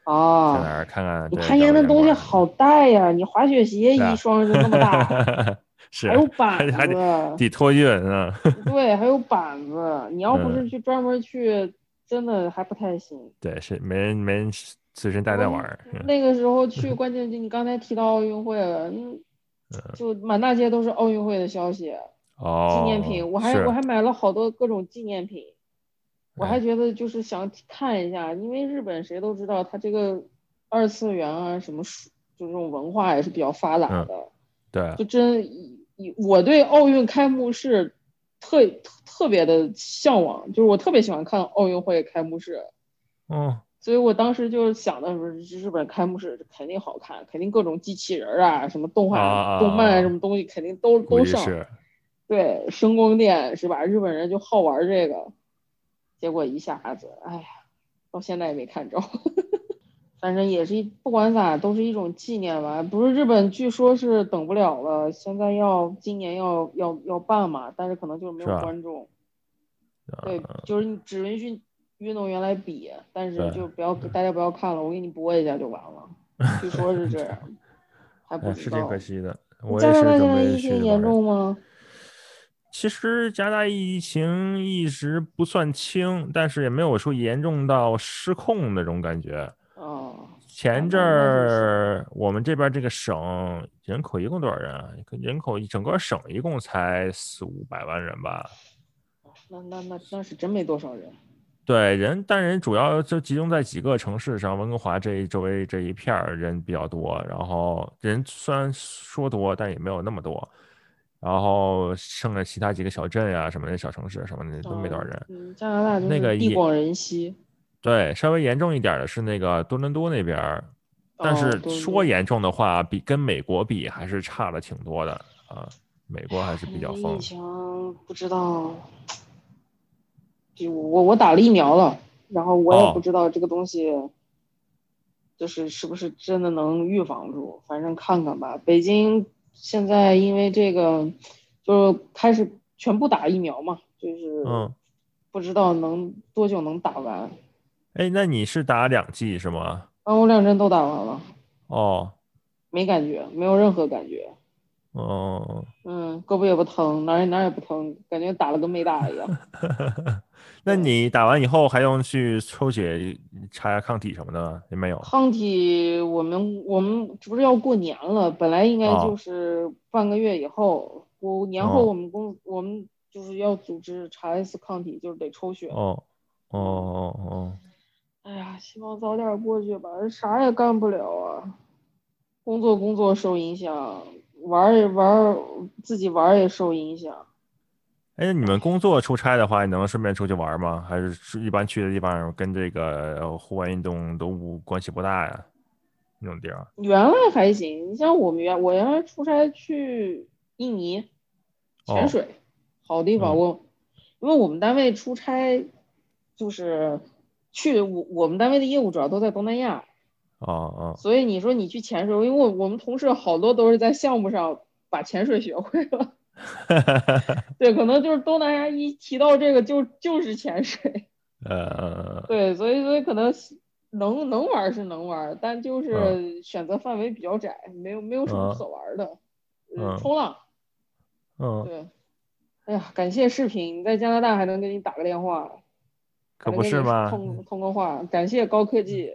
[SPEAKER 1] 在
[SPEAKER 2] 啊
[SPEAKER 1] 哪，儿看看。
[SPEAKER 2] 你
[SPEAKER 1] 对
[SPEAKER 2] 攀
[SPEAKER 1] 找
[SPEAKER 2] 岩
[SPEAKER 1] 个
[SPEAKER 2] 的东西
[SPEAKER 1] 馆
[SPEAKER 2] 好带呀，你滑雪鞋
[SPEAKER 1] 是啊
[SPEAKER 2] 一双就那 么大，
[SPEAKER 1] 是
[SPEAKER 2] 还有板
[SPEAKER 1] 还得
[SPEAKER 2] 子。
[SPEAKER 1] 得托运啊，
[SPEAKER 2] 对，还有板子，你要不
[SPEAKER 1] 嗯
[SPEAKER 2] 是去专门去，真的还不太行。
[SPEAKER 1] 对，是没人没人随身带
[SPEAKER 2] 我
[SPEAKER 1] 带
[SPEAKER 2] 们
[SPEAKER 1] 玩儿，嗯
[SPEAKER 2] 那个时 候去，关键就你刚才提到奥运会了，嗯，就满大街都是奥运会的消息，纪
[SPEAKER 1] 哦，
[SPEAKER 2] 念品，我还
[SPEAKER 1] 是嗯
[SPEAKER 2] 我还买了好多各种纪念品，我还
[SPEAKER 1] 哎
[SPEAKER 2] 觉得就是想看一下，因为日本谁都知道，它这个二次元啊什么书，就这种文化也是比较发达
[SPEAKER 1] 嗯
[SPEAKER 2] 的，
[SPEAKER 1] 对
[SPEAKER 2] 就真以以我对奥运开幕式特特特别的向往，就是我特别喜欢看奥运会开幕式，
[SPEAKER 1] 嗯
[SPEAKER 2] 所以我当时就是想的是日本开幕式肯定好看，肯定各种机器人儿啊，什么动画、
[SPEAKER 1] 啊啊啊啊
[SPEAKER 2] 动漫什么东西肯定都
[SPEAKER 1] 估
[SPEAKER 2] 都
[SPEAKER 1] 计
[SPEAKER 2] 上，
[SPEAKER 1] 是
[SPEAKER 2] 对，声光电是吧？日本人就好玩这个，结果一下子，哎呀，到现在也没看着。 反正也是一，不管咋都是一种纪念吧。不是日本，据说是等不了了，现在要今年要要要办嘛，但是可能就是没
[SPEAKER 1] 是
[SPEAKER 2] 有
[SPEAKER 1] 吧啊
[SPEAKER 2] 观众。对，就是你只允许运动员来比，但是
[SPEAKER 1] 对
[SPEAKER 2] 就不要大家不要看了，我给你播一下就完 了。据说是这样，还不
[SPEAKER 1] 哎
[SPEAKER 2] 知
[SPEAKER 1] 是
[SPEAKER 2] 道。
[SPEAKER 1] 挺可惜的。我
[SPEAKER 2] 加
[SPEAKER 1] 也
[SPEAKER 2] 拿
[SPEAKER 1] 是
[SPEAKER 2] 大现
[SPEAKER 1] 准
[SPEAKER 2] 在
[SPEAKER 1] 备
[SPEAKER 2] 疫
[SPEAKER 1] 去
[SPEAKER 2] 情
[SPEAKER 1] 玩
[SPEAKER 2] 严
[SPEAKER 1] 儿。
[SPEAKER 2] 重吗？
[SPEAKER 1] 其实加拿大疫情一直不算轻，但是也没有说严重到失控那种感觉。
[SPEAKER 2] 哦，
[SPEAKER 1] 前
[SPEAKER 2] 那
[SPEAKER 1] 阵
[SPEAKER 2] 那就是
[SPEAKER 1] 儿我们这边这个省人口一共多少人啊？人口整个省一共才四五百万人吧？
[SPEAKER 2] 那那那那是真没多少人。
[SPEAKER 1] 对人，但人主要就集中在几个城市上，温哥华这一周围这一片儿人比较多，然后人虽然说多，但也没有那么多，然后剩下其他几个小镇呀、什么的小城市什么的都没多少人。
[SPEAKER 2] 嗯，加拿大就
[SPEAKER 1] 那个
[SPEAKER 2] 是地
[SPEAKER 1] 也
[SPEAKER 2] 广人稀。
[SPEAKER 1] 对，稍微严重一点儿的是那个多伦多那边儿，但
[SPEAKER 2] 哦
[SPEAKER 1] 是
[SPEAKER 2] 多伦
[SPEAKER 1] 说
[SPEAKER 2] 多
[SPEAKER 1] 严重的话，比跟美国比还是差了挺多的啊。美国还是比较
[SPEAKER 2] 哎
[SPEAKER 1] 疯
[SPEAKER 2] 疫，情不知道，就我我打了疫苗了，然后我也
[SPEAKER 1] 哦
[SPEAKER 2] 不知道这个东西，就是是不是真的能预防住，反正看看吧。北京现在因为这个，就开始全部打疫苗嘛，就是
[SPEAKER 1] 嗯，
[SPEAKER 2] 不知道能多久能打完。
[SPEAKER 1] 哎，那你是打两剂是吗？
[SPEAKER 2] 然后我两针都打完了，
[SPEAKER 1] 哦，
[SPEAKER 2] 没感觉，没有任何感觉。
[SPEAKER 1] 哦，
[SPEAKER 2] 嗯，胳膊也不疼，哪儿哪儿也不疼，感觉打了跟没 打一样。
[SPEAKER 1] 那你打完以后还用去抽血查抗体什么的吗也没有？
[SPEAKER 2] 抗体，我们我们这不是要过年了，本来应该
[SPEAKER 1] 哦
[SPEAKER 2] 就是半个月以后，我年后
[SPEAKER 1] 哦
[SPEAKER 2] 我们公、我们就是要组织查一次抗体，就是得抽血。
[SPEAKER 1] 哦，哦哦哦，
[SPEAKER 2] 哎呀，希望早点过去吧，啥也干不了啊，工作工作受影响，玩儿也玩儿，自己玩儿也受影响。
[SPEAKER 1] 哎，那你们工作出差的话，你能顺便出去玩吗？还是是一般去的地方跟这个呃户外运动都无关系不大呀？那种地儿？啊
[SPEAKER 2] 原来还行，你像我们原我原来出差去印尼潜
[SPEAKER 1] 哦
[SPEAKER 2] 水，好地
[SPEAKER 1] 嗯
[SPEAKER 2] 方。我因为我们单位出差，就是去我我们单位的业务主要都在东南亚，
[SPEAKER 1] 哦哦，
[SPEAKER 2] 所以 你说你去潜水，因为我我们同事好多都是在项目上把潜水学会了，对，可能就是东南亚一提到这个就就是潜水，
[SPEAKER 1] 呃，
[SPEAKER 2] 对，所以所以可能能能玩是能玩，但就是
[SPEAKER 1] 嗯
[SPEAKER 2] 选择范围比较窄，没有没有什么可玩的。呃
[SPEAKER 1] 嗯
[SPEAKER 2] 冲浪，
[SPEAKER 1] 嗯，
[SPEAKER 2] 对，哎呀，感谢视频，在加拿大还能给你打个电话，
[SPEAKER 1] 可
[SPEAKER 2] 还能
[SPEAKER 1] 不
[SPEAKER 2] 跟
[SPEAKER 1] 是
[SPEAKER 2] 你
[SPEAKER 1] 嘛
[SPEAKER 2] 通通个话，感谢高科技。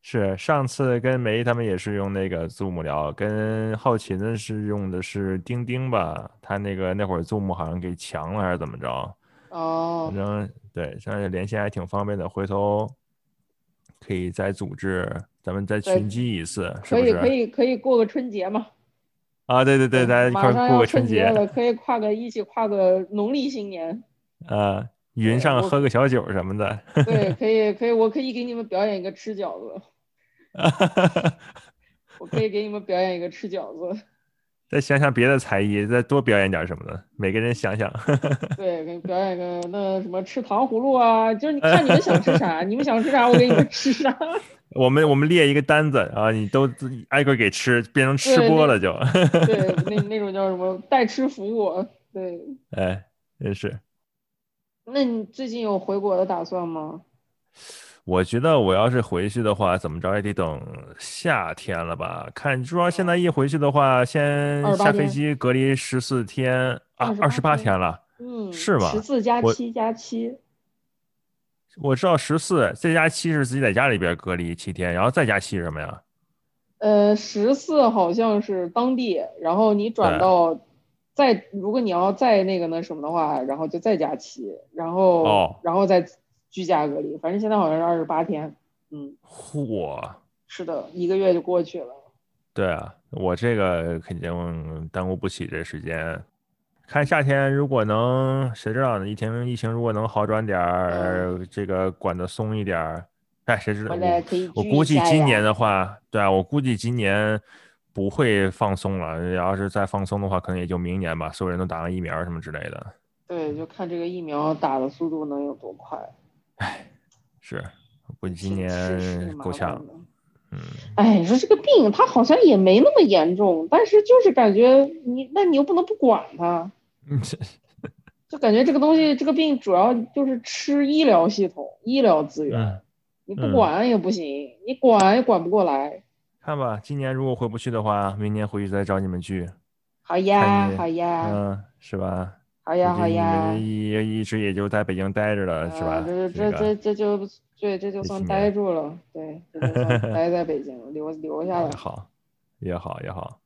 [SPEAKER 1] 是上次跟梅他们也是用那个 Zoom 聊，跟浩琴的是用的是钉钉吧，他那个那会儿 Zoom 好像给强了还是怎么着，
[SPEAKER 2] 哦
[SPEAKER 1] 反，正对，现在连线还挺方便的，回头可以再组织，咱们再
[SPEAKER 2] 对
[SPEAKER 1] 群击一次，是
[SPEAKER 2] 可
[SPEAKER 1] 不
[SPEAKER 2] 以
[SPEAKER 1] 是？
[SPEAKER 2] 可以可以过个春节嘛？
[SPEAKER 1] 啊，对对对，大家一块
[SPEAKER 2] 马
[SPEAKER 1] 儿
[SPEAKER 2] 上
[SPEAKER 1] 过
[SPEAKER 2] 要
[SPEAKER 1] 个春
[SPEAKER 2] 节
[SPEAKER 1] 节，
[SPEAKER 2] 了，可以跨个一起跨个农历新年。
[SPEAKER 1] 呃，云
[SPEAKER 2] 对
[SPEAKER 1] 上
[SPEAKER 2] 我
[SPEAKER 1] 喝个小酒什么的，
[SPEAKER 2] 对，可以可以，我可以给你们表演一个吃饺子，我可以给你们表演一个吃饺子。
[SPEAKER 1] 再想想别的才艺，再多表演点什么的，每个人想 想。
[SPEAKER 2] 对，给你表演一个那什么吃糖葫芦啊，就是你看你们想吃啥，你们想吃啥，我给你们吃 啥。
[SPEAKER 1] 我们我们列一个单子啊，你都自己挨个给吃，变成吃
[SPEAKER 2] 对
[SPEAKER 1] 播
[SPEAKER 2] 那
[SPEAKER 1] 了就。
[SPEAKER 2] 对，那那种叫什么代吃服务。对，
[SPEAKER 1] 哎，真是，
[SPEAKER 2] 那你最近有回国的打算吗？
[SPEAKER 1] 我觉得我要是回去的话，怎么着也得等夏天了吧？看，主要
[SPEAKER 2] 哦
[SPEAKER 1] 现在一回去的话，先
[SPEAKER 2] 28
[SPEAKER 1] 下飞
[SPEAKER 2] 天
[SPEAKER 1] 机隔离十四天啊，
[SPEAKER 2] 28
[SPEAKER 1] 二十八
[SPEAKER 2] 天
[SPEAKER 1] 天了。
[SPEAKER 2] 嗯，
[SPEAKER 1] 是吧
[SPEAKER 2] 十四加
[SPEAKER 1] 我
[SPEAKER 2] 七加七，
[SPEAKER 1] 我知道十四，再加七是自己在家里边隔离七天，然后再加七是什么呀？
[SPEAKER 2] 呃，十四好像是当地，然后你转
[SPEAKER 1] 对
[SPEAKER 2] 到再，如果你要再那个那什么的话，然后就再加七，然后、
[SPEAKER 1] 哦
[SPEAKER 2] 然后再居家隔离，反正现在好像是二十八天，嗯，
[SPEAKER 1] 嚯！
[SPEAKER 2] 是的，一个月就过去了。
[SPEAKER 1] 对啊，我这个肯定耽误不起这时间。看夏天如果能，谁知道呢？疫情疫情如果能好转点儿，这个管得松一点儿，哎，谁知道？
[SPEAKER 2] 回
[SPEAKER 1] 我
[SPEAKER 2] 来嗯可以
[SPEAKER 1] 我
[SPEAKER 2] 聚
[SPEAKER 1] 估
[SPEAKER 2] 一
[SPEAKER 1] 计
[SPEAKER 2] 下
[SPEAKER 1] 今
[SPEAKER 2] 呀
[SPEAKER 1] 年的话，对啊，我估计今年不会放松了。要是再放松的话，可能也就明年吧。所有人都打完疫苗什么之类的，
[SPEAKER 2] 对，就看这个疫苗打的速度能有多快。
[SPEAKER 1] 是，我估计今
[SPEAKER 2] 挺世事
[SPEAKER 1] 年
[SPEAKER 2] 麻
[SPEAKER 1] 够
[SPEAKER 2] 烦
[SPEAKER 1] 呛。
[SPEAKER 2] 的
[SPEAKER 1] 嗯，
[SPEAKER 2] 哎，你说这个病，它好像也没那么严重，但是就是感觉你，那你又不能不管它，就感觉这个东西，这个病主要就是吃医疗系统、医疗资源，
[SPEAKER 1] 嗯，
[SPEAKER 2] 你不
[SPEAKER 1] 嗯
[SPEAKER 2] 管也不行，你管也管不过来。
[SPEAKER 1] 看吧，今年如果回不去的话，明年回去再找你们聚。
[SPEAKER 2] 好呀
[SPEAKER 1] 看，你呃
[SPEAKER 2] 好呀，
[SPEAKER 1] 嗯，是吧？
[SPEAKER 2] 好
[SPEAKER 1] 你
[SPEAKER 2] 呀，
[SPEAKER 1] 这
[SPEAKER 2] 哎好
[SPEAKER 1] 你
[SPEAKER 2] 呀
[SPEAKER 1] 们，一一直也就在北京待着了，是吧
[SPEAKER 2] 啊？这
[SPEAKER 1] 这
[SPEAKER 2] 这
[SPEAKER 1] 个
[SPEAKER 2] 这这就对，这就
[SPEAKER 1] 这
[SPEAKER 2] 算
[SPEAKER 1] 几年
[SPEAKER 2] 待住了，对，这 就算待在北京了，留留下来
[SPEAKER 1] 也。哎好，也好，也好。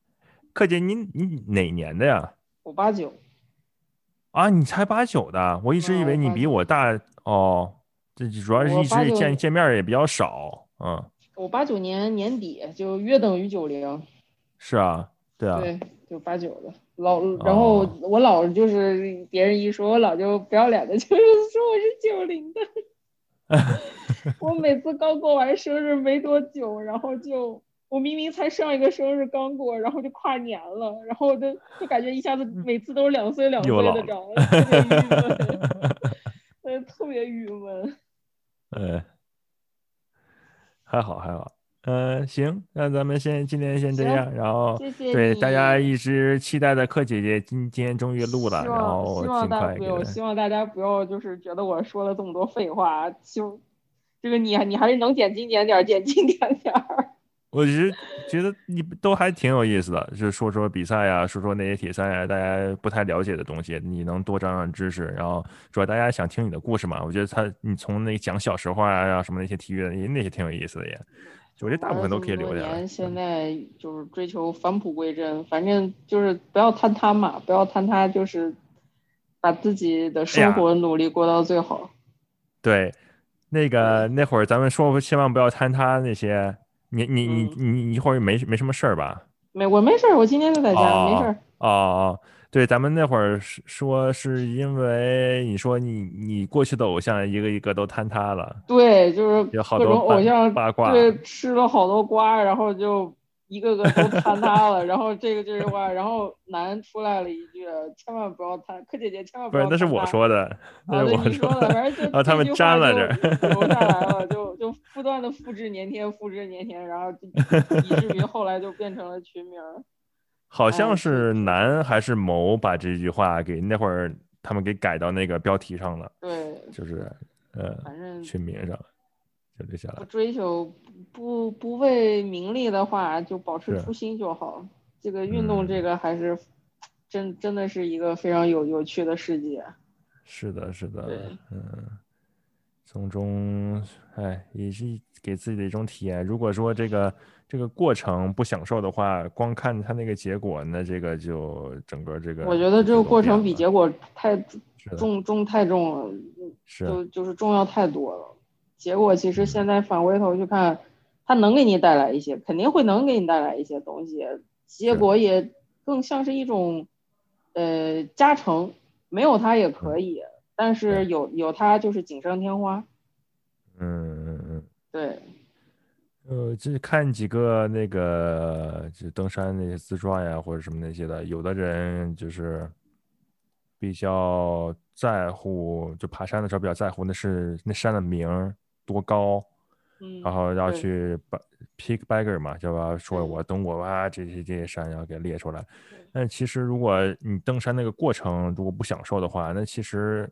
[SPEAKER 1] 克姐，你你哪年的呀？
[SPEAKER 2] 我八九，
[SPEAKER 1] 啊，你才八九的，我一直以
[SPEAKER 2] 嗯
[SPEAKER 1] 为你比我大哦。这主要是
[SPEAKER 2] 我
[SPEAKER 1] 一直也
[SPEAKER 2] 89
[SPEAKER 1] 见见面儿也比较少，嗯，
[SPEAKER 2] 我八九年年底就约等于九零，
[SPEAKER 1] 是啊，对啊，
[SPEAKER 2] 对，就八九的老，然后
[SPEAKER 1] 哦
[SPEAKER 2] 我老就是别人一说，我老就不要脸的，就是说我是九 零的。我每次刚过完生日没多久，然后就我明明才上一个生日刚过，然后就跨年了，然后我就就感觉一下子每次都是两岁两
[SPEAKER 1] 嗯
[SPEAKER 2] 岁
[SPEAKER 1] 又老
[SPEAKER 2] 的
[SPEAKER 1] 了
[SPEAKER 2] 长，特别郁闷， 呃，特别郁闷。
[SPEAKER 1] 嗯，还好还好，嗯，行，那咱们先今天先这
[SPEAKER 2] 行
[SPEAKER 1] 样，然后
[SPEAKER 2] 谢谢
[SPEAKER 1] 对大家
[SPEAKER 2] 你
[SPEAKER 1] 一直期待的克姐姐今今天终于录了，
[SPEAKER 2] 希
[SPEAKER 1] 然
[SPEAKER 2] 望
[SPEAKER 1] 后
[SPEAKER 2] 希望
[SPEAKER 1] 尽
[SPEAKER 2] 大
[SPEAKER 1] 快
[SPEAKER 2] 不
[SPEAKER 1] 给
[SPEAKER 2] 用，
[SPEAKER 1] 她
[SPEAKER 2] 希望大家不要就是觉得我说了这么多废话，就这个你你还是能减轻点点儿，减轻点点儿。
[SPEAKER 1] 我只是觉得你们都还挺有意思的，就是说说比赛呀，说说那些铁三啊呀，大家不太了解的东西，你能多长长知识。然后主要大家想听你的故事嘛，我觉得他你从那讲小时候啊，然后什么那些体育的那些那些挺有意思的也， 我觉得大部分都可以
[SPEAKER 2] 玩了这么
[SPEAKER 1] 留下
[SPEAKER 2] 多
[SPEAKER 1] 来嗯
[SPEAKER 2] 年。现在就是追求返璞归真，反正就是不要坍塌嘛，不要坍塌，就是把自己的
[SPEAKER 1] 哎
[SPEAKER 2] 生活努力过到最好。
[SPEAKER 1] 对，那个那会儿咱们说千万不要坍塌那些，你你你
[SPEAKER 2] 嗯
[SPEAKER 1] 你你一会儿没没什么事儿吧？
[SPEAKER 2] 没我没事儿，我今天就在家，没事儿。
[SPEAKER 1] 哦哦，对，咱们那会儿是说是因为你说你你过去的偶像一个一个都坍塌了。
[SPEAKER 2] 对，就是
[SPEAKER 1] 有好
[SPEAKER 2] 各
[SPEAKER 1] 多
[SPEAKER 2] 种偶
[SPEAKER 1] 八
[SPEAKER 2] 像
[SPEAKER 1] 八卦
[SPEAKER 2] 对，吃了好多瓜，然后就一个个都坍塌了。 然后这个这句话，然后男出来了一句：“千万不要坍，柯姐姐千万
[SPEAKER 1] 不
[SPEAKER 2] 要
[SPEAKER 1] 是
[SPEAKER 2] 坍，
[SPEAKER 1] 那
[SPEAKER 2] 塌。”
[SPEAKER 1] 是我说的，
[SPEAKER 2] 啊，
[SPEAKER 1] 那是
[SPEAKER 2] 对
[SPEAKER 1] 我
[SPEAKER 2] 你 说
[SPEAKER 1] 的。
[SPEAKER 2] 的，反正就
[SPEAKER 1] 然后他
[SPEAKER 2] 这
[SPEAKER 1] 们
[SPEAKER 2] 句话
[SPEAKER 1] 粘了
[SPEAKER 2] 就
[SPEAKER 1] 这儿
[SPEAKER 2] 留下来了，就 就不断 的复制粘贴，复制粘贴，然后就以至于后来就变成了群名儿。
[SPEAKER 1] 好像是南还是某把这句话给那会儿他们给改到那个标题上了，
[SPEAKER 2] 对，
[SPEAKER 1] 就是呃
[SPEAKER 2] 反正
[SPEAKER 1] 群名上了，就这下
[SPEAKER 2] 不
[SPEAKER 1] 来。
[SPEAKER 2] 追求不不为名利的话，就保持
[SPEAKER 1] 是
[SPEAKER 2] 初心就好。这个运动
[SPEAKER 1] 嗯
[SPEAKER 2] 这个还是真真的是一个非常有有趣的世界。
[SPEAKER 1] 是的，是的
[SPEAKER 2] 对，
[SPEAKER 1] 嗯，从中哎也是给自己的一种体验。如果说这个这个过程不享受的话，光看他那个结果，那这个就整个这个
[SPEAKER 2] 我觉得这个过程比结
[SPEAKER 1] 果
[SPEAKER 2] 果太
[SPEAKER 1] 是的
[SPEAKER 2] 重重太重了，
[SPEAKER 1] 是嗯
[SPEAKER 2] 就就是重要太多了。结果其实现在返回头去看，它能给你带来一些，肯定会能给你带来一些东西。结果也更像是一种，呃，加成，没有它也可以，但是
[SPEAKER 1] 嗯对
[SPEAKER 2] 有有它就是锦上添花。
[SPEAKER 1] 嗯嗯嗯。
[SPEAKER 2] 对，
[SPEAKER 1] 呃，就是看几个那个，就登山那些自传呀，或者什么那些的，有的人就是比较在乎，就爬山的时候比较在乎那是那山的名儿多高，
[SPEAKER 2] 嗯，
[SPEAKER 1] 然后要
[SPEAKER 2] 对
[SPEAKER 1] 去把 pick bagger 嘛，就把说
[SPEAKER 2] 嗯
[SPEAKER 1] 我等我哇这些这些山要给列出来。但其实如果你登山那个过程如果不享受的话，那其实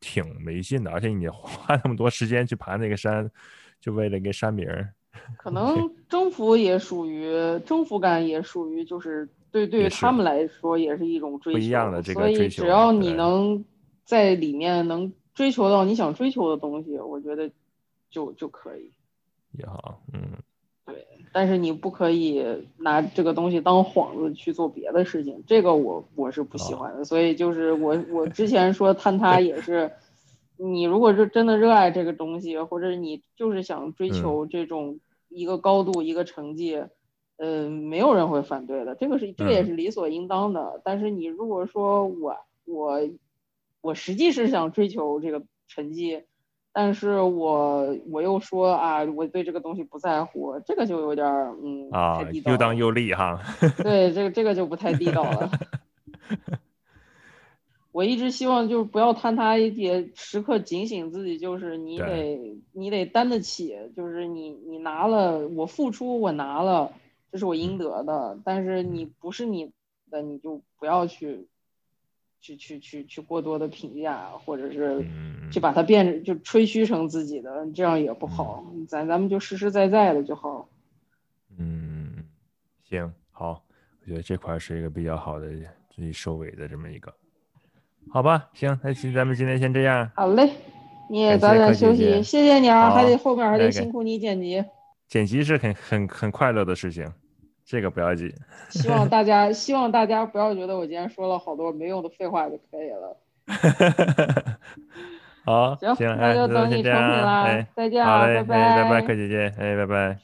[SPEAKER 1] 挺没劲的，而且你花 那么多时间去爬那个山，就为了一个山名儿。
[SPEAKER 2] 可能征服也属于征服感，也属于就是对对于
[SPEAKER 1] 也是
[SPEAKER 2] 他们来说也是一种追求，
[SPEAKER 1] 不一样的这个
[SPEAKER 2] 所
[SPEAKER 1] 追
[SPEAKER 2] 以
[SPEAKER 1] 求
[SPEAKER 2] 只要你
[SPEAKER 1] 对
[SPEAKER 2] 能在里面能追求到你想追求的东西，我觉得就就可以。
[SPEAKER 1] 也好，嗯，
[SPEAKER 2] 但是你不可以拿这个东西当幌子去做别的事情，这个我我是不喜欢的。所以就是我我之前说坍塌也是，你如果是真的热爱这个东西，或者你就是想追求这种一个高度、一个成绩，嗯、没有人会反对的，这个是这个也
[SPEAKER 1] 嗯
[SPEAKER 2] 是理所应当的。但是你如果说我我我实际是想追求这个成绩，但是我我又说啊，我对这个东西不在乎，这个就有点儿嗯
[SPEAKER 1] 啊
[SPEAKER 2] 太地，道
[SPEAKER 1] 又当
[SPEAKER 2] 了
[SPEAKER 1] 又立哈，
[SPEAKER 2] 对这个这个就不太地道 了。我一直希望就是不要坍塌，也时刻警醒自己，就是你
[SPEAKER 1] 对
[SPEAKER 2] 得你得担得起，就是你你拿了我付出我拿了，这是我
[SPEAKER 1] 嗯
[SPEAKER 2] 应得的，但是你不是你的，你就不要去去去去去过多的评价，或者是
[SPEAKER 1] 嗯，
[SPEAKER 2] 就把它变成就吹嘘成自己的，这样也不好。咱咱们就实实在在的就好。
[SPEAKER 1] 嗯，行，好，我觉得这块儿是一个比较好的自己收尾的这么一个，好吧，行，那今咱们今天先这样，
[SPEAKER 2] 好嘞，你也
[SPEAKER 1] 感谢
[SPEAKER 2] 早点
[SPEAKER 1] 柯姐
[SPEAKER 2] 休息，
[SPEAKER 1] 姐
[SPEAKER 2] 谢谢你啊，
[SPEAKER 1] 好
[SPEAKER 2] 还得后面还
[SPEAKER 1] 那
[SPEAKER 2] 得
[SPEAKER 1] 个
[SPEAKER 2] 辛苦你 剪辑。
[SPEAKER 1] 剪辑是很很很快乐的事情，这个不要紧，
[SPEAKER 2] 希望大家希望大家不要觉得我今天说了好多没用的废话就可以了。
[SPEAKER 1] 好，
[SPEAKER 2] 行，
[SPEAKER 1] 行，
[SPEAKER 2] 那
[SPEAKER 1] 哎，
[SPEAKER 2] 就等
[SPEAKER 1] 先
[SPEAKER 2] 你
[SPEAKER 1] 这
[SPEAKER 2] 成品
[SPEAKER 1] 样，
[SPEAKER 2] 啦，
[SPEAKER 1] 哎，
[SPEAKER 2] 再见
[SPEAKER 1] 好
[SPEAKER 2] 啊，
[SPEAKER 1] 嘞，哎，
[SPEAKER 2] 拜
[SPEAKER 1] 拜拜，柯姐姐，哎，拜拜。